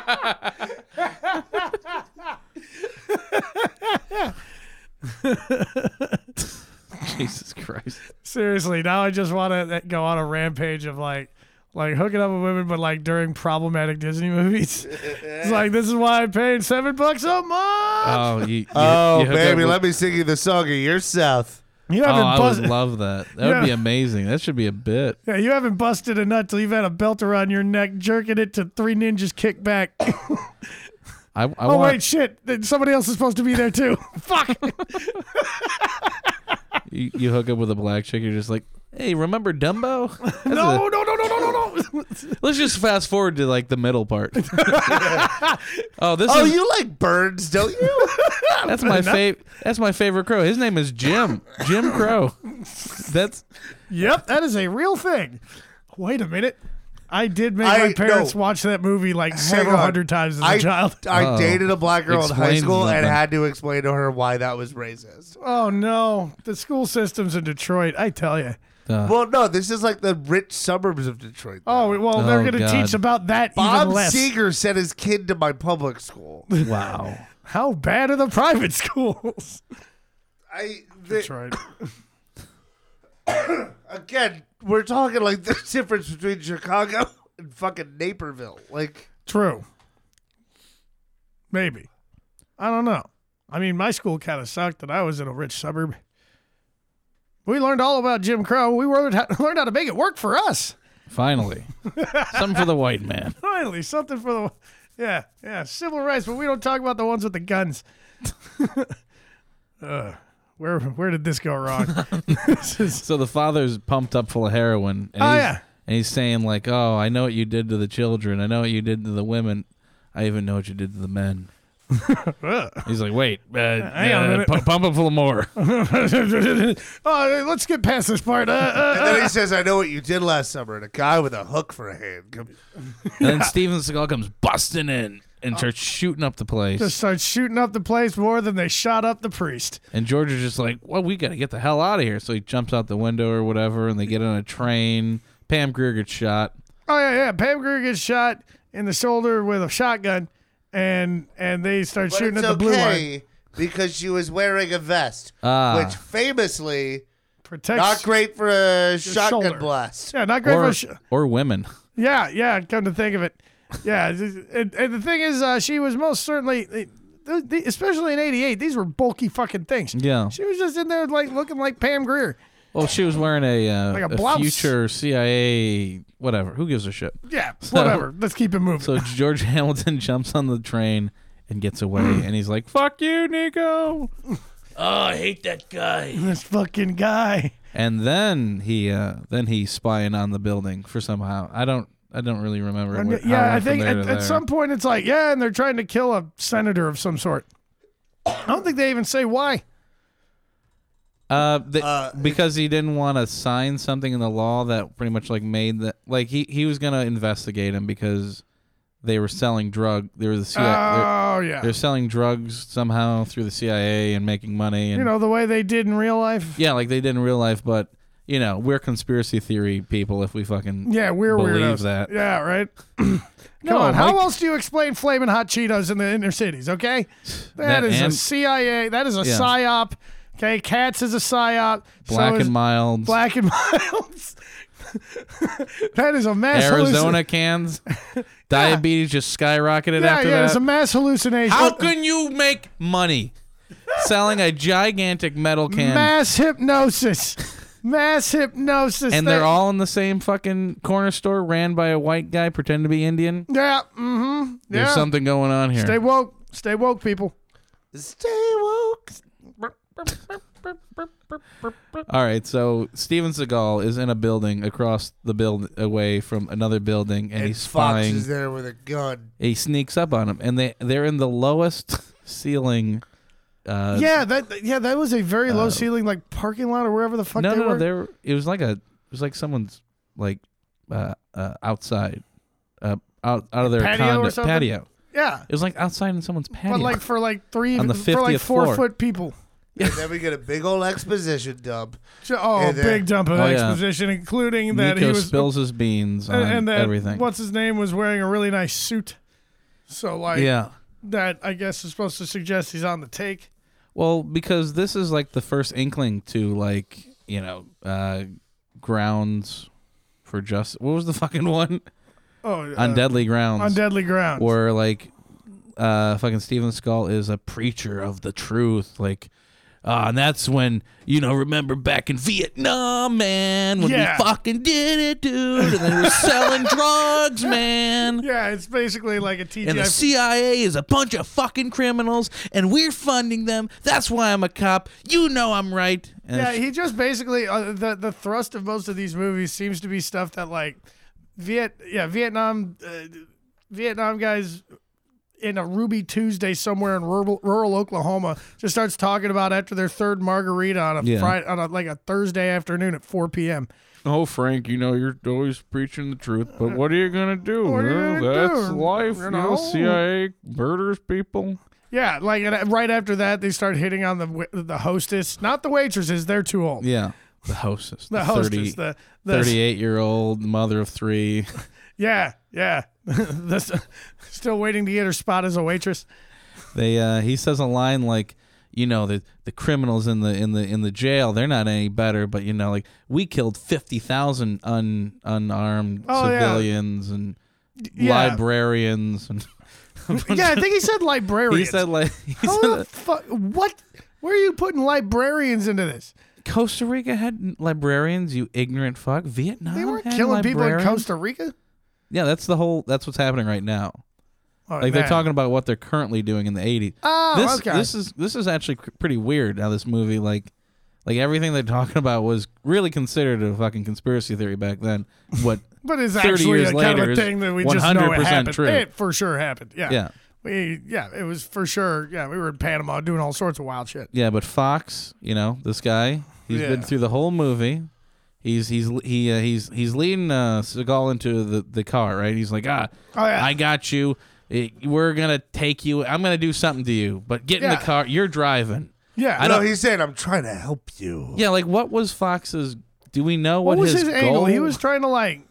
S2: Jesus Christ.
S1: Seriously, now I just want to go on a rampage of like, like hooking up with women, but like during problematic Disney movies. it's like this is why I paid seven bucks a month.
S2: Oh, you, you,
S3: Oh,
S2: you hook up
S3: baby,
S2: with-
S3: let me sing you the song of your South.
S1: you
S2: Oh,
S1: haven't
S2: I
S1: buzzed.
S2: would love that. That would be
S1: Yeah.
S2: amazing. That should be a bit.
S1: Yeah, you haven't busted a nut till you've had a belt around your neck, jerking it to three ninjas kick back.
S2: I, I
S1: oh
S2: want
S1: wait, shit! Then Somebody else is supposed to be there too. Fuck.
S2: You, you hook up with a black chick. You're just like, hey, remember Dumbo? That's
S1: No, no,
S2: a-
S1: no, no, no, no, no.
S2: let's just fast forward to like the middle part. oh, this
S3: Oh,
S2: is
S3: you like birds, don't you?
S2: that's my favorite. That's my favorite crow. His name is Jim. Jim Crow. That's
S1: yep, that is a real thing. Wait a minute. I did make
S3: I-
S1: my parents
S3: no.
S1: watch that movie like
S3: Hang
S1: several
S3: on.
S1: hundred times as a
S3: I,
S1: child.
S3: I
S2: Oh.
S3: dated a black girl in high
S2: Explains
S3: school and
S2: nothing.
S3: had to explain to her why that was racist.
S1: Oh no, the school systems in Detroit. I tell you.
S2: uh,
S3: Well, no, this is like the rich suburbs of Detroit. though.
S1: Oh well, they're
S2: Oh,
S1: gonna
S2: God.
S1: teach about that
S3: Bob
S1: even less.
S3: Seeger sent his kid to my public school.
S2: wow.
S1: How bad are the private schools?
S3: I the,
S1: Detroit.
S3: again, we're talking like the difference between Chicago and fucking Naperville. Like,
S1: True. Maybe. I don't know. I mean, my school kind of sucked, and I was in a rich suburb. We learned all about Jim Crow. We learned how, learned how to make it work for us.
S2: Finally, something for the white man.
S1: Finally, something for the. Yeah, yeah, civil rights, but we don't talk about the ones with the guns. Ugh. where where did this go wrong? Oh, this is
S2: So the father's pumped up full of heroin. And
S1: Oh,
S2: he's,
S1: yeah.
S2: And he's saying like, "Oh, I know what you did to the children. I know what you did to the women. I even know what you did to the men."
S1: Ugh.
S2: He's like, "Wait, uh,
S1: hang on a
S2: uh,
S1: minute.
S2: pu- pump up full of more."
S1: oh, let's get past this part. Uh, uh,
S3: And then he says, "I know what you did last summer." And a guy with a hook for a hand. Come-
S2: And then Steven Seagal comes busting in and starts shooting up the place.
S1: Oh. just start shooting up the place more than they shot up the priest.
S2: and George is just like, "Well, we got to get the hell out of here." So he jumps out the window or whatever, and they get on a train. Pam Grier gets shot.
S1: Oh yeah, yeah. Pam Grier gets shot in the shoulder with a shotgun, and and they start
S3: But
S1: shooting at
S3: it's
S1: the blue line.
S3: okay because she was wearing a vest,
S2: Ah.
S3: which famously
S1: Protects
S3: not great for a shotgun
S1: shoulder.
S3: blast.
S1: Yeah, not great. for
S2: Or,
S1: a sh-
S2: or women.
S1: yeah, yeah. Come to think of it, yeah. And, and the thing is, uh, she was most certainly, th- th- especially in '88, these were bulky fucking things.
S2: Yeah.
S1: she was just in there like looking like Pam Grier.
S2: Well, she was wearing a, uh,
S1: Like a
S2: a
S1: blouse.
S2: future CIA whatever. Who gives a shit?
S1: Yeah, whatever. Let's keep it moving.
S2: So George Hamilton jumps on the train and gets away, and he's like, "Fuck you, Nico!"
S4: Oh, I hate that guy.
S1: this fucking guy.
S2: And then he uh, then he's spying on the building for somehow. I don't I don't really remember.
S1: And,
S2: where- how it
S1: yeah, I
S2: went from
S1: think
S2: there
S1: at,
S2: to
S1: at
S2: there.
S1: some point it's like, yeah, and they're trying to kill a senator of some sort. I don't think they even say why.
S2: Uh, the,
S3: Uh,
S2: because he didn't want to sign something in the law that pretty much like made that like he, he was gonna investigate him because they were selling drug. They were the CIA. they're,
S1: oh yeah,
S2: they're selling drugs somehow through the CIA and making money. And
S1: you know the way they did in real life.
S2: yeah, like they did in real life, but you know we're conspiracy theory people if we fucking
S1: Yeah, we're
S2: believe
S1: weirdos.
S2: that.
S1: Yeah, right. Come
S2: No,
S1: on, how
S2: Mike-
S1: else do you explain flaming hot Cheetos in the inner cities? Okay,
S2: That
S1: is a
S2: and-
S1: CIA. That is a
S2: Yeah.
S1: psyop. Okay, cats is a psyop. so
S2: Black
S1: is
S2: and mild,
S1: black and miles. that is a mass
S2: Arizona cans, diabetes just skyrocketed
S1: hallucination. Yeah,
S2: after
S1: yeah,
S2: that.
S1: it's a mass hallucination.
S2: How can you make money selling a gigantic metal can?
S1: mass hypnosis. Mass hypnosis.
S2: and they're
S1: They-
S2: all in the same fucking corner store ran by a white guy pretending to be Indian.
S1: Yeah. Mm-hmm. Yeah.
S2: There's something going on here.
S1: Stay woke. Stay woke, people.
S3: Stay woke.
S2: all right, so Steven Seagal is in a building across the build away from another building and,
S3: And
S2: he's
S3: Fox
S2: spying.
S3: is there with a gun.
S2: he sneaks up on him and they they're in the lowest ceiling uh
S1: yeah, that yeah, that was a very low ceiling like parking lot or wherever the fuck
S2: Oh. No,
S1: they
S2: no,
S1: were.
S2: no, there it was like a it was like someone's like uh, uh outside uh out out of their
S1: Patio or
S2: condo-
S1: something?
S2: patio.
S1: yeah.
S2: It was like outside in someone's patio.
S1: But like for like three
S2: On the
S1: for like
S2: 50th
S1: four
S2: floor.
S1: foot people.
S3: And then we get a big old exposition dump.
S1: J- Oh,
S3: Yeah,
S1: a
S3: the-
S1: big dump of
S2: Oh, yeah.
S1: exposition, including that
S2: Nico
S1: he was
S2: spills his beans on
S1: and, and that
S2: everything.
S1: what's his name was wearing a really nice suit. So like
S2: yeah.
S1: that I guess is supposed to suggest he's on the take.
S2: Well, because this is like the first inkling to like, you know, uh grounds for just what was the fucking one?
S1: Oh,
S2: on
S1: uh,
S2: deadly grounds.
S1: on deadly ground.
S2: where like uh fucking Steven Skull is a preacher of the truth, like uh, and that's when you know. Remember back in Vietnam, man, when
S1: Yeah.
S2: we fucking did it, dude, and they were selling drugs, man.
S1: Yeah, it's basically like a TGI.
S2: and the CIA is a bunch of fucking criminals, and we're funding them. That's why I'm a cop. You know I'm right. And
S1: yeah,
S2: it's-
S1: he just basically uh, the the thrust of most of these movies seems to be stuff that like Viet yeah Vietnam uh, Vietnam guys in a Ruby Tuesday somewhere in rural, rural Oklahoma just starts talking about after their third margarita on a
S2: Yeah.
S1: Friday on a, like a Thursday afternoon at 4 p.m.
S4: Oh, Frank, you know you're always preaching the truth, but what are you gonna do?
S1: What are you
S4: Well,
S1: gonna
S4: that's
S1: do?
S4: life.
S1: You
S4: You
S1: know?
S4: know, CIA murders people.
S1: Yeah, like and, uh, right after that they start hitting on the wi- the hostess, not the waitresses, they're too old.
S2: yeah, the hostess,
S1: The hostess, the, the
S2: 38 year old mother of three.
S1: yeah, yeah, This- still waiting to get her spot as a waitress.
S2: They uh, he says a line like, you know, the the criminals in the in the in the jail, they're not any better, but you know, like we killed fifty thousand un unarmed
S1: Oh, yeah.
S2: civilians and
S1: yeah.
S2: librarians and
S1: yeah, I think he said
S2: he
S1: librarians.
S2: said like he
S1: How
S2: said
S1: the fuck? What? Where are you putting librarians into this?
S2: Costa Rica had librarians, you ignorant fuck. Vietnam
S1: They weren't
S2: had
S1: killing people in
S2: Oh, librarians?
S1: Costa Rica.
S2: Yeah, that's the whole that's what's happening right now.
S1: All right,
S2: Like
S1: man.
S2: they're talking about what they're currently doing in the 80s.
S1: Oh,
S2: this,
S1: okay.
S2: This is this is actually c- pretty weird how this movie like like everything they're talking about was really considered a fucking conspiracy theory back then. What
S1: But it's
S2: 30
S1: actually
S2: years
S1: a kind of
S2: later
S1: a
S2: is
S1: thing that we just know it
S2: 100%
S1: happened.
S2: true.
S1: It for sure happened. Yeah.
S2: yeah.
S1: We yeah, it was for sure. Yeah, we were in Panama doing all sorts of wild shit.
S2: Yeah, but Fox, you know, this guy, he's
S1: Yeah.
S2: been through the whole movie. He's he's he uh, he's he's leading uh, Seagal into the, the car, right? He's like, ah,
S1: Oh, yeah.
S2: I got you. It- we're gonna take you. I'm gonna do something to you, but get in
S1: Yeah.
S2: the car. You're driving.
S1: Yeah.
S2: I
S3: no,
S2: don't-
S3: he's saying I'm trying to help you.
S2: Yeah, like what was Fox's? Do we know
S1: what
S2: what,
S1: was his,
S2: goal?
S1: angle? He was trying to like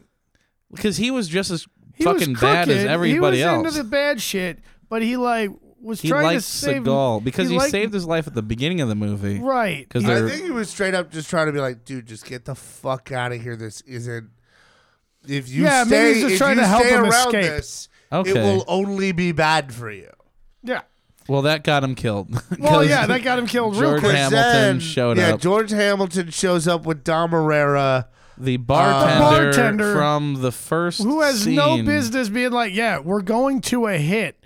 S2: because he was just as
S1: he
S2: fucking
S1: was
S2: bad
S1: crooked.
S2: as everybody
S1: he was
S2: else.
S1: Into the bad shit, but he like was
S2: he
S1: trying to
S2: liked
S1: save
S2: Seagal because he,
S1: liked-
S2: saved his life at the beginning of the movie.
S1: Right.
S2: Because
S3: I
S2: they're
S3: think he was straight up just trying to be like, dude, just get the fuck out of here. This isn't. If you
S1: Yeah,
S3: stay,
S1: maybe he's just
S3: if
S1: trying
S3: you
S1: to help
S3: stay
S1: him
S3: around
S1: escape.
S3: this, it
S2: Okay.
S3: will only be bad for you.
S1: Yeah.
S2: well, that got him killed.
S1: Well,
S2: 'Cause-
S1: yeah, that got him killed real
S2: George
S1: quick.
S2: Hamilton
S3: then-
S2: showed
S3: yeah,
S2: up.
S3: George Hamilton shows up with Dom Herrera.
S2: the bartender,
S1: Uh, bartender
S2: from the first
S1: Who has
S2: scene,
S1: no business being like, yeah, we're going to a hit.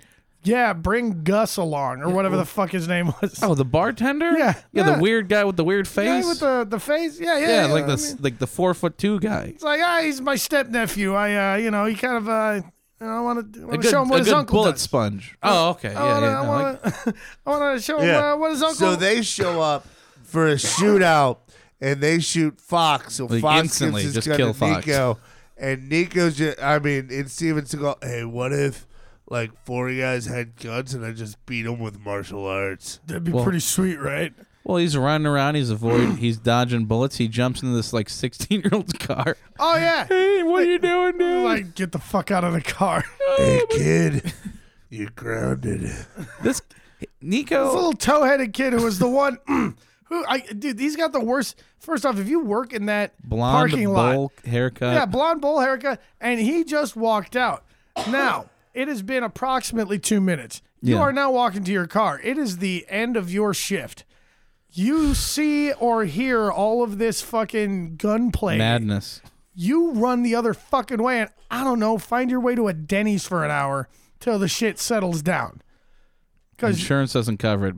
S1: Yeah, bring Gus along or whatever the fuck his name was.
S2: Oh, the bartender.
S1: Yeah,
S2: yeah,
S1: yeah.
S2: the weird guy with the weird
S1: The guy
S2: face.
S1: with the, the face. Yeah, yeah.
S2: yeah, like
S1: I
S2: the
S1: mean-
S2: s like the four foot two guy.
S1: It's like, ah, he's my step nephew. I, uh, you know, he kind of, uh, you know, I want to,
S2: A
S1: want to
S2: good,
S1: show him what
S2: a
S1: his
S2: good
S1: uncle
S2: bullet
S1: does.
S2: sponge. Oh,
S1: I
S2: okay. Yeah,
S1: wanna-
S2: yeah.
S1: I
S2: no, I-
S1: want to, I want to show him
S3: Yeah.
S1: uh, what his uncle.
S3: So they show up for a shootout and they shoot Fox. So
S2: Like,
S3: Fox
S2: instantly,
S3: gets his
S2: just
S3: gun
S2: kill
S3: to
S2: Fox.
S3: Nico, and Nico's. Just, I mean, and Steven Seagal. Hey, what if like four guys had guns and I just beat them with martial arts?
S1: That'd be
S2: Well-
S1: pretty sweet, right?
S2: well, he's running around. He's avoiding. he's dodging bullets. He jumps into this like sixteen year old's car.
S1: Oh yeah.
S2: Hey, what are you doing, dude?
S1: Like, get the fuck out of the car.
S3: Hey, kid, you're grounded.
S1: this
S2: this, Nico.
S1: little tow-headed kid who was the one who, I, dude, he's got the worst. First off, if you work in that
S2: Blonde
S1: parking lot,
S2: bowl haircut.
S1: yeah, blonde bowl haircut, and he just walked out. Now it has been approximately two minutes. You
S2: Yeah.
S1: are now walking to your car. It is the end of your shift. You see or hear all of this fucking gunplay.
S2: madness.
S1: You run the other fucking way, and I don't know. Find your way to a Denny's for an hour till the shit settles down. Because
S2: Insurance doesn't cover it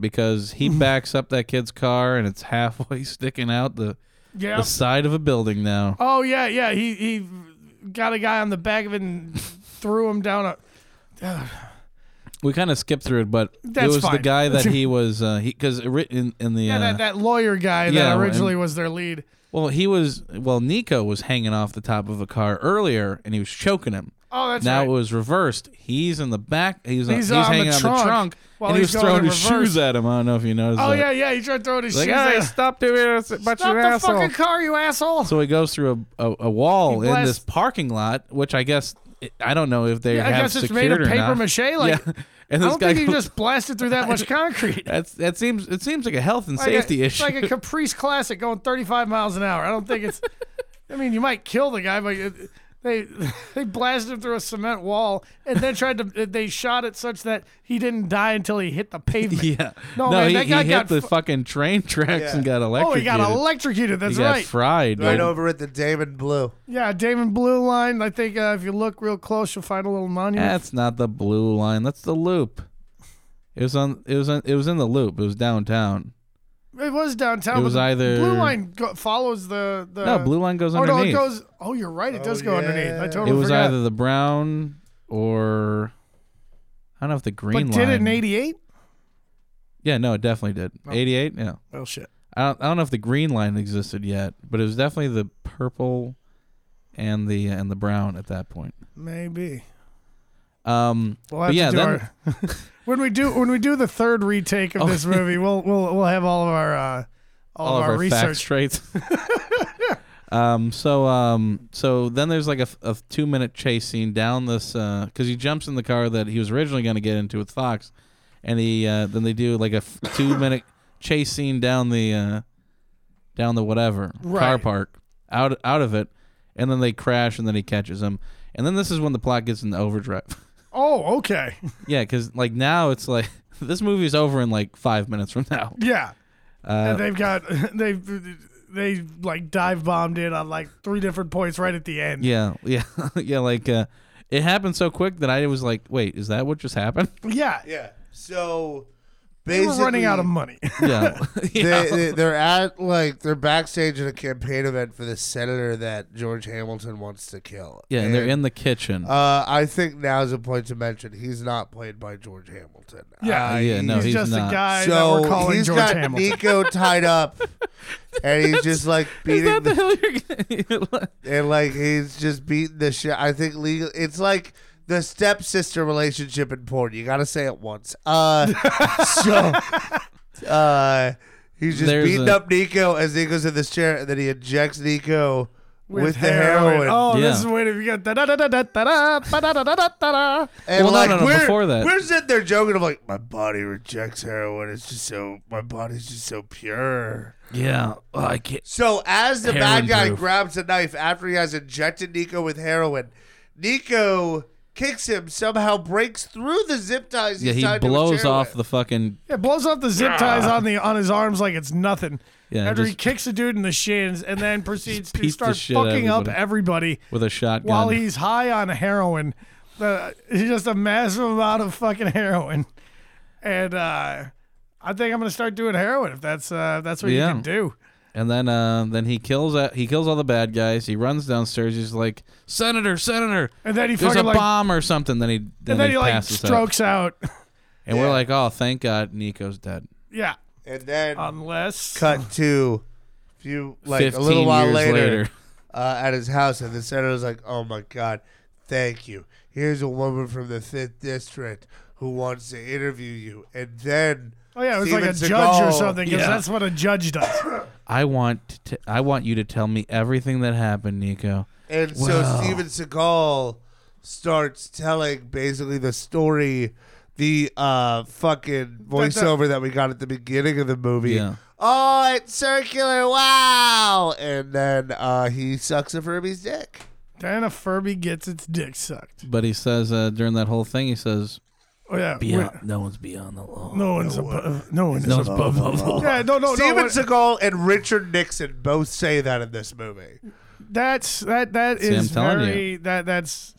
S2: because he backs up that kid's car and it's halfway sticking out the,
S1: yeah,
S2: the side of a building now.
S1: Oh yeah, yeah. He he got a guy on the back of it and threw him down a.
S2: We kind of skipped through it, but
S1: That's
S2: it was the
S1: fine.
S2: guy that he was uh, he because in in the
S1: Yeah,
S2: uh,
S1: that, that lawyer guy
S2: yeah,
S1: that
S2: and-
S1: originally was their lead.
S2: well he was well Nico was hanging off the top of a car earlier and he was choking him.
S1: Oh, that's
S2: now
S1: right.
S2: it was reversed. He's in the back. He's
S1: He's
S2: he's,
S1: on the
S2: hanging on
S1: trunk
S2: the trunk
S1: while
S2: and he
S1: he's
S2: was
S1: going
S2: throwing
S1: in
S2: his shoes
S1: reverse.
S2: at him. I don't know if you noticed.
S1: oh
S2: that.
S1: yeah, yeah. He tried throwing his
S2: like
S1: shoes.
S2: hey,
S1: at-
S2: stop doing this, you bunch
S1: Stop
S2: of
S1: the
S2: asshole.
S1: fucking car, you asshole!
S2: So he goes through a, a, a wall
S1: He
S2: in
S1: blast-
S2: this parking lot, which I guess I don't know if they
S1: Yeah, I
S2: have
S1: guess it's made
S2: secured
S1: of
S2: or
S1: paper
S2: not.
S1: mache. Like
S2: yeah, and
S1: I
S2: this
S1: don't
S2: guy
S1: think you just blasted through that much concrete.
S2: that's, that seems it seems like a health and
S1: Like a-
S2: safety
S1: it's
S2: issue.
S1: like a Caprice Classic going 35 miles an hour. I don't think it's. I mean, you might kill the guy, but it- they they blasted him through a cement wall and then tried to. They shot it such that he didn't die until he hit the pavement.
S2: yeah,
S1: No,
S2: no,
S1: man,
S2: he,
S1: that guy
S2: he
S1: got
S2: hit the
S1: fu-
S2: fucking train tracks
S3: Yeah.
S2: and got
S1: Oh,
S2: electrocuted.
S1: he got electrocuted.
S2: He
S1: That's
S2: got
S1: right.
S2: fried.
S3: Right
S2: dude.
S3: over at the Damon Blue.
S1: yeah, Damon Blue Line. I think uh, if you look real close, you'll find a little monument.
S2: That's not the blue line. That's the loop. It was on. It was on. It was in the loop. It was downtown.
S1: it was downtown.
S2: It
S1: but
S2: was
S1: the
S2: either-
S1: Blue Line go- follows the the.
S2: no, blue line goes
S1: Oh no,
S2: underneath.
S1: it goes. Oh, you're right. It does
S3: Oh,
S1: go underneath. I
S3: yeah.
S1: totally
S2: it was
S1: forgot.
S2: either the brown or I don't know if the green
S1: but
S2: line.
S1: did it in '88?
S2: Yeah, no, it definitely did. Eighty-eight. Yeah,
S1: Oh shit.
S2: I don't, I don't know if the green line existed yet, but it was definitely the purple and the and the brown at that point.
S1: Maybe.
S2: Um,
S1: We'll have
S2: but yeah,
S1: to do
S2: then
S1: our, when we do when we do the third retake of
S2: Oh.
S1: this movie, we'll we'll we'll have all of our uh, all,
S2: all
S1: of our,
S2: fact
S1: research.
S2: straight. um, so um, so then there's like a, f- a two minute chase scene down this because he jumps in the car that he was originally going to get into with Fox, and he uh, then they do like a f- two minute chase scene down the uh, down the whatever car
S1: Right.
S2: park out out of it, and then they crash and then he catches him, and then this is when the plot gets into overdrive.
S1: Oh, okay.
S2: yeah, because like now it's like this movie's over in like five minutes from now.
S1: Yeah,
S2: Uh,
S1: and they've got they've they like dive bombed in on like three different points right at the end.
S2: Yeah, yeah, yeah. Like uh, it happened so quick that I was like, wait, is that what just happened?
S1: Yeah.
S3: Yeah. So
S1: They
S3: basically,
S1: were running out of money.
S2: yeah.
S3: they, they, they're at like they're backstage at a campaign event for the senator that George Hamilton wants to kill.
S2: yeah, and they're in the kitchen.
S3: Uh, I think now is a point to mention he's not played by George Hamilton.
S1: Yeah.
S3: Uh,
S2: Ah, Yeah, no,
S1: he's,
S2: he's
S1: just
S2: not.
S1: a guy that we're
S3: so
S1: calling
S3: he's
S1: George
S3: got
S1: Hamilton.
S3: Nico tied up, and he's just like
S2: is
S3: beating
S2: that the
S3: the,
S2: hell you're gonna-
S3: and like he's just beating the shit. I think legal. It's like the stepsister relationship in porn. You got to say it once. Uh, so, uh, he's just
S2: There's
S3: beating
S2: a-
S3: up Nico as Nico's in this chair, and then he injects Nico with, the heroin.
S1: Oh, this
S2: Yeah.
S1: is way to be good. Da da da da da da da da da da da.
S3: And
S2: Well, no,
S3: like,
S2: no, no,
S3: we're,
S2: before that.
S3: we're sitting there joking. I'm like, my body rejects heroin. It's just so, my body's just so pure.
S2: yeah. Oh, I can't.
S3: So as the
S2: Heroin
S3: bad guy
S2: proof.
S3: grabs a knife after he has injected Nico with heroin, Nico kicks him, somehow breaks through the zip ties.
S2: Yeah,
S3: he's
S2: he
S3: tied to a
S2: blows
S3: chair
S2: off
S3: with.
S2: the fucking.
S1: It blows off the zip ties on the on his arms like it's nothing.
S2: Yeah,
S1: After he
S2: just-
S1: kicks the dude in the shins and then proceeds to
S2: beats the
S1: start
S2: shit out of
S1: fucking up
S2: everybody.
S1: everybody
S2: With a shotgun.
S1: while he's high on heroin. The, it's just a massive amount of fucking heroin, and uh, I think I'm gonna start doing heroin if that's uh, if that's what
S2: Yeah.
S1: you can do.
S2: And then uh, then he kills uh, he kills all the bad guys. He runs downstairs. He's like, Senator, Senator,
S1: And then he
S2: there's
S1: fucking
S2: a
S1: like,
S2: bomb or something. Then he then,
S1: and then
S2: he,
S1: he like
S2: passes out.
S1: strokes out.
S2: And we're like, oh, thank God, Nico's dead.
S1: yeah,
S3: and then
S2: Uh,
S1: unless
S3: cut to a few like a
S2: 15
S3: little while
S2: years
S3: later,
S2: later.
S3: Uh, at his house, and the senator's like, "Oh my god, thank you. Here's a woman from the fifth district who wants to interview you." And then,
S1: oh yeah, it was like a
S3: Steven
S1: judge or
S3: Seagal-
S1: something because
S2: Yeah.
S1: that's what a judge does.
S2: I want to, I want you to tell me everything that happened, Nico.
S3: And
S2: Wow.
S3: so Steven Seagal starts telling basically the story, the uh, fucking voiceover that we got at the beginning of the movie.
S2: Yeah.
S3: Oh, it's circular! Wow! And then uh, he sucks a Furby's dick.
S1: Then a Furby gets its dick sucked.
S2: But he says uh, during that whole thing, he says,
S1: Oh yeah,
S2: beyond,
S1: we-
S2: no one's beyond the law.
S1: no one's above. No one's
S2: No one's
S1: above.
S2: above the law.
S1: Yeah, Oh, no, no, no.
S3: Steven
S1: what-
S3: Seagal and Richard Nixon both say that in this movie.
S1: That's that. That
S2: See, I'm
S1: is
S2: telling you.
S1: very. That that's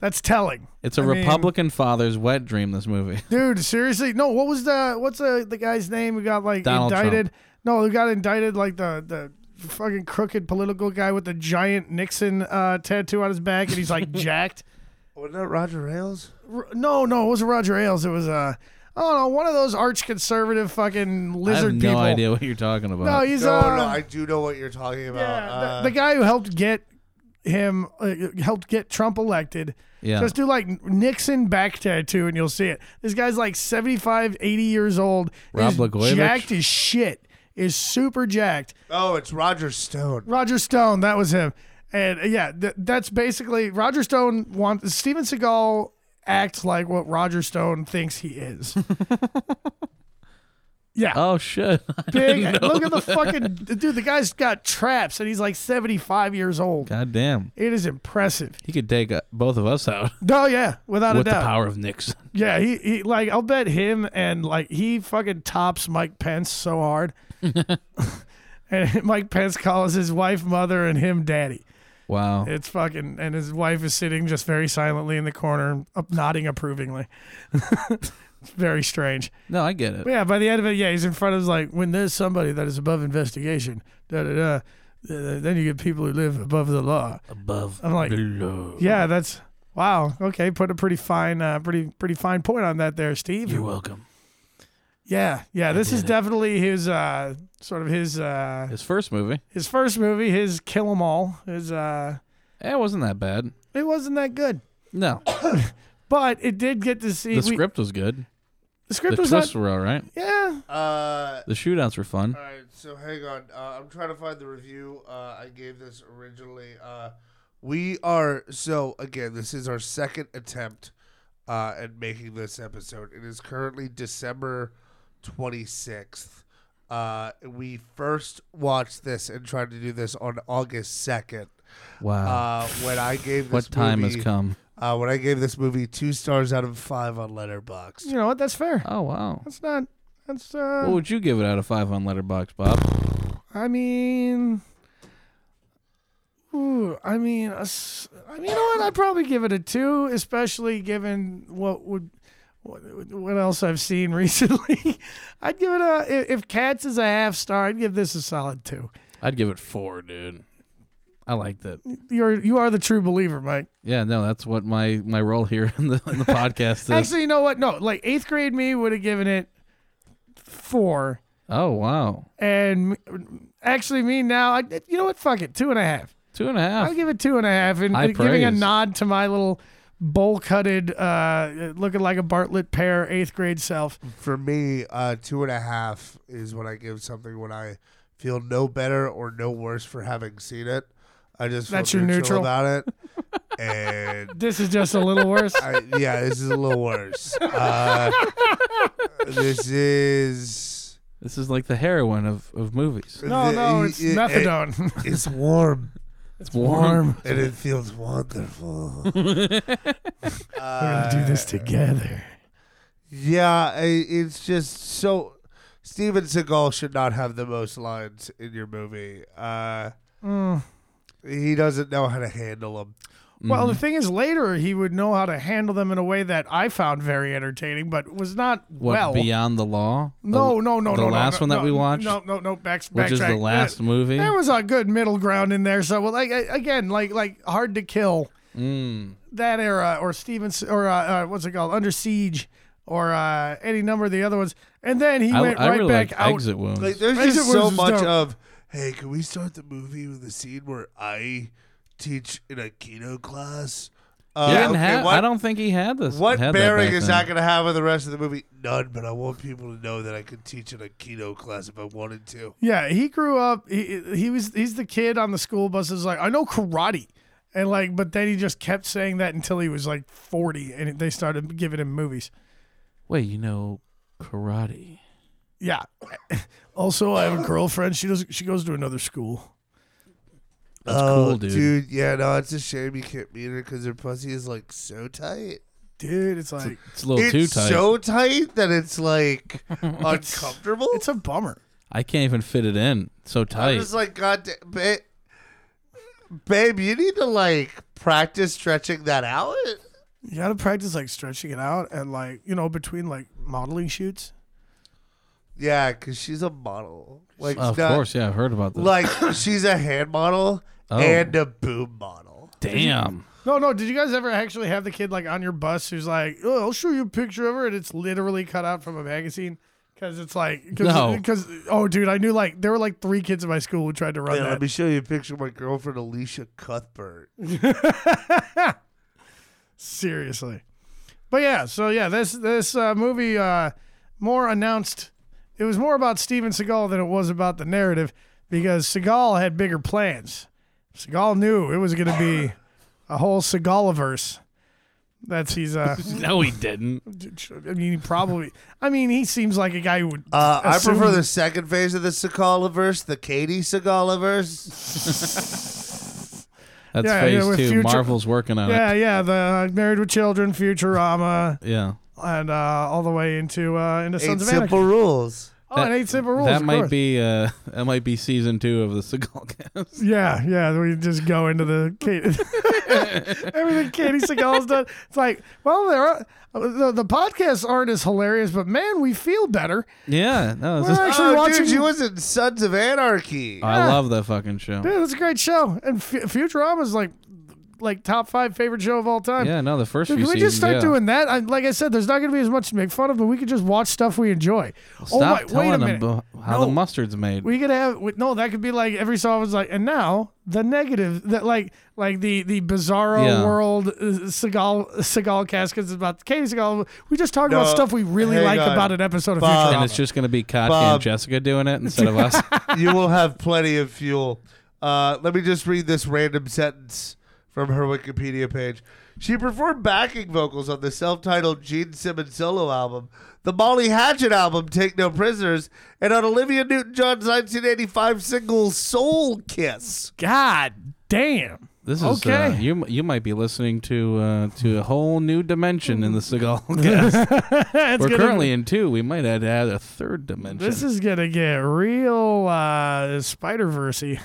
S1: that's telling.
S2: It's a
S1: I mean-
S2: Republican father's wet dream. This movie.
S1: Dude, seriously? No, what was the what's the the guy's name who got like
S2: Donald
S1: indicted? No, who got indicted like the the fucking crooked political guy with the giant Nixon uh, tattoo on his back, and he's like jacked.
S3: Wasn't that Roger Ailes?
S1: R- no, no, it wasn't Roger Ailes. It was uh, I don't know, one of those arch conservative fucking
S2: I have
S1: lizard
S2: no
S1: people.
S2: idea what you're talking about.
S1: No, he's
S3: No,
S1: uh,
S3: no, I do know what you're talking about.
S1: yeah, the-
S3: Uh,
S1: the, guy who helped get him uh, helped get Trump elected.
S2: yeah.
S1: Just do like Nixon back tattoo and you'll see it. This guy's like 75, 80 years old.
S2: Rob
S1: He's
S2: Blagojevich?
S1: jacked as shit. Is super jacked.
S3: oh, it's Roger Stone.
S1: Roger Stone, that was him. And uh, yeah, th- that's basically Roger Stone wants Steven Seagal acts like what Roger Stone thinks he is. yeah.
S2: oh shit. I
S1: Big,
S2: didn't know
S1: look at the
S2: that.
S1: fucking dude. The guy's got traps, and he's like seventy-five years old.
S2: God damn.
S1: It is impressive.
S2: He could take uh, both of us out
S1: No, yeah, without
S2: with
S1: a
S2: the
S1: doubt.
S2: power of Nixon.
S1: Yeah, he, he like I'll bet him and like he fucking tops Mike Pence so hard. and Mike Pence calls his wife mother and him daddy.
S2: Wow.
S1: It's fucking and his wife is sitting just very silently in the corner, up, nodding approvingly. it's very strange.
S2: No, I get it.
S1: But yeah, by the end of it, yeah, he's in front of us like when there's somebody that is above investigation, da da da. uh, Then you get people who live above the law.
S2: Above.
S1: I'm like, yeah,
S2: Uh-huh.
S1: that's wow. Okay, put a pretty fine, uh, pretty pretty fine point on that there, Steve.
S2: welcome.
S1: Yeah, yeah. This is definitely his uh, sort of his uh,
S2: His first movie.
S1: his first movie, his Kill 'Em All. His uh,
S2: Eh, It wasn't that bad.
S1: it wasn't that good,
S2: No,
S1: but it did get to see
S2: the
S1: we-
S2: script was good.
S1: The
S2: The
S1: script was
S2: twists
S1: not,
S2: were all right.
S1: yeah.
S3: Uh,
S2: The shootouts were fun.
S3: all right, so hang on. Uh, I'm trying to find the review uh, I gave this originally. Uh, we are so again. This is our second attempt uh, at making this episode. It is currently December 26th. Uh, we first watched this and tried to do this on August 2nd.
S2: Wow.
S3: Uh, when I gave this
S2: what time
S3: movie,
S2: has come?
S3: Uh, when I gave this movie two stars out of five on Letterboxd.
S1: You know what? That's fair.
S2: Oh wow.
S1: That's not. That's uh.
S2: What would you give it out of five on Letterbox, Bob?
S1: I mean, Ooh, I mean, a s- I mean, you know what? I'd probably give it a two, especially given what would what, what else I've seen recently. I'd give it a if- if Cats is a half star, I'd give this a solid two.
S2: I'd give it four, dude. I liked it.
S1: You're you are the true believer, Mike.
S2: Yeah, no, that's what my my role here in the, in the podcast is.
S1: Actually, you know what? No, like eighth grade me would have given it four,
S2: oh wow,
S1: and m- actually me now, I you know what? Fuck it, two and a half.
S2: two and a half.
S1: I'll give it two and a half, and
S2: High
S1: and giving a
S2: praise.
S1: nod to my little bowl cutted, uh, looking like a Bartlett pear, eighth grade self.
S3: For me, uh, two and a half is when I give something when I feel no better or no worse for having seen it. I just feel
S1: That's your neutral?
S3: about it, and
S1: This is just a little worse.
S3: I, yeah, this is a little worse. Uh, this is
S2: This is like the heroin of, of movies.
S1: no, no, it's
S3: it- it-
S1: methadone.
S3: it's warm
S2: It's warm.
S3: and it feels wonderful. Uh,
S1: We're gonna do this together.
S3: Yeah, I, it's just so. Steven Seagal should not have the most lines in your movie. Uh, He doesn't know how to handle them.
S1: Well,
S2: Mm-hmm.
S1: the thing is, later he would know how to handle them in a way that I found very entertaining, but was not
S2: What
S1: well.
S2: beyond the law?
S1: no,
S2: The-
S1: no, no,
S2: the
S1: no. no,
S2: last
S1: no,
S2: one that
S1: no,
S2: we watched,
S1: No, no, no. Back,
S2: which is the
S1: backtrack.
S2: last
S1: There-
S2: movie.
S1: There was a good middle ground in there. So, well, like I- again, like like hard to kill.
S2: Mm.
S1: that era or Stevens or uh, uh, what's it called Under Siege or uh, any number of the other ones, and then he
S2: I,
S1: went
S2: I
S1: right
S2: really
S1: back
S2: like
S1: out.
S2: Exit Wounds.
S3: Like there's
S1: Exit
S3: just so
S1: Wounds was
S3: much
S1: dope.
S3: of. Hey, can we start the movie with the scene where I teach in a keto class? Uh,
S2: he didn't
S3: okay,
S2: have.
S3: what,
S2: I don't think he had this.
S3: What
S2: had that
S3: bearing
S2: back
S3: is
S2: then.
S3: that going to have on the rest of the movie? None. But I want people to know that I could teach in a keto class if I wanted to.
S1: Yeah, he grew up. He he was he's the kid on the school bus is like I know karate, and like but then he just kept saying that until he was like forty, and they started giving him movies.
S2: Wait, you know, karate.
S1: Yeah. also, I have a girlfriend. She does. She goes to another school.
S2: That's
S3: oh,
S2: cool, dude.
S3: Yeah, no, it's a shame you can't meet her because her pussy is like so tight.
S1: Dude, it's like
S2: It's a little too
S3: it's
S2: tight.
S3: so tight that it's like uncomfortable.
S1: it's a bummer.
S2: I can't even fit it in. It's so
S3: I
S2: tight.
S3: was like, God, da- babe, babe, you need to like practice stretching that out.
S1: You gotta practice like stretching it out and like you know between like modeling shoots.
S3: Yeah, because she's a model. Like,
S2: of
S3: not-
S2: course, yeah, I've heard about this.
S3: like she's a hand model
S2: Oh.
S3: and a boob model.
S2: Damn.
S1: No, no. Did you guys ever actually have the kid like on your bus who's like, oh, I'll show you a picture of her, and it's literally cut out from a magazine? Because it's like, cause,
S2: No.
S1: 'cause- oh, dude, I knew like there were like three kids in my school who tried to run
S3: Yeah,
S1: that.
S3: let me show you a picture of my girlfriend Alicia Cuthbert.
S1: Seriously, but yeah, so yeah, this this uh, movie uh, more announced. It was more about Steven Seagal than it was about the narrative because Seagal had bigger plans. Seagal knew it was going to be a whole Seagaliverse. That's he's uh,
S2: No, he didn't.
S1: I mean, he probably. I mean, he seems like a guy who would.
S3: Uh, I
S1: assume-
S3: prefer the second phase of the Segalaverse, the Katie Segalaverse.
S2: That's
S1: Yeah, yeah,
S2: phase
S1: with
S2: two.
S1: future-
S2: Marvel's working on
S1: Yeah,
S2: it.
S1: yeah, the uh, Married with Children, Futurama,
S2: Yeah.
S1: and uh, all the way into uh, into
S3: Eight
S1: Sons of Anarchy.
S3: simple rules.
S1: Oh, and eight simple rules.
S2: That
S1: of
S2: might
S1: course.
S2: be uh that might be season two of the Seagal cast.
S1: Yeah, yeah. We just go into the Katie. Everything Katie Seagal's done. It's like, well, there are, the the podcasts aren't as hilarious, but man, we feel better.
S2: Yeah, no, it's
S1: We're
S2: just-
S1: actually
S3: oh,
S1: watching.
S3: dude, she was in Sons of Anarchy.
S2: I love that fucking show.
S1: Dude, that's a great show, and F- Futurama's like like top five favorite show of all time.
S2: Yeah, no, the first
S1: Dude,
S2: few
S1: can we
S2: seasons.
S1: just start
S2: yeah.
S1: doing that? I, like I said, there's not going to be as much to make fun of, but we could just watch stuff we enjoy. oh,
S2: Stop
S1: wait, wait
S2: telling
S1: a
S2: them
S1: minute.
S2: bu- how the
S1: No.
S2: mustard's made.
S1: We could have we- no. That could be like every song was like, and now the negative that like like the the bizarro
S2: Yeah.
S1: world uh, Seagal Seagal caskets about Katie Seagal. We just talk about
S3: No,
S1: stuff we really
S3: hang
S1: like
S3: on.
S1: about an episode of
S3: Bob.
S2: and
S1: Futurama.
S2: it's just gonna be Katya
S3: Bob.
S2: and Jessica doing it instead of us.
S3: you will have plenty of fuel. Uh, let me just read this random sentence from her Wikipedia page. She performed backing vocals on the self titled Gene Simmons solo album, the Molly Hatchet album, Take No Prisoners, and on Olivia Newton John's 1985 single, Soul Kiss.
S1: God damn.
S2: This is uh,
S1: Okay.
S2: you. You might be listening to uh, to a whole new dimension in the Seagal cast.
S1: It's
S2: We're
S1: gonna-
S2: currently in two. We might add, add a third dimension.
S1: This is gonna get real uh, Spider Versey.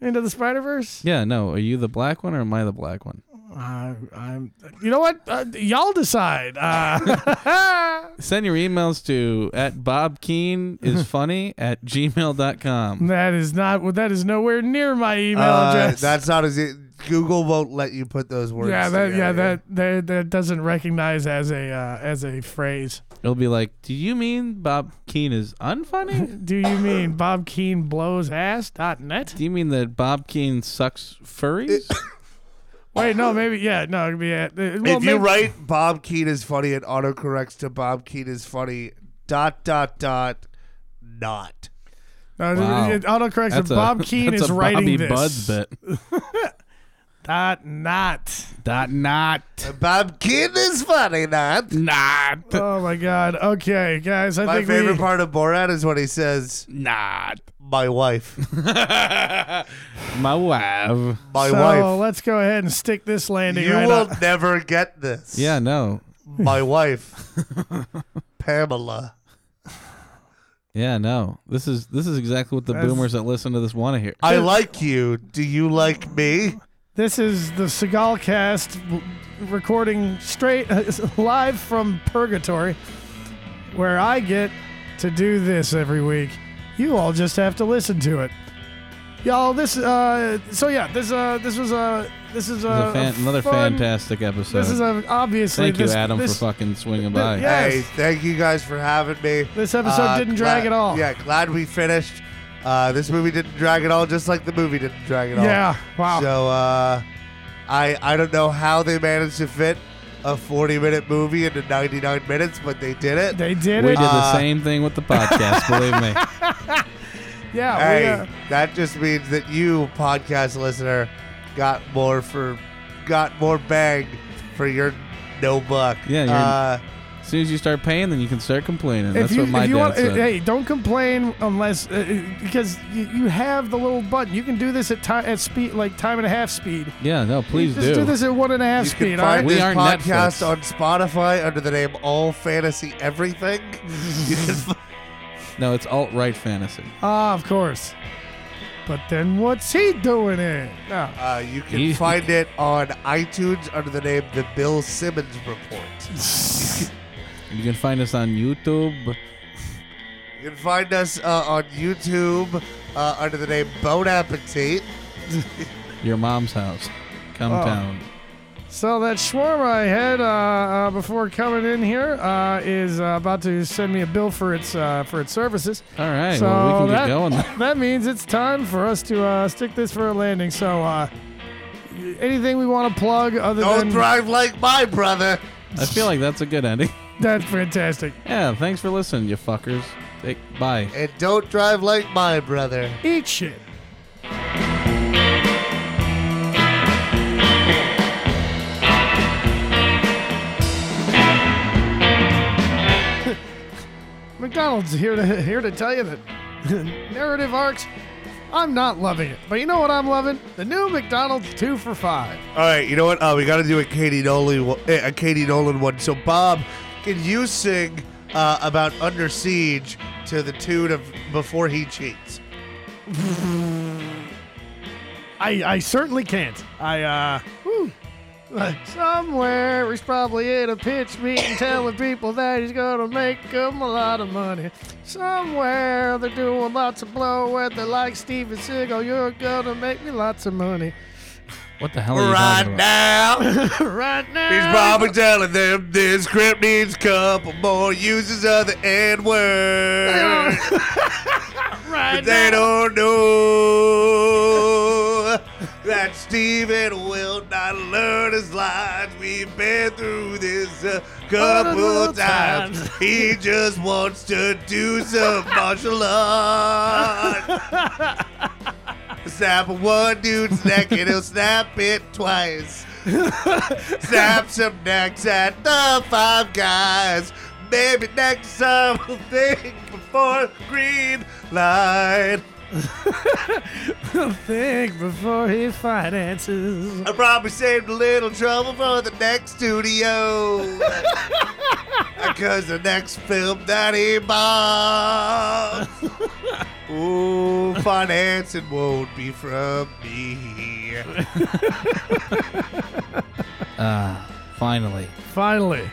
S1: into the Spider Verse?
S2: Yeah, no. Are you the black one or am I the black one?
S1: Uh, I'm. You know what? Uh, y'all decide. Uh,
S2: Send your emails to at Bob Keen is funny at gmail.com.
S1: that is not. well, That is nowhere near my email
S3: Uh,
S1: address.
S3: that's not as e- Google won't let you put those words.
S1: yeah, that,
S3: together.
S1: yeah, that, that that doesn't recognize as a uh, as a phrase.
S2: It'll be like, do you mean Bob Keen is unfunny?
S1: Do you mean Bob Keen blows ass dot net?
S2: Do you mean that Bob Keen sucks furries?
S1: Wait, no, maybe yeah, no, it'd be at, well,
S3: if you
S1: maybe-
S3: write Bob Keane is funny, it autocorrects to Bob Keane is funny. Dot dot dot. Not.
S1: no,
S2: Wow.
S1: it autocorrects. if
S2: That's a-
S1: Bob Keen
S2: that's
S1: is
S2: a
S1: writing
S2: Bobby
S1: this.
S2: Buds bit.
S1: Dot not.
S2: Dot not
S3: Bob Keane is funny. Not.
S2: not
S1: Oh my God. Okay, guys, I
S3: My
S1: think
S3: favorite
S1: we,
S3: part of Borat is when he says,
S2: not
S3: "My wife,
S2: my wife.
S3: my
S1: so
S3: wife."
S1: let's go ahead and stick this landing
S3: You
S1: right
S3: will
S1: up.
S3: never get this.
S2: Yeah, no.
S3: My wife, Pamela.
S2: Yeah, no. This is this is exactly what the
S1: That's-
S2: boomers that listen to this want to hear.
S3: I like you. Do you like me?
S1: This is the Seagal cast w- recording straight uh, live from purgatory, where I get to do this every week. You all just have to listen to it. Y'all, this uh, so yeah, this uh, this was uh, this is
S2: This is
S1: uh,
S2: a fan, another
S1: fun-
S2: fantastic episode.
S1: This is a, obviously
S2: Thank
S1: this,
S2: you, Adam,
S1: this,
S2: for fucking swinging by.
S1: yeah. Yes.
S3: Hey, thank you guys for having me. Uh,
S1: This episode didn't drag
S3: glad-
S1: at all.
S3: Yeah, glad we finished. Uh, this movie didn't drag at all, just like the movie didn't drag at all.
S1: Yeah, wow.
S3: So uh, I I don't know how they managed to fit a 40 minute movie into 99 minutes, but they did it.
S1: They did
S2: we
S1: it.
S2: did the
S3: Uh,
S2: same thing with the podcast, believe me.
S1: yeah,
S3: hey,
S1: we, uh,
S3: that just means that you, podcast listener, got more for got more bang for your no buck.
S2: Yeah, you're-
S3: Uh,
S2: As soon as you start paying, then you can start complaining.
S1: if
S2: That's
S1: you,
S2: what my
S1: if you
S2: dad
S1: want,
S2: said.
S1: hey, don't complain unless uh, uh, because you, you have the little button. You can do this at time at speed like time and a half speed.
S2: yeah, no, please
S1: Just do. this at one and a half
S3: You
S1: speed.
S3: can
S1: all right?
S3: find
S2: We
S3: this
S2: are
S3: podcast
S2: Netflix.
S3: on Spotify under the name All Fantasy Everything. You can find-
S2: No, it's alt right fantasy.
S1: Ah, of course. But then what's he doing in? Oh.
S3: uh, you can
S2: You-
S3: find it on iTunes under the name The Bill Simmons Report.
S2: You can find us on YouTube.
S3: You can find us uh, on YouTube uh, under the name Bon Appetit.
S2: Your mom's house. Come
S1: Oh.
S2: town.
S1: So that shawarma I had uh, uh, before coming in here uh, is uh, about to send me a bill for its uh, for its services.
S2: All right.
S1: So
S2: well, we can
S1: that,
S2: get going. then.
S1: that means it's time for us to uh, stick this for a landing. So, uh, anything we want to plug other
S3: Don't
S1: than
S3: drive like my brother.
S2: I feel like that's a good ending.
S1: that's fantastic.
S2: Yeah, thanks for listening, you fuckers. Take, bye.
S3: And don't drive like my brother.
S1: Eat shit. McDonald's here to here to tell you that narrative arcs. I'm not loving it, but you know what I'm loving? The new McDonald's two for five.
S3: All right, you know what? Uh, we got to do a Katie Nolan, one- eh, a Katie Nolan one. So, Bob, can you sing uh, about Under Siege to the tune of "Before He Cheats"?
S1: I, I certainly can't. I, uh, whew. Uh, Somewhere he's probably in a pitch meeting telling people that he's gonna make them a lot of money. Somewhere they're doing lots of blow and they're like Steven Seagal, you're gonna make me lots of money.
S2: What the hell are you
S3: Right
S2: talking about?
S3: now, he's
S1: right now.
S3: probably telling them this script needs a couple more uses of the N word.
S1: right
S3: They don't know that Steven will not learn his lines. We've been through this uh, a couple
S1: Multiple
S3: times.
S1: times.
S3: He just wants to do some martial arts. Snap one dude's neck and he'll snap it twice. Snap some necks at the five guys. Maybe next time we'll think before green light.
S1: Think before he finances.
S3: I probably saved a little trouble for the next studio. Because the next film that he bombs Ooh, finance it won't be from me.
S2: Finally.
S1: Finally.